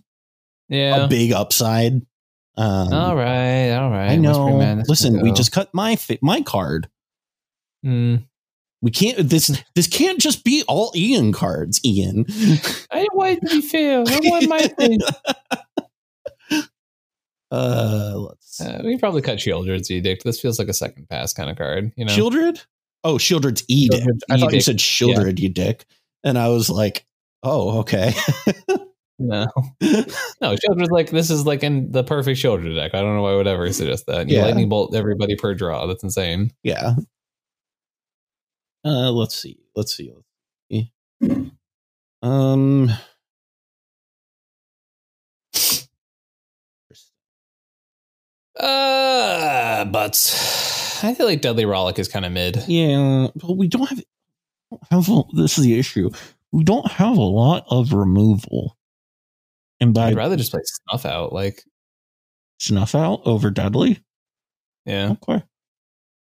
[SPEAKER 3] Yeah.
[SPEAKER 2] a big upside. Um,
[SPEAKER 3] all right. All right.
[SPEAKER 2] I
[SPEAKER 3] Whispering
[SPEAKER 2] know.
[SPEAKER 3] Madness
[SPEAKER 2] Listen,
[SPEAKER 3] can
[SPEAKER 2] we
[SPEAKER 3] go.
[SPEAKER 2] just cut my fi- my card.
[SPEAKER 3] Mm.
[SPEAKER 2] We can't. This this can't just be all Ian cards, Ian.
[SPEAKER 3] I wanted to be fair. I want my thing.
[SPEAKER 2] Uh, let's
[SPEAKER 3] Uh, we probably cut Shieldred's Edict. This feels like a second pass kind of card. You know,
[SPEAKER 2] Shieldred? Oh, Shieldred's edict.
[SPEAKER 3] Shieldred's E
[SPEAKER 2] I thought you
[SPEAKER 3] edict.
[SPEAKER 2] said Shieldred, you dick. And I was like, oh, okay.
[SPEAKER 3] no, no. Shieldred's like this is like in the perfect Shieldred deck. I don't know why I would ever suggest that. You
[SPEAKER 2] Yeah.
[SPEAKER 3] lightning bolt everybody per draw. That's insane.
[SPEAKER 2] yeah. Uh, let's see. Let's see. Let's see. Um.
[SPEAKER 3] Uh, but I feel like Deadly Rollick is kind of mid.
[SPEAKER 2] Yeah, but we don't have. don't have a- this is the issue. We don't have a lot of removal, and by
[SPEAKER 3] I'd rather just play Snuff out. Like,
[SPEAKER 2] snuff out over deadly.
[SPEAKER 3] yeah,
[SPEAKER 2] Okay.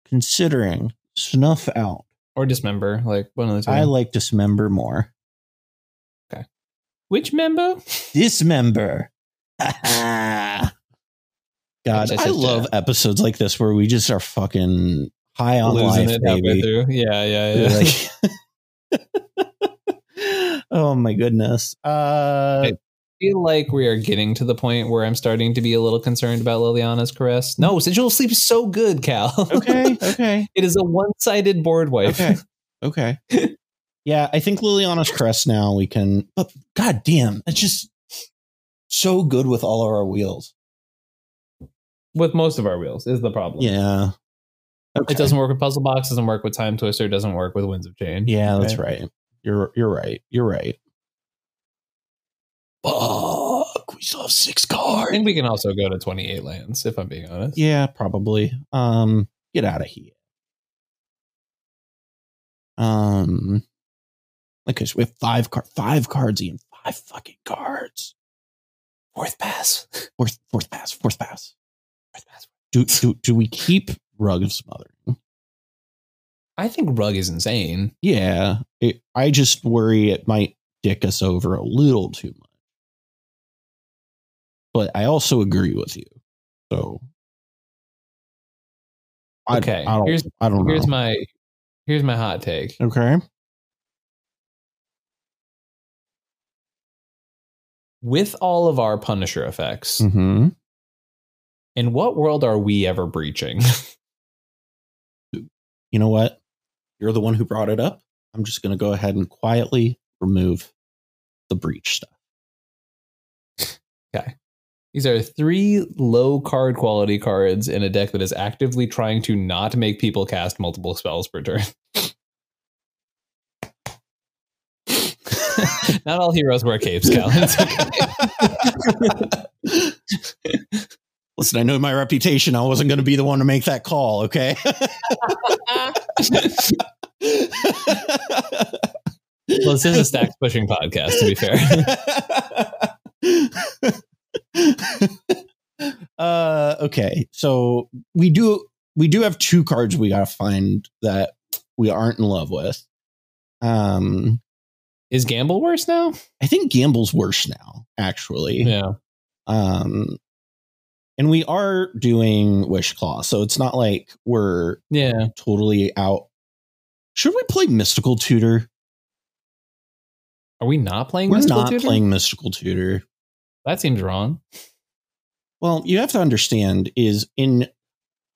[SPEAKER 2] Considering snuff out,
[SPEAKER 3] or Dismember. Like one of the two.
[SPEAKER 2] I like dismember more.
[SPEAKER 3] Which member?
[SPEAKER 2] dismember. God,
[SPEAKER 3] That's just
[SPEAKER 2] I
[SPEAKER 3] a
[SPEAKER 2] love
[SPEAKER 3] jab.
[SPEAKER 2] episodes like this where we just are fucking high on
[SPEAKER 3] Losing
[SPEAKER 2] life,
[SPEAKER 3] it halfway
[SPEAKER 2] baby.
[SPEAKER 3] through. Yeah, yeah, yeah.
[SPEAKER 2] Like- oh my goodness. Uh,
[SPEAKER 3] Hey. feel like we are getting to the point where I'm starting to be a little concerned about Liliana's caress. No, Sigil of Sleep is so good, Cal.
[SPEAKER 2] okay, okay,
[SPEAKER 3] it is a one sided board wipe.
[SPEAKER 2] okay, okay. Yeah, I think Liliana's crest now we can. But god damn, it's just so good with all of our wheels.
[SPEAKER 3] With most of our wheels is the problem.
[SPEAKER 2] Yeah. Okay.
[SPEAKER 3] It doesn't work with Puzzle Box, doesn't work with Time Twister, doesn't work with Winds of Change.
[SPEAKER 2] Yeah, that's right. You're you're right. You're right. Fuck, we still have six
[SPEAKER 3] I
[SPEAKER 2] cards.
[SPEAKER 3] think we can also go to 28 lands, if I'm being honest.
[SPEAKER 2] Yeah, probably. Um, get out of here. Um, because we have five card, five cards, Ian. Five fucking cards.
[SPEAKER 3] Fourth pass.
[SPEAKER 2] Fourth, fourth pass, fourth pass.
[SPEAKER 3] Fourth pass.
[SPEAKER 2] Do do do we keep rug of smothering?
[SPEAKER 3] I think Rug is insane.
[SPEAKER 2] Yeah, it, I just worry it might dick us over a little too much. But I also agree with you. So I,
[SPEAKER 3] Okay,
[SPEAKER 2] I don't,
[SPEAKER 3] here's-
[SPEAKER 2] I don't know.
[SPEAKER 3] Here's my here's my hot take.
[SPEAKER 2] okay.
[SPEAKER 3] With all of our Punisher effects,
[SPEAKER 2] Mm-hmm.
[SPEAKER 3] in what world are we ever breaching?
[SPEAKER 2] You know what? You're the one who brought it up. I'm just going to go ahead and quietly remove the breach stuff.
[SPEAKER 3] These are three low card quality cards in a deck that is actively trying to not make people cast multiple spells per turn. not all heroes wear capes, Cal. It's okay.
[SPEAKER 2] Listen, I know my reputation. I wasn't going to be the one to make that call. Okay.
[SPEAKER 3] well, this is a stacks pushing podcast, to be fair.
[SPEAKER 2] uh, okay, so we do we do have two cards we gotta find that we aren't in love with. Um,
[SPEAKER 3] Is Gamble worse now?
[SPEAKER 2] I think Gamble's worse now, actually.
[SPEAKER 3] Yeah.
[SPEAKER 2] Um, and we are doing Wish Claw, so it's not like we're
[SPEAKER 3] Yeah.
[SPEAKER 2] totally out. Should we play Mystical Tutor?
[SPEAKER 3] Are we not playing
[SPEAKER 2] We're
[SPEAKER 3] Mystical
[SPEAKER 2] not
[SPEAKER 3] Tutor?
[SPEAKER 2] playing Mystical Tutor.
[SPEAKER 3] That seems wrong.
[SPEAKER 2] Well, you have to understand is in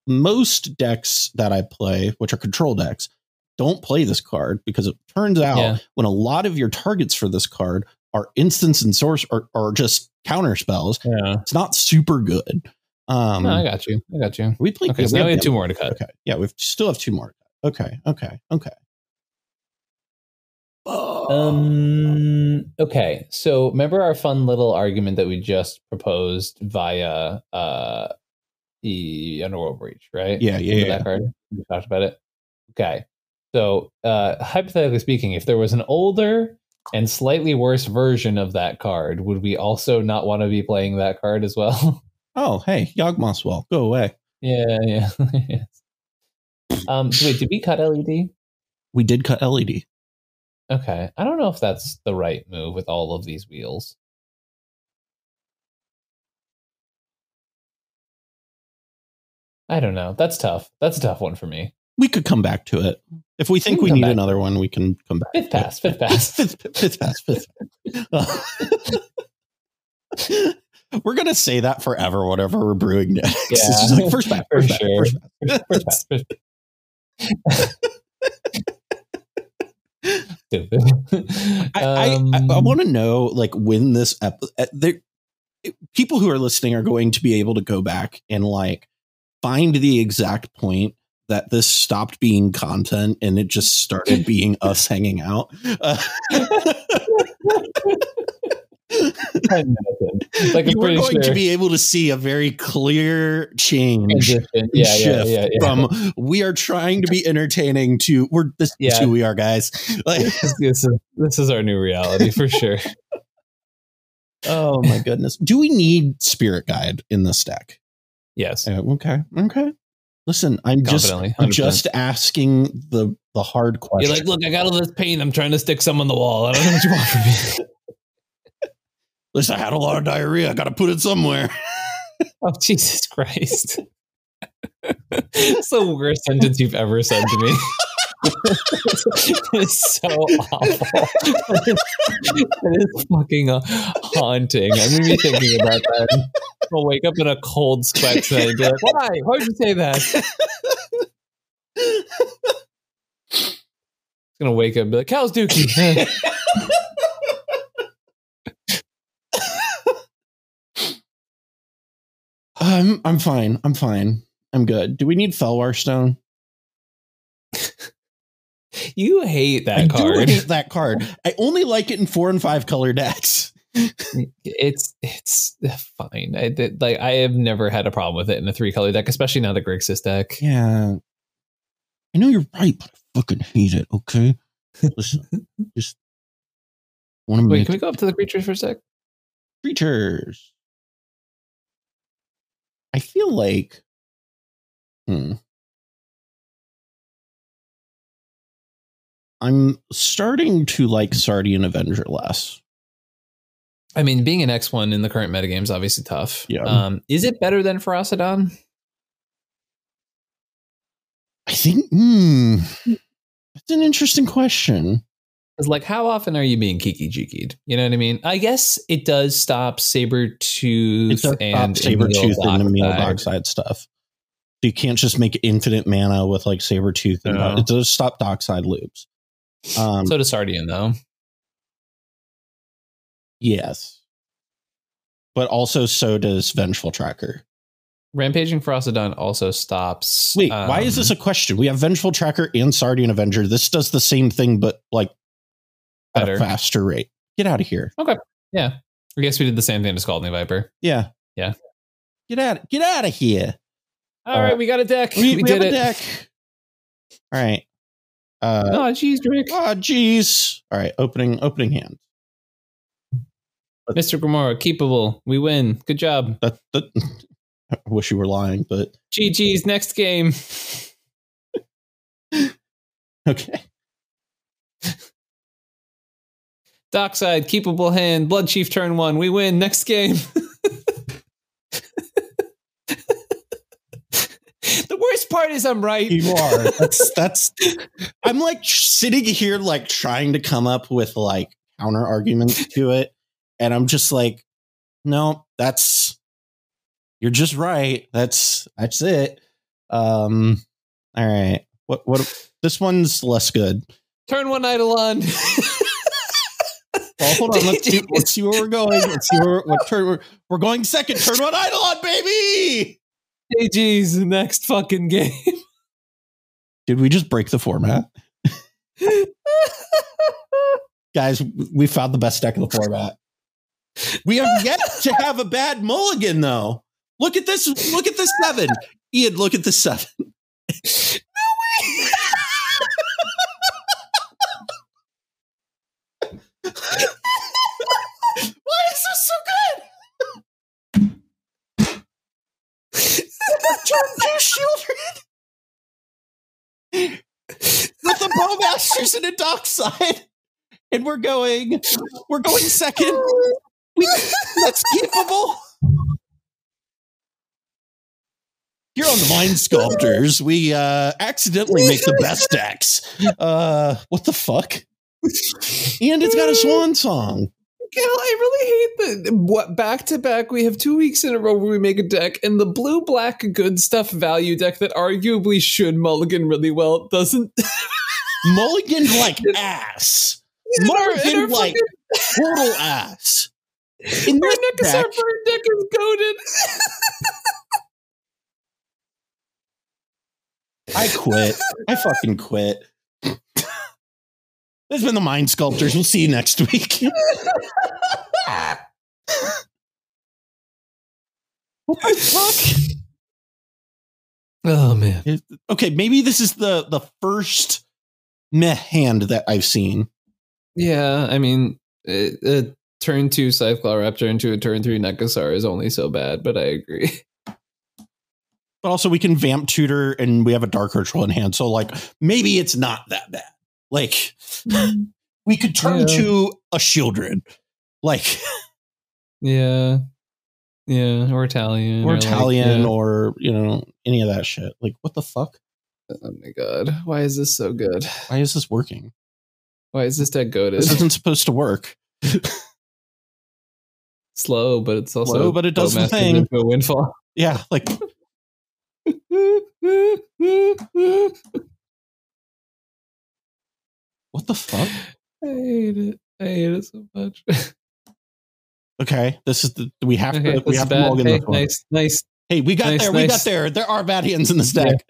[SPEAKER 2] most decks that I play, which are control decks, don't play this card because it turns out
[SPEAKER 3] Yeah.
[SPEAKER 2] when a lot of your targets for this card are instants and source or are just counter spells,
[SPEAKER 3] Yeah.
[SPEAKER 2] it's not super good. Um,
[SPEAKER 3] No, Oh, I got you. I got you.
[SPEAKER 2] we played.
[SPEAKER 3] Okay, so now we have two more to cut.
[SPEAKER 2] Okay, yeah, we still have two more. Okay, okay, okay. Uh,
[SPEAKER 3] Oh. Um. Okay. So remember our fun little argument that we just proposed via uh the underworld breach, right?
[SPEAKER 2] Yeah, yeah,
[SPEAKER 3] Remember
[SPEAKER 2] yeah.
[SPEAKER 3] That card. We talked about it. Okay. So uh hypothetically speaking, if there was an older and slightly worse version of that card, would we also not want to be playing that card as well?
[SPEAKER 2] Oh, hey, Yawgmoth's Well, go away.
[SPEAKER 3] yeah. Yeah. Yes. Um. so wait. Did we cut LED?
[SPEAKER 2] We did cut E LED.
[SPEAKER 3] Okay. I don't know if that's the right move with all of these wheels. I don't know. That's tough. That's a tough one for me.
[SPEAKER 2] We could come back to it if we think
[SPEAKER 3] We
[SPEAKER 2] we,
[SPEAKER 3] can come
[SPEAKER 2] need
[SPEAKER 3] back.
[SPEAKER 2] another one. We can come back.
[SPEAKER 3] Fifth
[SPEAKER 2] to it.
[SPEAKER 3] pass, fifth pass.
[SPEAKER 2] fifth, fifth pass, fifth. We're gonna say that forever. Whatever we're brewing next, it's just like first pass,
[SPEAKER 3] For
[SPEAKER 2] first pass,
[SPEAKER 3] sure.
[SPEAKER 2] first pass.
[SPEAKER 3] First pass, first pass. Stupid. Um,
[SPEAKER 2] I, I, I want to know like when this ep- uh, there, people who are listening are going to be able to go back and like find the exact point that this stopped being content and it just started being us hanging out. Uh,
[SPEAKER 3] Like, I'm
[SPEAKER 2] you are
[SPEAKER 3] pretty
[SPEAKER 2] going to
[SPEAKER 3] sure-
[SPEAKER 2] be able to see a very clear change.
[SPEAKER 3] Transition. yeah, yeah,
[SPEAKER 2] shift
[SPEAKER 3] yeah, yeah.
[SPEAKER 2] from we are trying to be entertaining to we're this is
[SPEAKER 3] Yeah.
[SPEAKER 2] who we are, guys. Like,
[SPEAKER 3] this, this is, this is our new reality for sure.
[SPEAKER 2] oh my goodness, do we need spirit guide in this deck?
[SPEAKER 3] Yes.
[SPEAKER 2] Uh, okay, okay. Listen, I'm just
[SPEAKER 3] Confidently,
[SPEAKER 2] I'm
[SPEAKER 3] 100%.
[SPEAKER 2] just asking the the hard question.
[SPEAKER 3] You're like, look, I got all this paint. I'm trying to stick some on the wall. I don't know what you want from me.
[SPEAKER 2] Listen, I had a lot of diarrhea. I got to put it somewhere.
[SPEAKER 3] oh, Jesus Christ. it's the worst sentence you've ever said to me. it's so awful. it is fucking uh, haunting. I'm going to be thinking about that. I'll wake up in a cold sweat tonight and be like, why? Why would you say that? It's going to wake up and be like, Cal's Dookie.
[SPEAKER 2] I'm I'm fine. I'm fine. I'm good. Do we need Felwar Stone?
[SPEAKER 3] You hate that
[SPEAKER 2] I
[SPEAKER 3] card.
[SPEAKER 2] do hate that card. I only like it in four and five color decks.
[SPEAKER 3] It's it's fine. I did, like I have never had a problem with it in a three color deck, especially not a Grixis deck.
[SPEAKER 2] Yeah. I know you're right, but I fucking hate it, okay? Listen, just want to
[SPEAKER 3] Wait,
[SPEAKER 2] make
[SPEAKER 3] can we go up to the creatures for a sec?
[SPEAKER 2] creatures. I feel like. Hmm. I'm starting to like Sardian Avenger less.
[SPEAKER 3] I mean, being an X one in the current metagame is obviously tough.
[SPEAKER 2] Yeah.
[SPEAKER 3] Um, is it better than Ferocidon?
[SPEAKER 2] I think. Hmm. That's an interesting question.
[SPEAKER 3] Because like, how often are you being kiki jikied? You know what I mean? I guess it does stop saber
[SPEAKER 2] It
[SPEAKER 3] tooth
[SPEAKER 2] does
[SPEAKER 3] and
[SPEAKER 2] saber tooth and Emil
[SPEAKER 3] Dockside.
[SPEAKER 2] Dockside stuff. You can't just make infinite mana with like saber tooth. and
[SPEAKER 3] No.
[SPEAKER 2] It does stop Dockside loops. Um,
[SPEAKER 3] So does Sardian though.
[SPEAKER 2] yes, but also so does Vengeful Tracker.
[SPEAKER 3] Rampaging Ferocidon also stops.
[SPEAKER 2] Wait, why is
[SPEAKER 3] um,
[SPEAKER 2] this a question? We have Vengeful Tracker and Sardian Avenger. This does the same thing, but like at a
[SPEAKER 3] Better.
[SPEAKER 2] faster rate. Get out of here.
[SPEAKER 3] Yeah. I guess we did the same thing to Scalding Viper.
[SPEAKER 2] Yeah.
[SPEAKER 3] Yeah.
[SPEAKER 2] Get out. Get out of here.
[SPEAKER 3] All right, we got a deck.
[SPEAKER 2] We,
[SPEAKER 3] We,
[SPEAKER 2] we have
[SPEAKER 3] did
[SPEAKER 2] a
[SPEAKER 3] it.
[SPEAKER 2] deck. All right. Uh,
[SPEAKER 3] Oh, jeez, Drake.
[SPEAKER 2] Oh jeez. All right, opening opening hand.
[SPEAKER 3] Mr. Gamora, keepable. We win. Good job.
[SPEAKER 2] That that I wish you were lying, but
[SPEAKER 3] GG's next game.
[SPEAKER 2] okay.
[SPEAKER 3] Dockside, keepable hand. Blood Chief turn one. We win. Next game. the worst part is I'm right.
[SPEAKER 2] You are. That's that's I'm like sitting here like trying to come up with like counter arguments to it. And I'm just like, no, that's you're just right. That's that's it. Um, all right. What what this one's less good.
[SPEAKER 3] Turn one Eidolon.
[SPEAKER 2] Well, hold on. Let's, do, let's see where we're going. Let's see where what turn we're, we're going. Second turn one Eidolon, baby.
[SPEAKER 3] JG's the next fucking game.
[SPEAKER 2] Did we just break the format, guys? We found the best deck of the format. We have yet to have a bad mulligan, though. Look at this. Look at this seven, Ian. Look at the seven. Why is this so good? Turn two shielded with the bowmasters and a dockside, and we're going. We're going second. We, that's capable. Here on the Mind Sculptors, we uh, accidentally make the best decks. Uh, what the fuck? And it's got a swan song.
[SPEAKER 3] Gil, I really hate the what back to back. We have two weeks in a row where we make a deck, and the blue black good stuff value deck that arguably should mulligan really well doesn't.
[SPEAKER 2] Mulligan like ass.
[SPEAKER 3] And our- and
[SPEAKER 2] Mulligan
[SPEAKER 3] our
[SPEAKER 2] like
[SPEAKER 3] fucking-
[SPEAKER 2] total ass. In
[SPEAKER 3] our
[SPEAKER 2] this
[SPEAKER 3] Nekasar
[SPEAKER 2] deck,
[SPEAKER 3] bird deck is goaded.
[SPEAKER 2] I quit. I fucking quit. This has been the Mind Sculptors. We'll see you next week. what the fuck?
[SPEAKER 3] Oh man.
[SPEAKER 2] Okay, maybe this is the the first meh hand that I've seen.
[SPEAKER 3] Yeah, I mean, it, it, turn two Cyclaw Raptor into a turn three Nekasar is only so bad, but I agree.
[SPEAKER 2] But also, we can vamp tutor, and we have a dark ritual in hand. So, like, maybe it's not that bad. Like, we could turn
[SPEAKER 3] Yeah.
[SPEAKER 2] to a children, like
[SPEAKER 3] Yeah. Yeah, or Italian.
[SPEAKER 2] or
[SPEAKER 3] like,
[SPEAKER 2] Italian,
[SPEAKER 3] yeah.
[SPEAKER 2] or you know, any of that shit. Like, what the fuck?
[SPEAKER 3] Oh my god. Why is this so good?
[SPEAKER 2] Why is this working?
[SPEAKER 3] Why is this deck goaded?
[SPEAKER 2] This isn't supposed to work.
[SPEAKER 3] slow, but it's also
[SPEAKER 2] Slow, but it does the
[SPEAKER 3] Bowmaster's
[SPEAKER 2] thing.
[SPEAKER 3] into a windfall.
[SPEAKER 2] Yeah, like
[SPEAKER 3] I
[SPEAKER 2] what the fuck?
[SPEAKER 3] hate it. I hate it so much.
[SPEAKER 2] Okay, this is the we have
[SPEAKER 3] Okay,
[SPEAKER 2] to we
[SPEAKER 3] that's
[SPEAKER 2] have to
[SPEAKER 3] bad.
[SPEAKER 2] log in
[SPEAKER 3] Hey,
[SPEAKER 2] this one.
[SPEAKER 3] nice, nice.
[SPEAKER 2] Hey, we got
[SPEAKER 3] Nice,
[SPEAKER 2] there. We
[SPEAKER 3] nice.
[SPEAKER 2] got there. There are bad hands in this
[SPEAKER 3] Yeah.
[SPEAKER 2] deck.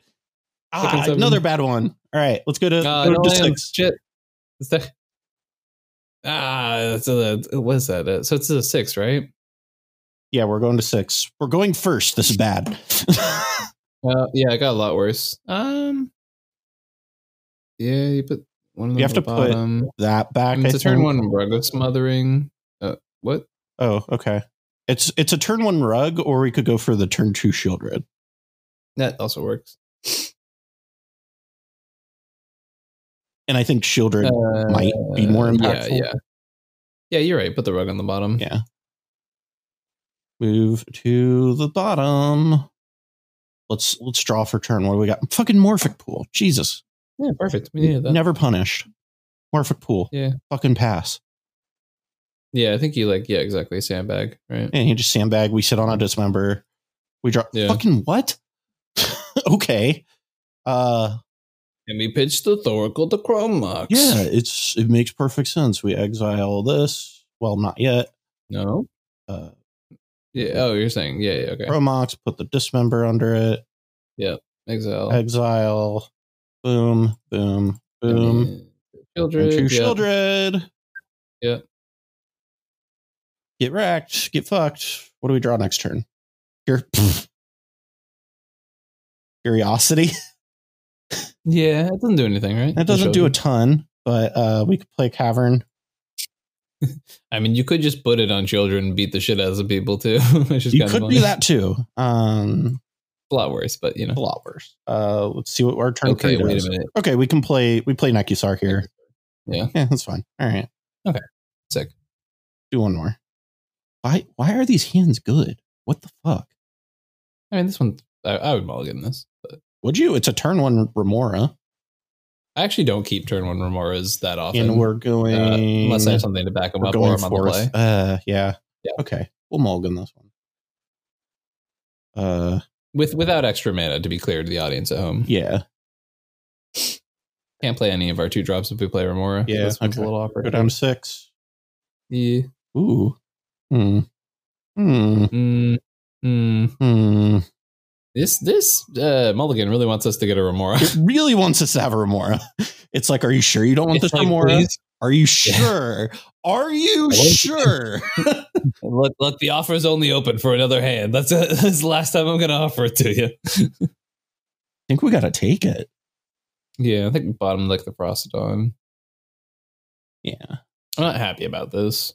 [SPEAKER 2] Ah,
[SPEAKER 3] Second seven.
[SPEAKER 2] another bad one. All right, let's go to,
[SPEAKER 3] Uh,
[SPEAKER 2] go
[SPEAKER 3] no,
[SPEAKER 2] to
[SPEAKER 3] I am.
[SPEAKER 2] six.
[SPEAKER 3] Shit. Is that- Ah, so that what is that? Uh, So it's a six, right?
[SPEAKER 2] Yeah, we're going to six. We're going first. This is bad.
[SPEAKER 3] Uh, yeah, it got a lot worse. Um, yeah, you put one. Of
[SPEAKER 2] You
[SPEAKER 3] them
[SPEAKER 2] have
[SPEAKER 3] at
[SPEAKER 2] to
[SPEAKER 3] the
[SPEAKER 2] put-
[SPEAKER 3] bottom.
[SPEAKER 2] that back.
[SPEAKER 3] And
[SPEAKER 2] I
[SPEAKER 3] it's a turn
[SPEAKER 2] think.
[SPEAKER 3] one rug of smothering. Uh, what?
[SPEAKER 2] Oh, okay. It's it's a turn one rug, or we could go for the turn two shield red.
[SPEAKER 3] That also works.
[SPEAKER 2] And I think shield red. might be more
[SPEAKER 3] Uh,
[SPEAKER 2] impactful.
[SPEAKER 3] Yeah, yeah, yeah. You're right. Put the rug on the bottom.
[SPEAKER 2] Yeah. Move to the bottom. Let's let's draw for turn. What do we got? Fucking Morphic Pool. Jesus.
[SPEAKER 3] Yeah, perfect. We needed that.
[SPEAKER 2] Never punished. Morphic Pool.
[SPEAKER 3] Yeah.
[SPEAKER 2] Fucking pass.
[SPEAKER 3] Yeah, I think you like. Yeah, exactly. Sandbag. Right.
[SPEAKER 2] And he just sandbag. We sit on a dismember. We draw.
[SPEAKER 3] Yeah.
[SPEAKER 2] Fucking what? okay. Uh
[SPEAKER 3] And we pitched the Thoracle to Chromox.
[SPEAKER 2] yeah, it's it makes perfect sense. We exile this. Well, not yet.
[SPEAKER 3] No.
[SPEAKER 2] Uh
[SPEAKER 3] Yeah. Oh, you're saying. Yeah. Yeah. Okay.
[SPEAKER 2] Promox, put the dismember under it.
[SPEAKER 3] Exile.
[SPEAKER 2] Exile. Boom, boom, boom.
[SPEAKER 3] Um, Children.
[SPEAKER 2] Turn two
[SPEAKER 3] yeah.
[SPEAKER 2] Shieldred.
[SPEAKER 3] Yeah.
[SPEAKER 2] Get wrecked. Get fucked. What do we draw next turn? Cur- Curiosity.
[SPEAKER 3] Yeah, it doesn't do anything, right?
[SPEAKER 2] That doesn't do a ton, but uh, we could play Cavern.
[SPEAKER 3] I mean, you could just put it on children and beat the shit out of some people too. Which is
[SPEAKER 2] You
[SPEAKER 3] kind
[SPEAKER 2] could
[SPEAKER 3] of
[SPEAKER 2] do
[SPEAKER 3] funny.
[SPEAKER 2] that too. Um,
[SPEAKER 3] A lot worse, but you
[SPEAKER 2] a
[SPEAKER 3] know.
[SPEAKER 2] lot worse. Uh, let's see what our turn
[SPEAKER 3] Okay.
[SPEAKER 2] three
[SPEAKER 3] Wait
[SPEAKER 2] does.
[SPEAKER 3] a minute.
[SPEAKER 2] Okay, we can play. We play Nekusar here.
[SPEAKER 3] Yeah.
[SPEAKER 2] yeah, that's fine. All right,
[SPEAKER 3] Sick.
[SPEAKER 2] do one more. Why? Why are these hands good? What the fuck?
[SPEAKER 3] I mean, this one. I, I would mulligan this. But
[SPEAKER 2] Would you? It's a turn one Remora,
[SPEAKER 3] I actually don't keep turn one Remoras that often.
[SPEAKER 2] and we're
[SPEAKER 3] uh,
[SPEAKER 2] going
[SPEAKER 3] unless I have something to back them
[SPEAKER 2] we're
[SPEAKER 3] up or
[SPEAKER 2] going
[SPEAKER 3] I'm on the play.
[SPEAKER 2] fourth. Uh, yeah.
[SPEAKER 3] Yeah.
[SPEAKER 2] Okay, we'll mulligan this one. Uh,
[SPEAKER 3] with without extra mana. To be clear to the audience at home,
[SPEAKER 2] Yeah.
[SPEAKER 3] can't play any of our two drops if we play Remora.
[SPEAKER 2] Yeah,
[SPEAKER 3] this one's
[SPEAKER 2] okay.
[SPEAKER 3] a little
[SPEAKER 2] Go
[SPEAKER 3] awkward.
[SPEAKER 2] down to six.
[SPEAKER 3] Yeah.
[SPEAKER 2] Ooh. Hmm. Hmm.
[SPEAKER 3] Mm, mm.
[SPEAKER 2] Hmm.
[SPEAKER 3] This this uh, Mulligan really wants us to get a Remora.
[SPEAKER 2] It really wants us to have a Remora. It's like, are you sure you don't want this
[SPEAKER 3] It's like,
[SPEAKER 2] Remora?
[SPEAKER 3] please,
[SPEAKER 2] Are you sure? Are you
[SPEAKER 3] I want-
[SPEAKER 2] sure?
[SPEAKER 3] Let, let the offer's only open for another hand. That's, it. that's the last time I'm going to offer it to you.
[SPEAKER 2] think we gotta take it.
[SPEAKER 3] Yeah, I think bottom like the Prostodon.
[SPEAKER 2] Yeah.
[SPEAKER 3] I'm not happy about this.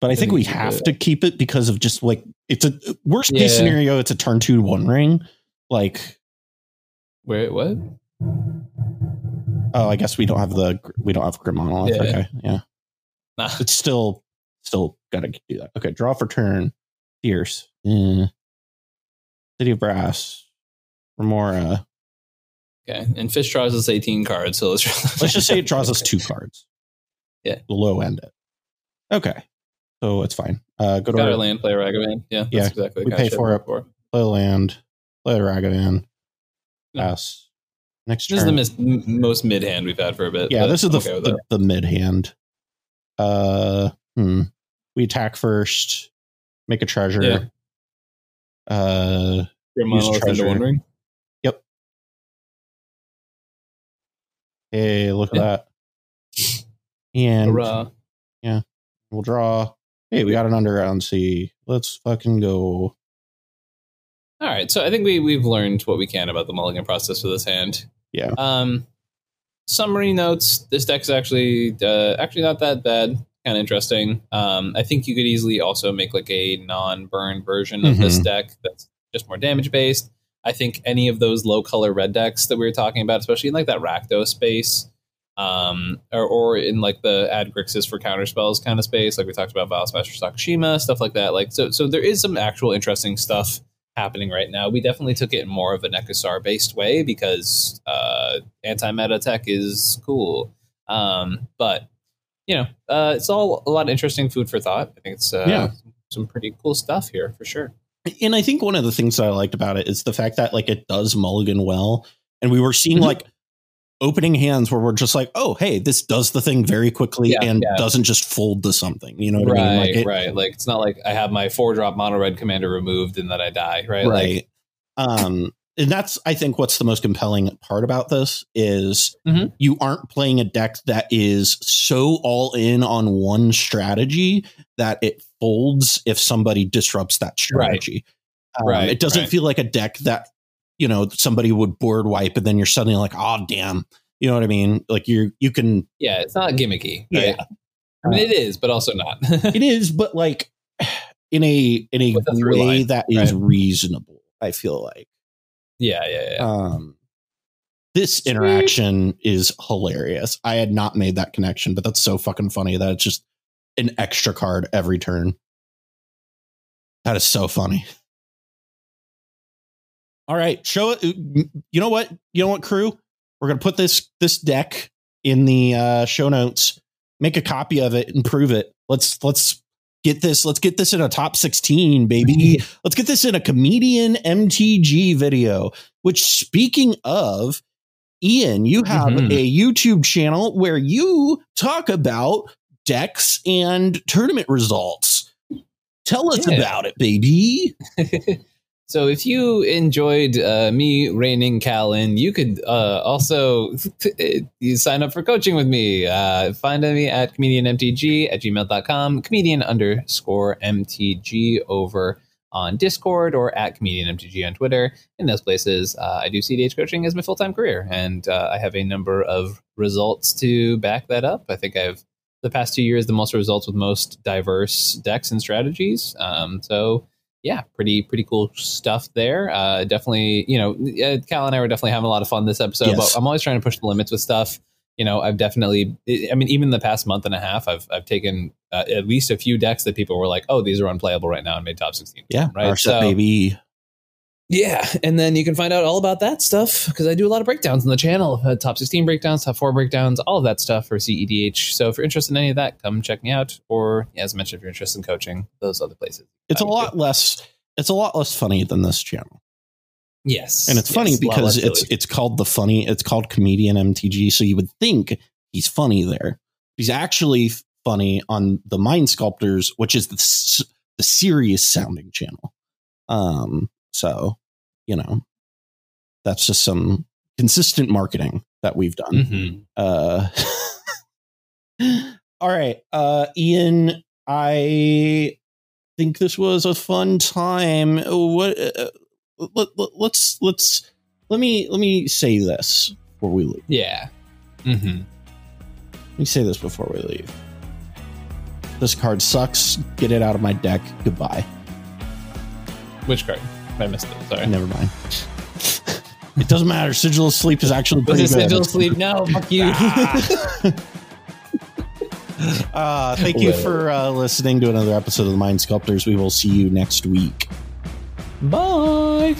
[SPEAKER 2] But I
[SPEAKER 3] I
[SPEAKER 2] think
[SPEAKER 3] think
[SPEAKER 2] we
[SPEAKER 3] it's a
[SPEAKER 2] have
[SPEAKER 3] good-
[SPEAKER 2] to keep it because of just like it's a worst
[SPEAKER 3] Yeah.
[SPEAKER 2] case scenario, it's a turn two to one ring. Like,
[SPEAKER 3] Where what?
[SPEAKER 2] oh, I guess we don't have the we don't have Grim Monolith.
[SPEAKER 3] Yeah.
[SPEAKER 2] Okay. Yeah.
[SPEAKER 3] Nah.
[SPEAKER 2] It's still still gotta do that. Okay, draw for turn. Fierce. Eh. City of Brass. Remora.
[SPEAKER 3] Okay, and Fish draws us 18 cards, so let's
[SPEAKER 2] Let's just say it draws us two cards.
[SPEAKER 3] Yeah.
[SPEAKER 2] The low end it. Okay. So it's fine. Uh go to
[SPEAKER 3] Got
[SPEAKER 2] our
[SPEAKER 3] our land, play Ragavan. Yeah, that's
[SPEAKER 2] Yeah,
[SPEAKER 3] exactly.
[SPEAKER 2] we
[SPEAKER 3] the kind of
[SPEAKER 2] pay
[SPEAKER 3] shit
[SPEAKER 2] for
[SPEAKER 3] we're
[SPEAKER 2] it. play land, play Ragavan.
[SPEAKER 3] Yeah.
[SPEAKER 2] Pass. Next
[SPEAKER 3] This is
[SPEAKER 2] turn.
[SPEAKER 3] the mis- m- most mid hand we've had for a bit.
[SPEAKER 2] Yeah,
[SPEAKER 3] but
[SPEAKER 2] this is
[SPEAKER 3] I'm
[SPEAKER 2] the,
[SPEAKER 3] okay with
[SPEAKER 2] the, the mid hand. Uh, hmm. We attack first, make a treasure.
[SPEAKER 3] Yeah.
[SPEAKER 2] Uh,
[SPEAKER 3] that.
[SPEAKER 2] use
[SPEAKER 3] Monolith into
[SPEAKER 2] treasure.
[SPEAKER 3] One Ring.
[SPEAKER 2] hey, look
[SPEAKER 3] Yeah.
[SPEAKER 2] at that. And
[SPEAKER 3] Hurrah.
[SPEAKER 2] we'll draw. Hey, we got an under on C. Let's fucking go.
[SPEAKER 3] All right, so I think we we've learned what we can about the mulligan process for this hand.
[SPEAKER 2] Yeah.
[SPEAKER 3] Um, summary notes: This deck's actually uh, actually not that bad. Kind of interesting. Um, I think you could easily also make like a non-burn version of this
[SPEAKER 2] Mhm.
[SPEAKER 3] deck that's just more damage based. I think any of those low color red decks that we were talking about, especially in like that Rakdos space, um, or, or in like the Adgrixis for counter spells kind of space, like we talked about Vile Smasher Sakashima, stuff like that. Like so, so there is some actual interesting stuff happening right now. We definitely took it in more of an XSR based way because uh, anti meta tech is cool. Um, but you know, uh, it's all a lot of interesting food for thought. I think it's uh,
[SPEAKER 2] Yeah.
[SPEAKER 3] some pretty cool stuff here for sure.
[SPEAKER 2] And I think one of the things that I liked about it is the fact that like it does mulligan well. And we were seeing
[SPEAKER 3] Mhm.
[SPEAKER 2] like opening hands where we're just like, oh, hey, this does the thing very quickly
[SPEAKER 3] Yeah,
[SPEAKER 2] and
[SPEAKER 3] yeah.
[SPEAKER 2] doesn't just fold to something. You know what
[SPEAKER 3] right,
[SPEAKER 2] I mean? Like it,
[SPEAKER 3] right. Like it's not like I have my four drop mono red commander removed and then I die. Right, Like,
[SPEAKER 2] um and that's i think what's the most compelling part about this is
[SPEAKER 3] Mhm.
[SPEAKER 2] you aren't playing a deck that is so all in on one strategy that it folds if somebody disrupts that strategy Um,
[SPEAKER 3] Right,
[SPEAKER 2] it doesn't
[SPEAKER 3] right.
[SPEAKER 2] feel like a deck that you know somebody would board wipe and then you're suddenly like oh damn you know what i mean like you're you can
[SPEAKER 3] yeah, it's not gimmicky.
[SPEAKER 2] Yeah.
[SPEAKER 3] right? I mean it is, but also not.
[SPEAKER 2] it is but like in a in a
[SPEAKER 3] With a through
[SPEAKER 2] way
[SPEAKER 3] line,
[SPEAKER 2] that is
[SPEAKER 3] right.
[SPEAKER 2] reasonable i feel like
[SPEAKER 3] yeah, yeah, yeah.
[SPEAKER 2] um this interaction is hilarious i had not made that connection but that's so fucking funny that it's just an extra card every turn that is so funny all right show it you know what you know what crew we're gonna put this this deck in the uh show notes make a copy of it and prove it let's let's get this let's get this in a top 16 baby let's get this in a comedian mtg video which speaking of ian you have
[SPEAKER 3] Mhm.
[SPEAKER 2] a youtube channel where you talk about decks and tournament results tell us
[SPEAKER 3] Yeah.
[SPEAKER 2] about it baby
[SPEAKER 3] so if you enjoyed uh, me reigning Cal in, you could uh, also you sign up for coaching with me. Uh, find me at comedianmtg at gmail.com, comedian underscore mtg over on Discord or at comedianmtg on Twitter. In those places, uh, I do CDH coaching as my full time career, and uh, I have a number of results to back that up. I think I've the past two years the most results with most diverse decks and strategies. Um, so yeah, pretty pretty cool stuff there. Uh, definitely, you know, uh, Cal and I were definitely having a lot of fun this episode.
[SPEAKER 2] Yes.
[SPEAKER 3] But I'm always trying to push the limits with stuff. You know, I've definitely, I mean, even the past month and a half, I've I've taken uh, at least a few decks that people were like, "Oh, these are unplayable right now," and made top sixteen.
[SPEAKER 2] yeah
[SPEAKER 3] Right,
[SPEAKER 2] our set,
[SPEAKER 3] so-
[SPEAKER 2] baby
[SPEAKER 3] Yeah, and then you can find out all about that stuff because I do a lot of breakdowns on the channel, uh, top 16 breakdowns, top 4 breakdowns, all of that stuff for CEDH. So if you're interested in any of that, come check me out. Or, as mentioned, if you're interested in coaching, those other places.
[SPEAKER 2] it's a
[SPEAKER 3] Uh,
[SPEAKER 2] lot less it's a lot less funny than this channel.
[SPEAKER 3] Yes.
[SPEAKER 2] And it's funny
[SPEAKER 3] Yes, a lot
[SPEAKER 2] because
[SPEAKER 3] less
[SPEAKER 2] it's
[SPEAKER 3] silly.
[SPEAKER 2] it's called the funny. It's called comedian MTG. So you would think he's funny there. He's actually f- funny on the Mind Sculptors, which is the s- the serious sounding channel. Um. So you know, that's just some consistent marketing that we've done.
[SPEAKER 3] Mhm.
[SPEAKER 2] Uh, all right, uh, Ian. I think this was a fun time. What? Uh, let, let, let's let's let me let me say this before we leave.
[SPEAKER 3] Yeah. hmm
[SPEAKER 2] Let me say this before we leave. This card sucks. Get it out of my deck. Goodbye.
[SPEAKER 3] Which card? I missed it. Sorry.
[SPEAKER 2] Never mind. it doesn't matter. Sigil of Sleep is actually
[SPEAKER 3] Was
[SPEAKER 2] pretty
[SPEAKER 3] it
[SPEAKER 2] good.
[SPEAKER 3] Sigil Sleep? No, fuck you.
[SPEAKER 2] Uh, thank you
[SPEAKER 3] Literally.
[SPEAKER 2] for uh, listening to another episode of the Mind Sculptors. We will see you next week.
[SPEAKER 3] Bye.